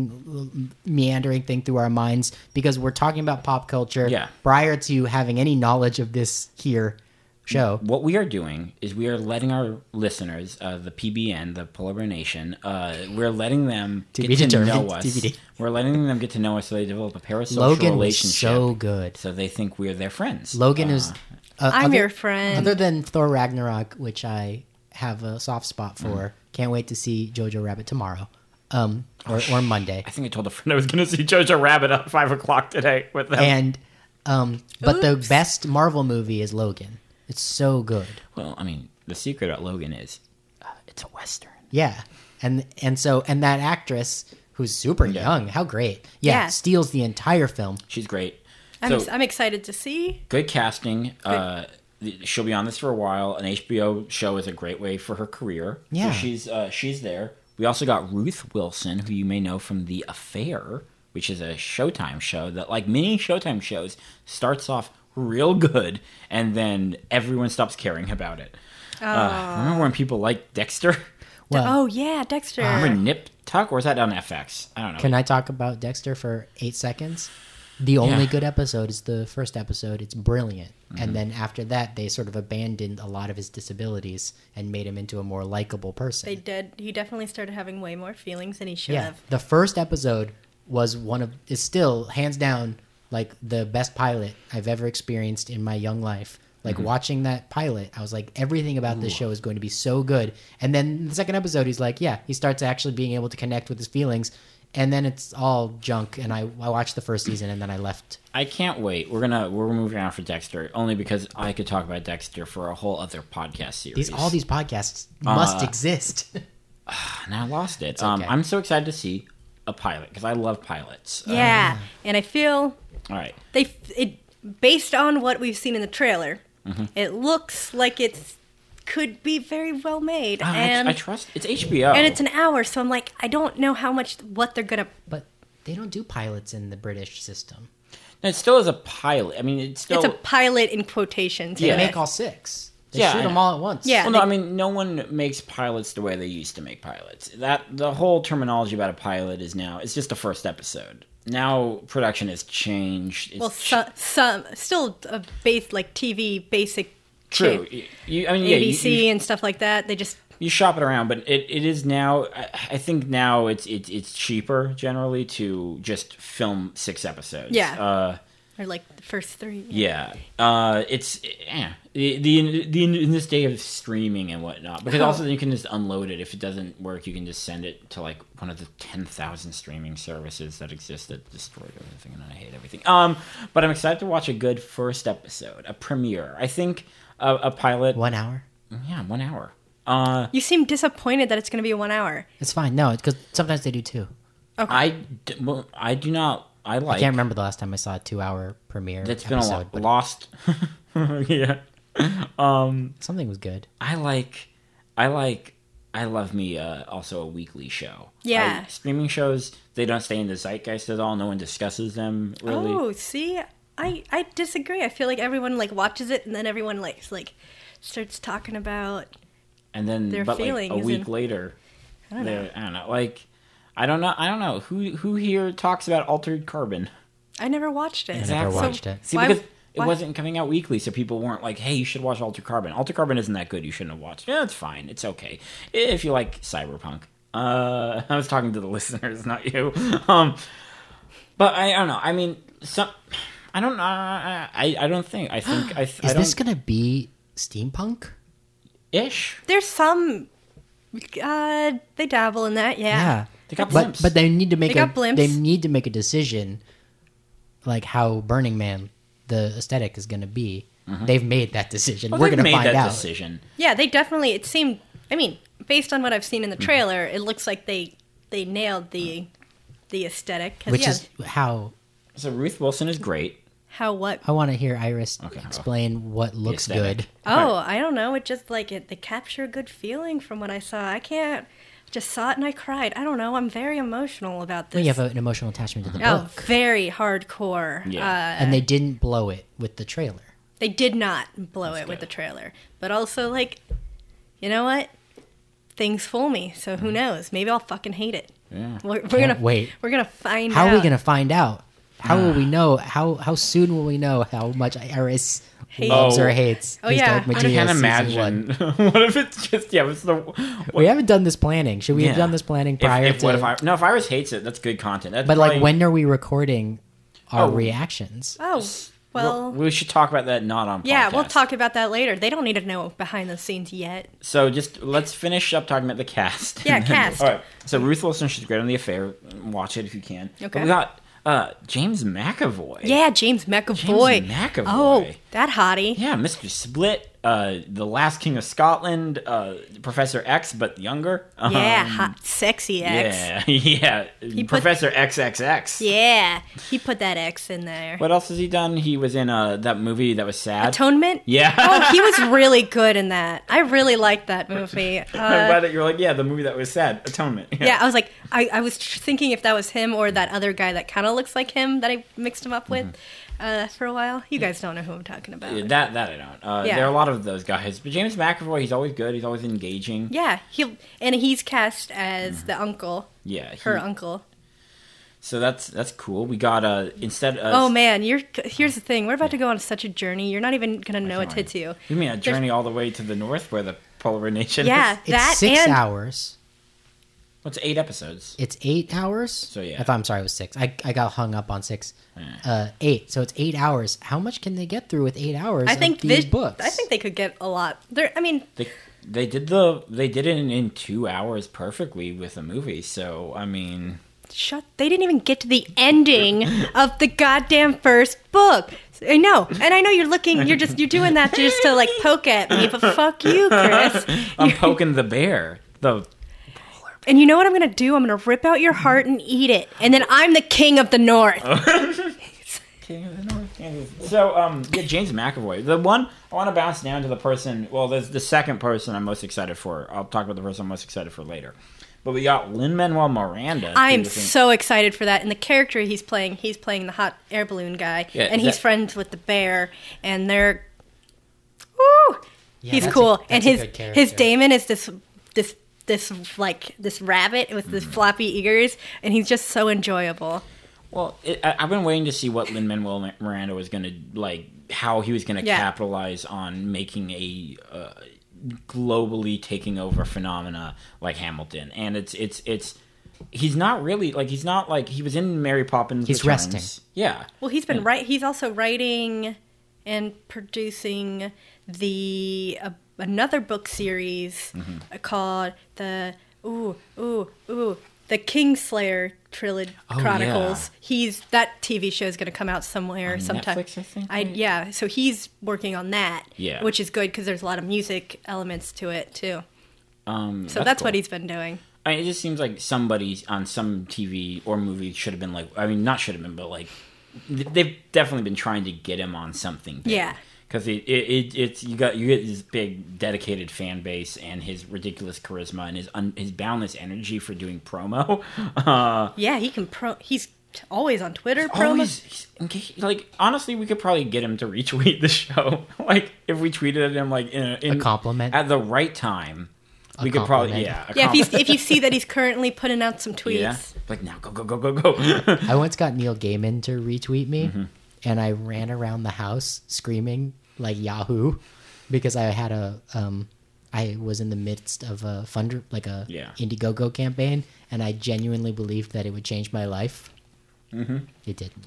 [SPEAKER 3] wandering, meandering thing through our minds because we're talking about pop culture
[SPEAKER 1] Yeah.
[SPEAKER 3] prior to having any knowledge of this here show.
[SPEAKER 2] Mm.
[SPEAKER 1] What we are doing is we are letting our listeners, uh, the PBN, the Polar Nation, uh, we're letting them
[SPEAKER 3] To
[SPEAKER 1] get
[SPEAKER 3] be
[SPEAKER 1] to
[SPEAKER 3] determined,
[SPEAKER 1] know us.
[SPEAKER 3] TBD.
[SPEAKER 1] We're letting them get to know us so they develop a parasocial
[SPEAKER 3] Logan was
[SPEAKER 1] relationship.
[SPEAKER 3] so good.
[SPEAKER 1] so they think we're their friends.
[SPEAKER 3] Logan is. Uh,
[SPEAKER 2] I'm
[SPEAKER 3] other-
[SPEAKER 2] your friend.
[SPEAKER 3] Other than Thor Ragnarok, which I have a soft spot for, can't wait to see Jojo Rabbit tomorrow, um, or, or Monday.
[SPEAKER 1] I think I told a friend I was going to see Jojo Rabbit at five o'clock today with them.
[SPEAKER 3] And um, but the
[SPEAKER 2] Oops.
[SPEAKER 3] best Marvel movie is Logan. It's so good.
[SPEAKER 1] well, I mean, the secret about Logan is uh, it's a western.
[SPEAKER 3] Yeah, and and so and that actress who's super young, how great! Yeah,
[SPEAKER 2] Yeah.
[SPEAKER 3] steals the entire film.
[SPEAKER 1] She's great.
[SPEAKER 2] I'm,
[SPEAKER 1] So-
[SPEAKER 2] I'm excited to see.
[SPEAKER 1] good casting. Uh, th- she'll be on this for a while. An HBO show is a great way for her career. So
[SPEAKER 3] Yeah.
[SPEAKER 1] she's uh, she's there. We also got Ruth Wilson, who you may know from The Affair, which is a Showtime show that, like many Showtime shows, starts off real good and then everyone stops caring about it. Uh, remember when people liked Dexter?
[SPEAKER 3] Well,
[SPEAKER 2] oh yeah, Dexter.
[SPEAKER 1] Remember Nip Tuck, or is that on FX? I don't know.
[SPEAKER 3] can I talk about Dexter for eight seconds? The only good episode is the first episode. It's brilliant. And then after that, they sort of abandoned a lot of his disabilities and made him into a more likable person.
[SPEAKER 2] they did. He definitely started having way more feelings than he should
[SPEAKER 3] yeah.
[SPEAKER 2] have.
[SPEAKER 3] The first episode was one of, is still hands down like the best pilot I've ever experienced in my young life. Like
[SPEAKER 1] Mm-hmm.
[SPEAKER 3] watching that pilot, I was like, everything about this show is going to be so good. And then the second episode, he's like, yeah, he starts actually being able to connect with his feelings. And then it's all junk. And I, I watched the first season and then I left.
[SPEAKER 1] I can't wait. We're gonna we're moving on for Dexter only because I could talk about Dexter for a whole other podcast series.
[SPEAKER 3] These all these podcasts must
[SPEAKER 1] Uh,
[SPEAKER 3] exist.
[SPEAKER 1] and I lost it. Um,
[SPEAKER 3] okay.
[SPEAKER 1] I'm so excited to see a pilot because I love pilots. Uh,
[SPEAKER 2] Yeah, and I feel
[SPEAKER 1] all right.
[SPEAKER 2] they f- it based on what we've seen in the trailer.
[SPEAKER 1] Mm-hmm.
[SPEAKER 2] It looks like it's could be very well made,
[SPEAKER 1] Ah, I-
[SPEAKER 2] and
[SPEAKER 1] I, oh. trust it's HBO.
[SPEAKER 2] and it's an hour, so I'm like, I don't know how much what they're gonna.
[SPEAKER 3] but they don't do pilots in the British system.
[SPEAKER 1] No, it still is a pilot. I mean, it's still.
[SPEAKER 2] it's a pilot in quotations.
[SPEAKER 1] Yeah.
[SPEAKER 3] They make all six. They
[SPEAKER 1] Yeah,
[SPEAKER 3] shoot
[SPEAKER 1] I
[SPEAKER 3] them
[SPEAKER 1] know.
[SPEAKER 3] all at once.
[SPEAKER 2] Yeah.
[SPEAKER 1] well, no, I mean, no one makes pilots the way they used to make pilots. That the whole terminology about a pilot is now it's just the first episode. Now production has changed. It's
[SPEAKER 2] Well,
[SPEAKER 1] ch-
[SPEAKER 2] so, some still a base like TV basic.
[SPEAKER 1] true.
[SPEAKER 2] shit,
[SPEAKER 1] You- you- I mean, yeah, you-
[SPEAKER 2] ABC
[SPEAKER 1] you
[SPEAKER 2] and stuff like that. They just
[SPEAKER 1] you shop it around, but it, it is now. I, I think now it's it's it's cheaper generally to just film six episodes.
[SPEAKER 2] Yeah.
[SPEAKER 1] Uh,
[SPEAKER 2] are like the first three.
[SPEAKER 1] yeah. Uh, it's yeah. The, the the in this day of streaming and whatnot, because also then you can just unload it if it doesn't work. You can just send it to like one of the ten thousand streaming services that exist that destroyed everything, and I hate everything. Um, but I'm excited to watch a good first episode, a premiere. I think a, a pilot.
[SPEAKER 3] One hour.
[SPEAKER 1] Yeah, one hour. Uh,
[SPEAKER 2] You seem disappointed that it's going to be one hour.
[SPEAKER 3] It's fine. No, because sometimes they do two.
[SPEAKER 1] I, d- well, I do not I like.
[SPEAKER 3] I can't remember the last time I saw a two-hour premiere.
[SPEAKER 1] That's been a
[SPEAKER 3] episode,
[SPEAKER 1] lot
[SPEAKER 3] but
[SPEAKER 1] lost. yeah.
[SPEAKER 3] Something was good.
[SPEAKER 1] I like I like I love me uh, also a weekly show.
[SPEAKER 2] Yeah.
[SPEAKER 1] I- streaming shows they don't stay in the zeitgeist at all. No one discusses them really.
[SPEAKER 2] Oh, see, I I disagree. I feel like everyone like watches it and then everyone like s- like starts talking about.
[SPEAKER 1] and then
[SPEAKER 2] their
[SPEAKER 1] but like a
[SPEAKER 2] feelings
[SPEAKER 1] week
[SPEAKER 2] and-
[SPEAKER 1] later,
[SPEAKER 2] I don't know.
[SPEAKER 1] they're- I don't know. Like I don't know. I don't know who who here talks about altered carbon.
[SPEAKER 2] I never watched it.
[SPEAKER 3] I never
[SPEAKER 1] Exactly.
[SPEAKER 3] watched it.
[SPEAKER 1] See
[SPEAKER 2] why-
[SPEAKER 1] because. It
[SPEAKER 2] why-
[SPEAKER 1] wasn't coming out weekly, so people weren't like, "Hey, you should watch Alter Carbon." Alter Carbon isn't that good; you shouldn't have watched. it. Yeah, it's fine. It's okay if you like cyberpunk. Uh, I was talking to the listeners, not you. Um, but I, I don't know. I mean, some. I don't. I, I, I don't think. I think. I, I
[SPEAKER 3] Is
[SPEAKER 1] don't,
[SPEAKER 3] this gonna be steampunk?
[SPEAKER 1] ish?
[SPEAKER 2] There's some. Uh, they dabble in that. Yeah.
[SPEAKER 1] They got
[SPEAKER 3] but
[SPEAKER 1] blimps.
[SPEAKER 3] but they need to make
[SPEAKER 2] They
[SPEAKER 3] a
[SPEAKER 2] got blimps.
[SPEAKER 3] they need to make a decision, like how Burning Man the aesthetic is gonna be. They've made that decision.
[SPEAKER 1] Mm-hmm. Well, they've
[SPEAKER 3] We're gonna
[SPEAKER 1] made
[SPEAKER 3] find
[SPEAKER 1] that
[SPEAKER 3] out.
[SPEAKER 1] decision.
[SPEAKER 2] Yeah, they definitely. It seemed. I mean, based on what I've seen in
[SPEAKER 3] Mm.
[SPEAKER 2] the trailer, it looks like they they nailed the the aesthetic. 'Cause,
[SPEAKER 3] Which
[SPEAKER 2] yeah,
[SPEAKER 3] is how
[SPEAKER 1] So Ruth Wilson is great.
[SPEAKER 2] how what?
[SPEAKER 3] I want to hear Iris
[SPEAKER 1] Okay.
[SPEAKER 3] explain what looks
[SPEAKER 1] aesthetic.
[SPEAKER 3] good.
[SPEAKER 2] Oh, I don't know. It just like it. They capture a good feeling from what I saw. I can't. Just saw it and I cried. I don't know. I'm very emotional about this.
[SPEAKER 3] We have a- an emotional attachment to the
[SPEAKER 2] Oh,
[SPEAKER 3] book,
[SPEAKER 2] very hardcore.
[SPEAKER 1] Yeah.
[SPEAKER 2] Uh,
[SPEAKER 3] and they didn't blow it with the trailer.
[SPEAKER 2] they did not blow it with
[SPEAKER 1] good.
[SPEAKER 2] the trailer, but also like, you know what? Things fool me, so who knows? Maybe I'll fucking hate it.
[SPEAKER 1] Mm. Yeah.
[SPEAKER 2] We're, we're
[SPEAKER 3] Can't
[SPEAKER 2] gonna
[SPEAKER 3] wait.
[SPEAKER 2] We're gonna find
[SPEAKER 3] How
[SPEAKER 2] out.
[SPEAKER 3] are we gonna find out? How will we know? How how soon will we know how much Iris
[SPEAKER 2] Hates.
[SPEAKER 3] loves
[SPEAKER 1] Oh.
[SPEAKER 3] or hates?
[SPEAKER 2] Oh,
[SPEAKER 3] Miss
[SPEAKER 2] yeah.
[SPEAKER 3] Dark
[SPEAKER 2] I
[SPEAKER 1] I
[SPEAKER 3] Magia
[SPEAKER 1] can't
[SPEAKER 3] season one?
[SPEAKER 1] imagine. what if it's just yeah? It's the
[SPEAKER 3] We haven't done this planning. Should we
[SPEAKER 1] Yeah.
[SPEAKER 3] have done this planning
[SPEAKER 1] if,
[SPEAKER 3] prior
[SPEAKER 1] if-
[SPEAKER 3] to?
[SPEAKER 1] what if I, no, if Iris hates it, that's good content. That's
[SPEAKER 3] but like,
[SPEAKER 1] probably-
[SPEAKER 3] when are we recording our
[SPEAKER 1] Oh.
[SPEAKER 3] reactions?
[SPEAKER 2] Oh well,
[SPEAKER 1] we should talk about that not on.
[SPEAKER 2] yeah, we'll
[SPEAKER 1] podcast.
[SPEAKER 2] talk about that later. They don't need to know behind the scenes yet.
[SPEAKER 1] So just let's finish up talking about the cast.
[SPEAKER 2] Yeah,
[SPEAKER 1] And then-
[SPEAKER 2] cast.
[SPEAKER 1] All right. So Ruth Wilson, she's great on the affair. Watch it if you can. But
[SPEAKER 2] Okay.
[SPEAKER 1] we got uh, James McAvoy.
[SPEAKER 2] Yeah, James McAvoy.
[SPEAKER 1] McAvoy.
[SPEAKER 2] Oh, that hottie.
[SPEAKER 1] Yeah, Mr. Split, uh, the last king of Scotland, uh, Professor X, but younger.
[SPEAKER 2] Yeah,
[SPEAKER 1] Um,
[SPEAKER 2] hot, sexy X. Yeah.
[SPEAKER 1] Yeah, yeah.
[SPEAKER 2] put-
[SPEAKER 1] Professor XXX.
[SPEAKER 2] he put that X in there.
[SPEAKER 1] What else has he done? He was in uh, that movie that was sad.
[SPEAKER 2] Atonement.
[SPEAKER 1] yeah.
[SPEAKER 2] oh, he was really good in that. I really liked that movie.
[SPEAKER 1] I'm
[SPEAKER 2] Uh,
[SPEAKER 1] glad that you were like, yeah, the movie that was sad, Atonement.
[SPEAKER 2] yeah, I was like, I, I was tr- thinking if that was him or that other guy that kind of looks like him that I mixed him up with uh, for a while. You guys don't know who I'm talking about.
[SPEAKER 1] Mm-hmm. Yeah, That that I don't. Uh,
[SPEAKER 2] Yeah.
[SPEAKER 1] There are a lot of those guys, but James McAvoy, he's always good. He's always engaging.
[SPEAKER 2] Yeah, he and he's cast as the uncle,
[SPEAKER 1] Yeah, Mm-hmm. he-
[SPEAKER 2] her uncle.
[SPEAKER 1] So that's that's cool. We got uh instead. Of,
[SPEAKER 2] Oh man, you're here's the thing. We're about to go on such a journey. You're not even gonna know
[SPEAKER 1] I
[SPEAKER 2] what
[SPEAKER 1] can't
[SPEAKER 2] hit you.
[SPEAKER 1] You mean a journey all the way to the north where the polar nation?
[SPEAKER 2] Yeah,
[SPEAKER 1] Is?
[SPEAKER 3] It's
[SPEAKER 2] that
[SPEAKER 3] six
[SPEAKER 2] and
[SPEAKER 3] hours.
[SPEAKER 1] What's eight episodes?
[SPEAKER 3] It's eight hours.
[SPEAKER 1] So, yeah.
[SPEAKER 3] If I'm sorry, it was six. I, I got hung up on six. Uh, eight. So it's eight hours. How much can they get through with eight hours?
[SPEAKER 2] I think
[SPEAKER 3] of these
[SPEAKER 2] vis-
[SPEAKER 3] books.
[SPEAKER 2] I think they could get a lot. There, I mean,
[SPEAKER 1] They they did the they did it in two hours perfectly with a movie. So I mean,
[SPEAKER 2] Shut! They didn't even get to the ending of the goddamn first book. I know, and I know you're looking. You're just you're doing that just to like poke at me, but fuck you, Chris.
[SPEAKER 1] I'm poking the bear. The
[SPEAKER 2] And you know what I'm gonna do? I'm gonna rip out your heart and eat it, and then I'm the king of the north.
[SPEAKER 1] King of the North. So, um, yeah, James McAvoy. The one I want to bounce down to the person. Well, there's the second person I'm most excited for. I'll talk about the person I'm most excited for later. But we got Lin Manuel Miranda.
[SPEAKER 2] I am
[SPEAKER 1] who think-
[SPEAKER 2] so excited for that. And the character he's playing, he's playing the hot air balloon guy,
[SPEAKER 1] Yeah,
[SPEAKER 2] and he's
[SPEAKER 1] that-
[SPEAKER 2] friends with the bear, and they're, woo, he's
[SPEAKER 3] that's a-
[SPEAKER 2] cool.
[SPEAKER 3] that's
[SPEAKER 2] and
[SPEAKER 3] a
[SPEAKER 2] his
[SPEAKER 3] good character.
[SPEAKER 2] his Damon is this this this like this rabbit with this floppy ears, and he's just so enjoyable.
[SPEAKER 1] Well, it, I, I've been waiting to see what Lin Manuel Miranda was going to like, how he was going to
[SPEAKER 2] Yeah.
[SPEAKER 1] capitalize on making a uh, globally taking over phenomena like Hamilton, and it's it's it's. He's not really like he's not like he was in Mary Poppins.
[SPEAKER 3] He's
[SPEAKER 1] Returns.
[SPEAKER 3] resting.
[SPEAKER 1] Yeah,
[SPEAKER 2] Well, he's been right. He's also writing and producing the uh, another book series
[SPEAKER 1] Mm-hmm.
[SPEAKER 2] called the ooh ooh ooh the Kingslayer trilogy
[SPEAKER 1] Oh, yeah.
[SPEAKER 2] chronicles. He's that TV show is going to come out somewhere
[SPEAKER 1] On
[SPEAKER 2] sometime.
[SPEAKER 1] Netflix, I think, right?
[SPEAKER 2] yeah, so he's working on that.
[SPEAKER 1] Yeah.
[SPEAKER 2] which is good because there's a lot of music elements to it too.
[SPEAKER 1] um,
[SPEAKER 2] So that's, what he's been doing.
[SPEAKER 1] I mean, it just seems like somebody on some TV or movie should have been like, I mean, not should have been, but like, th- they've definitely been trying to get him on something. Big.
[SPEAKER 2] Yeah.
[SPEAKER 1] Because it, it, it, it's you got you get this big dedicated fan base and his ridiculous charisma and his un, his boundless energy for doing promo. Uh,
[SPEAKER 2] Yeah, he can pro. He's t- always on Twitter. Promo.
[SPEAKER 1] always he's engaged- like honestly, we could probably get him to retweet the show. like if we tweeted at him like in, a, in
[SPEAKER 3] A compliment.
[SPEAKER 1] at the right time, we could probably
[SPEAKER 3] compliment.
[SPEAKER 1] yeah a
[SPEAKER 2] yeah, if, he's,
[SPEAKER 1] compliment.
[SPEAKER 2] if you see that he's currently putting out some tweets.
[SPEAKER 1] yeah like now go go go go go.
[SPEAKER 3] I once got Neil Gaiman to retweet me,
[SPEAKER 1] Mm-hmm.
[SPEAKER 3] and I ran around the house screaming like Yahoo, because I had a um, I was in the midst of a fund like a
[SPEAKER 1] Yeah.
[SPEAKER 3] Indiegogo campaign, and I genuinely believed that it would change my life. Mm-hmm. It didn't,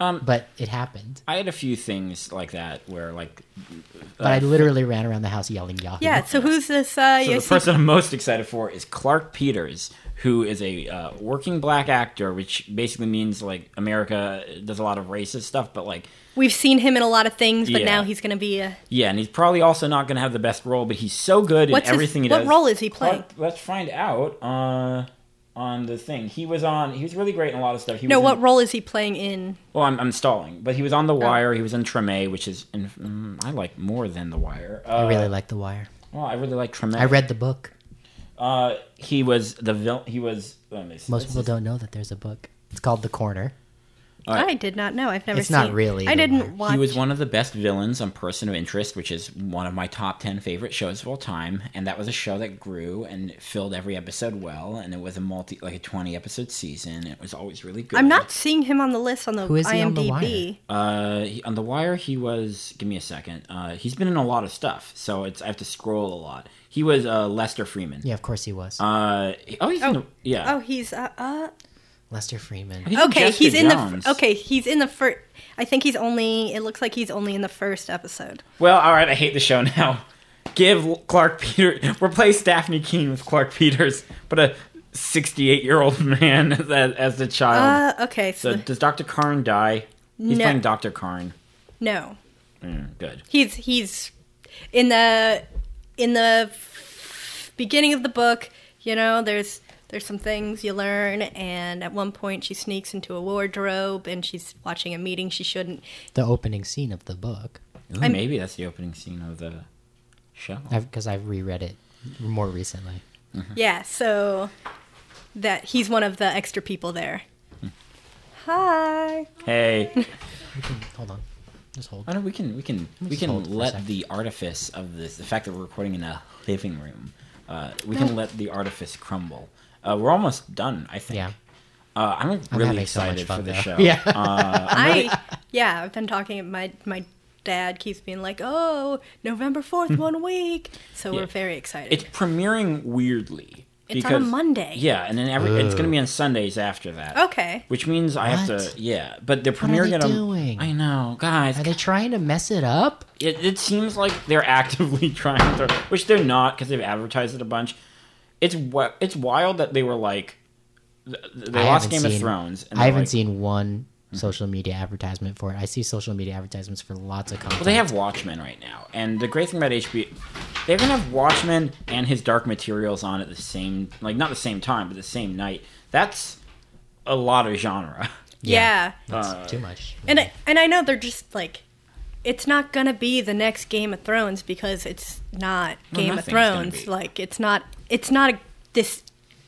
[SPEAKER 1] Um,
[SPEAKER 3] but it happened.
[SPEAKER 1] I had a few things like that where like uh,
[SPEAKER 3] But I literally ran around the house yelling Yahoo.
[SPEAKER 2] Yeah, So who's this? Uh,
[SPEAKER 1] Mm-hmm. So
[SPEAKER 2] you
[SPEAKER 1] the
[SPEAKER 2] see-
[SPEAKER 1] person I'm most excited for is Clark Peters, who is a uh, working black actor, which basically means like America does a lot of racist stuff, but like
[SPEAKER 2] we've seen him in a lot of things, but
[SPEAKER 1] Yeah.
[SPEAKER 2] now he's going to be a.
[SPEAKER 1] yeah, and he's probably also not going to have the best role, but he's so good
[SPEAKER 2] What's
[SPEAKER 1] in
[SPEAKER 2] his-
[SPEAKER 1] everything he
[SPEAKER 2] what
[SPEAKER 1] does.
[SPEAKER 2] role is he
[SPEAKER 1] Clark-
[SPEAKER 2] playing?
[SPEAKER 1] let's find out uh, on the thing. He was on. He was really great in a lot of stuff. He
[SPEAKER 2] No,
[SPEAKER 1] was
[SPEAKER 2] what Oh.
[SPEAKER 1] in-
[SPEAKER 2] role is he playing in?
[SPEAKER 1] Well, I'm, I'm stalling, but he was on The Wire. He was in Treme, which is in, mm, I like more than The Wire. Uh,
[SPEAKER 3] I really like The Wire.
[SPEAKER 1] Well, I really like Treme.
[SPEAKER 3] I read the book.
[SPEAKER 1] Uh, he was the vil- He was. Let me see.
[SPEAKER 3] Most
[SPEAKER 1] This
[SPEAKER 3] people
[SPEAKER 1] is-
[SPEAKER 3] don't know that there's a book. It's called The Corner.
[SPEAKER 1] Alright.
[SPEAKER 2] I did not know. I've never
[SPEAKER 3] It's
[SPEAKER 2] seen
[SPEAKER 3] not really
[SPEAKER 2] I
[SPEAKER 3] the
[SPEAKER 2] didn't watch.
[SPEAKER 1] He was one of the best villains on Person of Interest, which is one of my top 10 favorite shows of all time. And that was a show that grew and filled every episode well. And it was a multi, like a 20 episode season. It was always really good.
[SPEAKER 2] I'm not seeing him on the list on the
[SPEAKER 3] Who is he on The
[SPEAKER 2] IMDb.
[SPEAKER 1] Uh, he, on The Wire, he was, give me a second. Uh, he's been in a lot of stuff. So it's, I have to scroll a lot. He was uh, Lester Freeman.
[SPEAKER 3] Yeah, of course he was.
[SPEAKER 1] Uh, he- oh, he's in the, yeah.
[SPEAKER 2] Oh, he's uh, uh
[SPEAKER 3] Lester Freeman.
[SPEAKER 1] He's in
[SPEAKER 2] okay.
[SPEAKER 1] Jessica
[SPEAKER 2] He's in
[SPEAKER 1] Jones.
[SPEAKER 2] the okay. He's in the first. I think he's only. It looks like he's only in the first episode.
[SPEAKER 1] Well, all right, I hate the show now. Give Clark Peters replace Daphne Keene with Clark Peters, but a sixty-eight-year-old man as, as a child.
[SPEAKER 2] Uh, okay. So,
[SPEAKER 1] Oh. so does Doctor Karn die? He's
[SPEAKER 2] No.
[SPEAKER 1] playing Doctor Karn.
[SPEAKER 2] no,
[SPEAKER 1] Mm, good.
[SPEAKER 2] he's he's in the in the beginning of the book. You know, there's there's some things you learn, and at one point she sneaks into a wardrobe and she's watching a meeting she shouldn't.
[SPEAKER 3] The opening scene of the book.
[SPEAKER 1] Ooh,
[SPEAKER 2] I'm-
[SPEAKER 1] maybe that's the opening scene of the show.
[SPEAKER 3] because I've reread it more recently.
[SPEAKER 1] Hmm.
[SPEAKER 2] Yeah, so that he's one of the extra people there.
[SPEAKER 1] Hmm. Uh-huh.
[SPEAKER 2] Hi.
[SPEAKER 1] Hey,
[SPEAKER 3] Hold on, just hold.
[SPEAKER 1] I know we can we can we
[SPEAKER 3] just
[SPEAKER 1] can
[SPEAKER 3] hold for a
[SPEAKER 1] let
[SPEAKER 3] second.
[SPEAKER 1] the artifice of this, the fact that we're recording in a living room, uh, we can let the artifice crumble. Uh, we're almost done, I think.
[SPEAKER 3] Yeah.
[SPEAKER 1] Uh, I'm
[SPEAKER 3] I'm
[SPEAKER 1] really
[SPEAKER 3] having so much
[SPEAKER 1] excited
[SPEAKER 3] fun,
[SPEAKER 1] for the
[SPEAKER 3] though.
[SPEAKER 1] show.
[SPEAKER 3] Yeah.
[SPEAKER 1] Uh,
[SPEAKER 2] I yeah, I've been talking my my dad keeps being like, "Oh, November 4th, one week." So
[SPEAKER 1] Hmm. Yeah.
[SPEAKER 2] we're very excited.
[SPEAKER 1] It's premiering weirdly.
[SPEAKER 2] It's on a Monday. Oh.
[SPEAKER 1] Yeah, and then every it's going to be on Sundays after that.
[SPEAKER 2] okay.
[SPEAKER 1] Which means I have
[SPEAKER 3] What?
[SPEAKER 1] to, yeah. But they're
[SPEAKER 3] are
[SPEAKER 1] premiering
[SPEAKER 3] they
[SPEAKER 1] it on.
[SPEAKER 3] doing?
[SPEAKER 1] I know, guys.
[SPEAKER 3] Are they trying to mess it up?
[SPEAKER 1] It, it seems like they're actively trying to, which they're not because they've advertised it a bunch. It's wi- it's wild that they were like, th- they
[SPEAKER 3] I
[SPEAKER 1] lost
[SPEAKER 3] haven't
[SPEAKER 1] Game of
[SPEAKER 3] seen-
[SPEAKER 1] Thrones. And
[SPEAKER 3] I
[SPEAKER 1] they're
[SPEAKER 3] haven't
[SPEAKER 1] like- Mm-hmm.
[SPEAKER 3] seen one social media advertisement for it. I see social media advertisements for lots of content.
[SPEAKER 1] Well, they have Watchmen right now, and the great thing about HBO, they're gonna have Watchmen and his Dark Materials on at the same, like not the same time, but the same night. That's a lot of genre.
[SPEAKER 2] Yeah.
[SPEAKER 3] That's
[SPEAKER 1] uh,
[SPEAKER 3] too much.
[SPEAKER 2] And I, and I know they're just like it's not going to be the next Game of Thrones because it's not
[SPEAKER 1] Well,
[SPEAKER 2] Game of
[SPEAKER 1] nothing's gonna
[SPEAKER 2] Thrones.
[SPEAKER 1] be.
[SPEAKER 2] Like it's not it's not a, this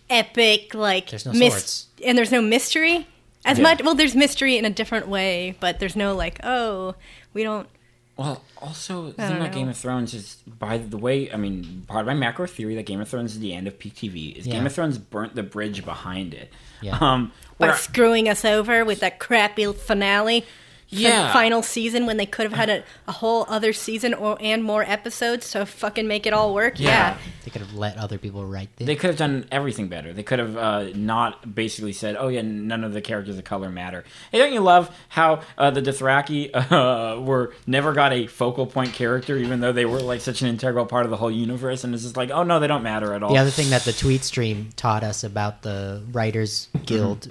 [SPEAKER 2] epic like
[SPEAKER 3] There's no swords.
[SPEAKER 2] and there's no mystery as
[SPEAKER 1] Yeah.
[SPEAKER 2] much. Well, there's mystery in a different way, but there's no like oh we don't.
[SPEAKER 1] Well, also the
[SPEAKER 2] I
[SPEAKER 1] thing
[SPEAKER 2] don't
[SPEAKER 1] about Game
[SPEAKER 2] know.
[SPEAKER 1] of Thrones is, by the way, I mean, part of my macro theory that Game of Thrones is the end of PTV is
[SPEAKER 3] Yeah.
[SPEAKER 1] Game of Thrones burnt the bridge behind it.
[SPEAKER 3] Yeah.
[SPEAKER 1] Um,
[SPEAKER 2] By
[SPEAKER 1] where-
[SPEAKER 2] screwing us over with that crappy finale, fin-
[SPEAKER 1] Yeah.
[SPEAKER 2] final season when they could have had a, a whole other season or and more episodes to fucking make it all work.
[SPEAKER 1] Yeah.
[SPEAKER 2] yeah.
[SPEAKER 3] They could have let other people write this.
[SPEAKER 1] They could have done everything better. They could have uh, not basically said, "Oh yeah, none of the characters of color matter." Hey, don't you love how uh, the Dothraki uh, were never got a focal point character, even though they were like such an integral part of the whole universe? And it's just like, oh no, they don't matter at all.
[SPEAKER 3] The other thing that the tweet stream taught us about the Writers
[SPEAKER 1] Mm-hmm.
[SPEAKER 3] Guild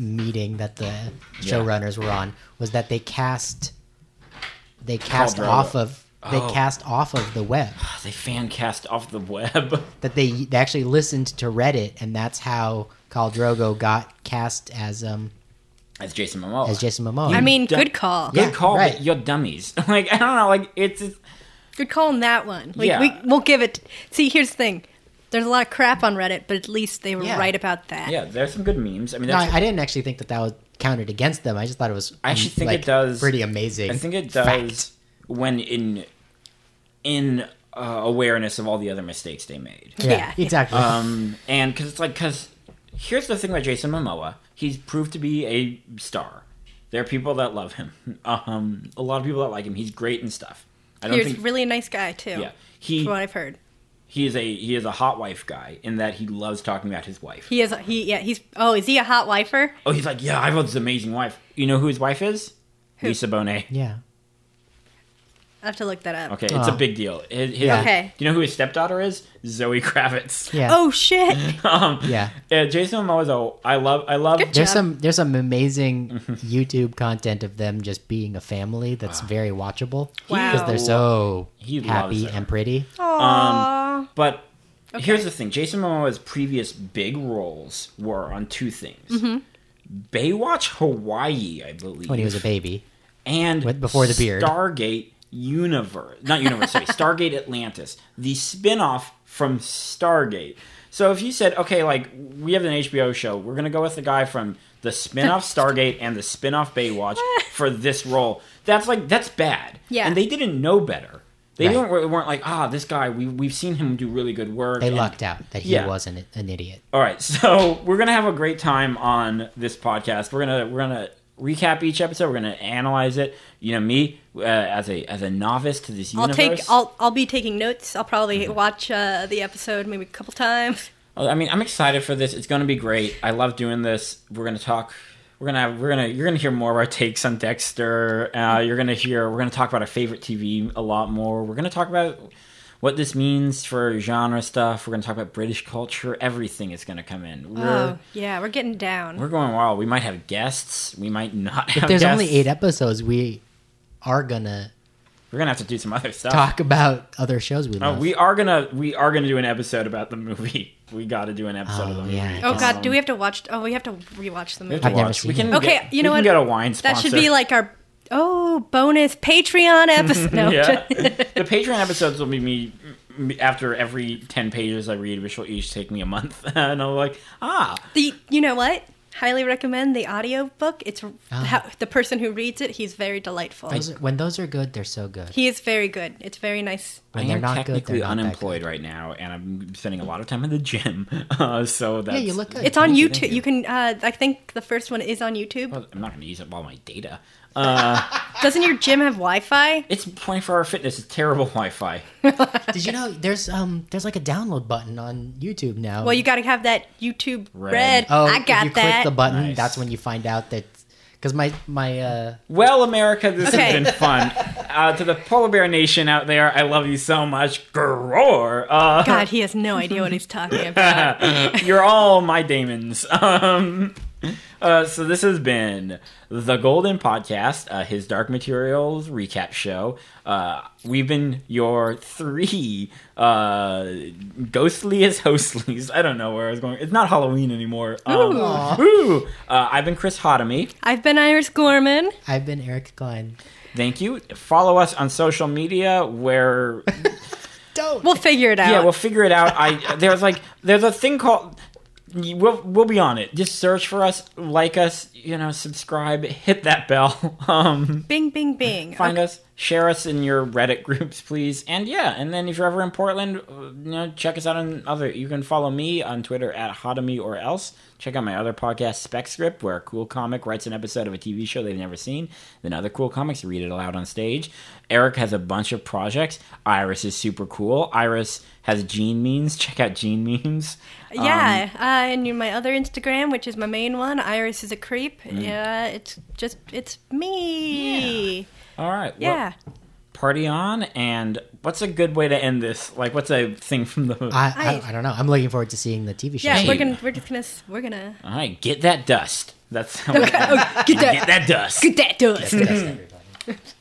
[SPEAKER 3] meeting that the showrunners were on was that they cast they cast
[SPEAKER 1] Caldrogo.
[SPEAKER 3] off of they
[SPEAKER 1] Oh.
[SPEAKER 3] cast off of the web.
[SPEAKER 1] Ah, They fan cast off the web.
[SPEAKER 3] That they they actually listened to Reddit, and that's how Khal Drogo got cast as um
[SPEAKER 1] That's Jason Momoa.
[SPEAKER 3] as Jason Momoa.
[SPEAKER 2] I mean,
[SPEAKER 1] Duh.
[SPEAKER 2] good call.
[SPEAKER 1] Good
[SPEAKER 3] Yeah,
[SPEAKER 1] call,
[SPEAKER 3] right.
[SPEAKER 1] but you're dummies. like I don't know. Like it's, it's
[SPEAKER 2] Good call on that one. We,
[SPEAKER 1] Yeah.
[SPEAKER 2] we, we'll give it. See, here's the thing. There's a lot of crap on Reddit, but at least they were
[SPEAKER 3] Yeah.
[SPEAKER 2] right about that.
[SPEAKER 1] yeah. There's some good memes. I mean,
[SPEAKER 3] no,
[SPEAKER 1] that's,
[SPEAKER 3] I, I didn't actually think that that was counted against them. I just thought it was.
[SPEAKER 1] I actually
[SPEAKER 3] um,
[SPEAKER 1] think it
[SPEAKER 3] like,
[SPEAKER 1] does-
[SPEAKER 3] Pretty amazing.
[SPEAKER 1] I think it does
[SPEAKER 3] fact.
[SPEAKER 1] when in in uh, awareness of all the other mistakes they made.
[SPEAKER 3] Yeah,
[SPEAKER 2] Yeah.
[SPEAKER 3] exactly.
[SPEAKER 1] Um, and because it's like, because here's the thing about Jason Momoa, he's proved to be a star. There are people that love him. Um, a lot of people that like him. He's great and stuff. I don't
[SPEAKER 2] He's
[SPEAKER 1] think.
[SPEAKER 2] really a nice guy, too,
[SPEAKER 1] yeah, he
[SPEAKER 2] from what I've heard.
[SPEAKER 1] he is a he is a hot wife guy in that he loves talking about his wife.
[SPEAKER 2] He is, he, yeah, he's, oh, is he a hot wifer?
[SPEAKER 1] oh, he's like, yeah, I have this amazing wife. You know who his wife is?
[SPEAKER 2] Who?
[SPEAKER 1] Lisa Bonet.
[SPEAKER 3] yeah.
[SPEAKER 2] I have to look that up.
[SPEAKER 1] Okay, it's a
[SPEAKER 3] Oh.
[SPEAKER 1] big deal. His, his,
[SPEAKER 3] Yeah.
[SPEAKER 2] Okay.
[SPEAKER 1] Do you know who his stepdaughter is? Zoe Kravitz.
[SPEAKER 3] Yeah.
[SPEAKER 2] Oh, shit.
[SPEAKER 1] um,
[SPEAKER 3] Yeah.
[SPEAKER 1] yeah, Jason Momoa is a. I love. I love.
[SPEAKER 2] Good
[SPEAKER 3] There's
[SPEAKER 2] Yeah.
[SPEAKER 3] some there's some amazing YouTube content of them just being a family that's very watchable
[SPEAKER 2] Wow.
[SPEAKER 3] because they're so
[SPEAKER 1] He loves
[SPEAKER 3] happy
[SPEAKER 1] her.
[SPEAKER 3] and pretty.
[SPEAKER 1] Um,
[SPEAKER 2] Aww.
[SPEAKER 1] But here's the thing: Jason Momoa's previous big roles were on two things: Baywatch Hawaii, I believe,
[SPEAKER 3] When he was a baby,
[SPEAKER 1] and
[SPEAKER 3] with- before the beard.
[SPEAKER 1] Stargate Universe, not Universe, sorry, Stargate Atlantis, the spin-off from Stargate. So if you said, okay, like we have an HBO show, we're gonna go with the guy from the spin-off Stargate and the spin-off Baywatch for this role. That's like that's bad.
[SPEAKER 2] Yeah.
[SPEAKER 1] and they didn't know better. They
[SPEAKER 3] Right.
[SPEAKER 1] weren't, weren't like, ah, this guy. We we've seen him do really good work.
[SPEAKER 3] they
[SPEAKER 1] and-
[SPEAKER 3] lucked out that he
[SPEAKER 1] Yeah.
[SPEAKER 3] wasn't an idiot.
[SPEAKER 1] all right, so we're gonna have a great time on this podcast. We're gonna we're gonna recap each episode. We're gonna analyze it. You know me uh, as a as a novice to this
[SPEAKER 2] I'll
[SPEAKER 1] universe. Mm-hmm.
[SPEAKER 2] take, I'll, I'll be taking notes. I'll probably watch uh, the episode maybe a couple times.
[SPEAKER 1] I mean, I'm excited for this. It's gonna be great. I love doing this. We're gonna talk. We're gonna have, we're gonna you're gonna hear more of our takes on Dexter. Uh, you're gonna hear we're gonna talk about our favorite TV a lot more. We're gonna talk about what this means for genre stuff. We're gonna talk about British culture. Everything is gonna come in. We're
[SPEAKER 2] Oh, yeah, we're getting down.
[SPEAKER 1] We're going wild. We might have guests. We might not have
[SPEAKER 3] There's
[SPEAKER 1] guests.
[SPEAKER 3] only eight episodes. We are gonna
[SPEAKER 1] We're gonna have to do some other stuff.
[SPEAKER 3] talk about other shows we
[SPEAKER 1] Oh,
[SPEAKER 3] love.
[SPEAKER 1] we are gonna we are gonna do an episode about the movie. We got to do an episode of
[SPEAKER 3] Oh,
[SPEAKER 1] the movie.
[SPEAKER 3] yeah.
[SPEAKER 2] oh, God, do we have to watch, oh, we have to rewatch the
[SPEAKER 1] We
[SPEAKER 2] movie.
[SPEAKER 1] have to
[SPEAKER 3] I've never
[SPEAKER 1] watch.
[SPEAKER 3] seen
[SPEAKER 1] We can
[SPEAKER 3] it.
[SPEAKER 2] Okay,
[SPEAKER 1] get,
[SPEAKER 2] you know
[SPEAKER 1] we
[SPEAKER 2] what?
[SPEAKER 1] Can get a wine sponsor.
[SPEAKER 2] That should be like our oh bonus Patreon episode. No,
[SPEAKER 1] yeah. the Patreon episodes will be me me- after every ten pages I read, which will each take me a month, and I'm like, ah,
[SPEAKER 2] the you know what? Highly recommend the audiobook. It's how, the person who reads it. He's very delightful.
[SPEAKER 3] Those are- when those are good, they're so good.
[SPEAKER 2] he is very good. It's very nice.
[SPEAKER 1] I
[SPEAKER 3] When they're
[SPEAKER 1] am
[SPEAKER 3] not good,
[SPEAKER 1] technically
[SPEAKER 3] they're not that
[SPEAKER 1] unemployed right now, and I'm spending a lot of time in the gym. Uh, so that's
[SPEAKER 3] Yeah, you look good.
[SPEAKER 2] It's on
[SPEAKER 1] Thank you,
[SPEAKER 2] YouTube.
[SPEAKER 1] thank
[SPEAKER 2] You.
[SPEAKER 1] you. Oh.
[SPEAKER 2] can. Uh, I think the first one is on YouTube.
[SPEAKER 1] I'm not going to use up all my data.
[SPEAKER 2] Doesn't your gym have Wi-Fi?
[SPEAKER 1] It's 24 hour fitness. It's terrible Wi Fi.
[SPEAKER 3] Did you know there's um there's like a download button on YouTube now?
[SPEAKER 2] Well, you got to have that YouTube
[SPEAKER 1] Red.
[SPEAKER 2] Red.
[SPEAKER 3] oh,
[SPEAKER 2] I
[SPEAKER 3] if
[SPEAKER 2] got
[SPEAKER 3] you
[SPEAKER 2] that.
[SPEAKER 3] click the button,
[SPEAKER 1] Nice.
[SPEAKER 3] that's when you find out that because my my uh
[SPEAKER 1] Well, America, this
[SPEAKER 2] Okay.
[SPEAKER 1] has been fun. Uh, to the polar bear nation out there, I love you so much. Groar. Uh,
[SPEAKER 2] God, he has no idea what he's talking about.
[SPEAKER 1] you're all my demons. Um, uh, so this has been the Golden Podcast, uh, his Dark Materials recap show. Uh, we've been your three uh, ghostliest hostlies. I don't know where I was going. It's not Halloween anymore. Um,
[SPEAKER 2] Ooh. Aw.
[SPEAKER 1] ooh. Uh, I've been Chris Hotomy.
[SPEAKER 2] I've been Iris Gorman.
[SPEAKER 3] I've been Eric Klein.
[SPEAKER 1] Thank you. Follow us on social media where
[SPEAKER 3] Don't
[SPEAKER 2] We'll figure it out.
[SPEAKER 1] yeah, we'll figure it out. I there's like there's a thing called we'll we'll be on it. Just search for us, like us, you know, subscribe, hit that bell. Um
[SPEAKER 2] bing, bing, bing.
[SPEAKER 1] find us, share us in your Reddit groups, please. And yeah, and then if you're ever in Portland, uh, you know, check us out on other. You can follow me on Twitter at Hotami or else. Check out my other podcast, Spec Script, where a cool comic writes an episode of a TV show they've never seen. Then other cool comics read it aloud on stage. Eric has a bunch of projects. Iris is super cool. Iris has Gene Memes. Check out Gene Memes.
[SPEAKER 2] Yeah, uh, and my other Instagram, which is my main one, Iris is a creep. Yeah, it's just it's me.
[SPEAKER 1] All right. well,
[SPEAKER 2] Yeah,
[SPEAKER 1] party on. And what's a good way to end this? Like, what's a thing from the.
[SPEAKER 3] I, I,
[SPEAKER 2] I-
[SPEAKER 3] I don't know. I'm looking forward to seeing the TV show.
[SPEAKER 2] yeah.
[SPEAKER 1] Hey.
[SPEAKER 2] We're gonna we're just gonna s- we're gonna
[SPEAKER 1] All right, get that dust. That's how
[SPEAKER 2] oh, get that
[SPEAKER 1] Get that dust.
[SPEAKER 2] get that dust.
[SPEAKER 3] Yes, yes, everybody.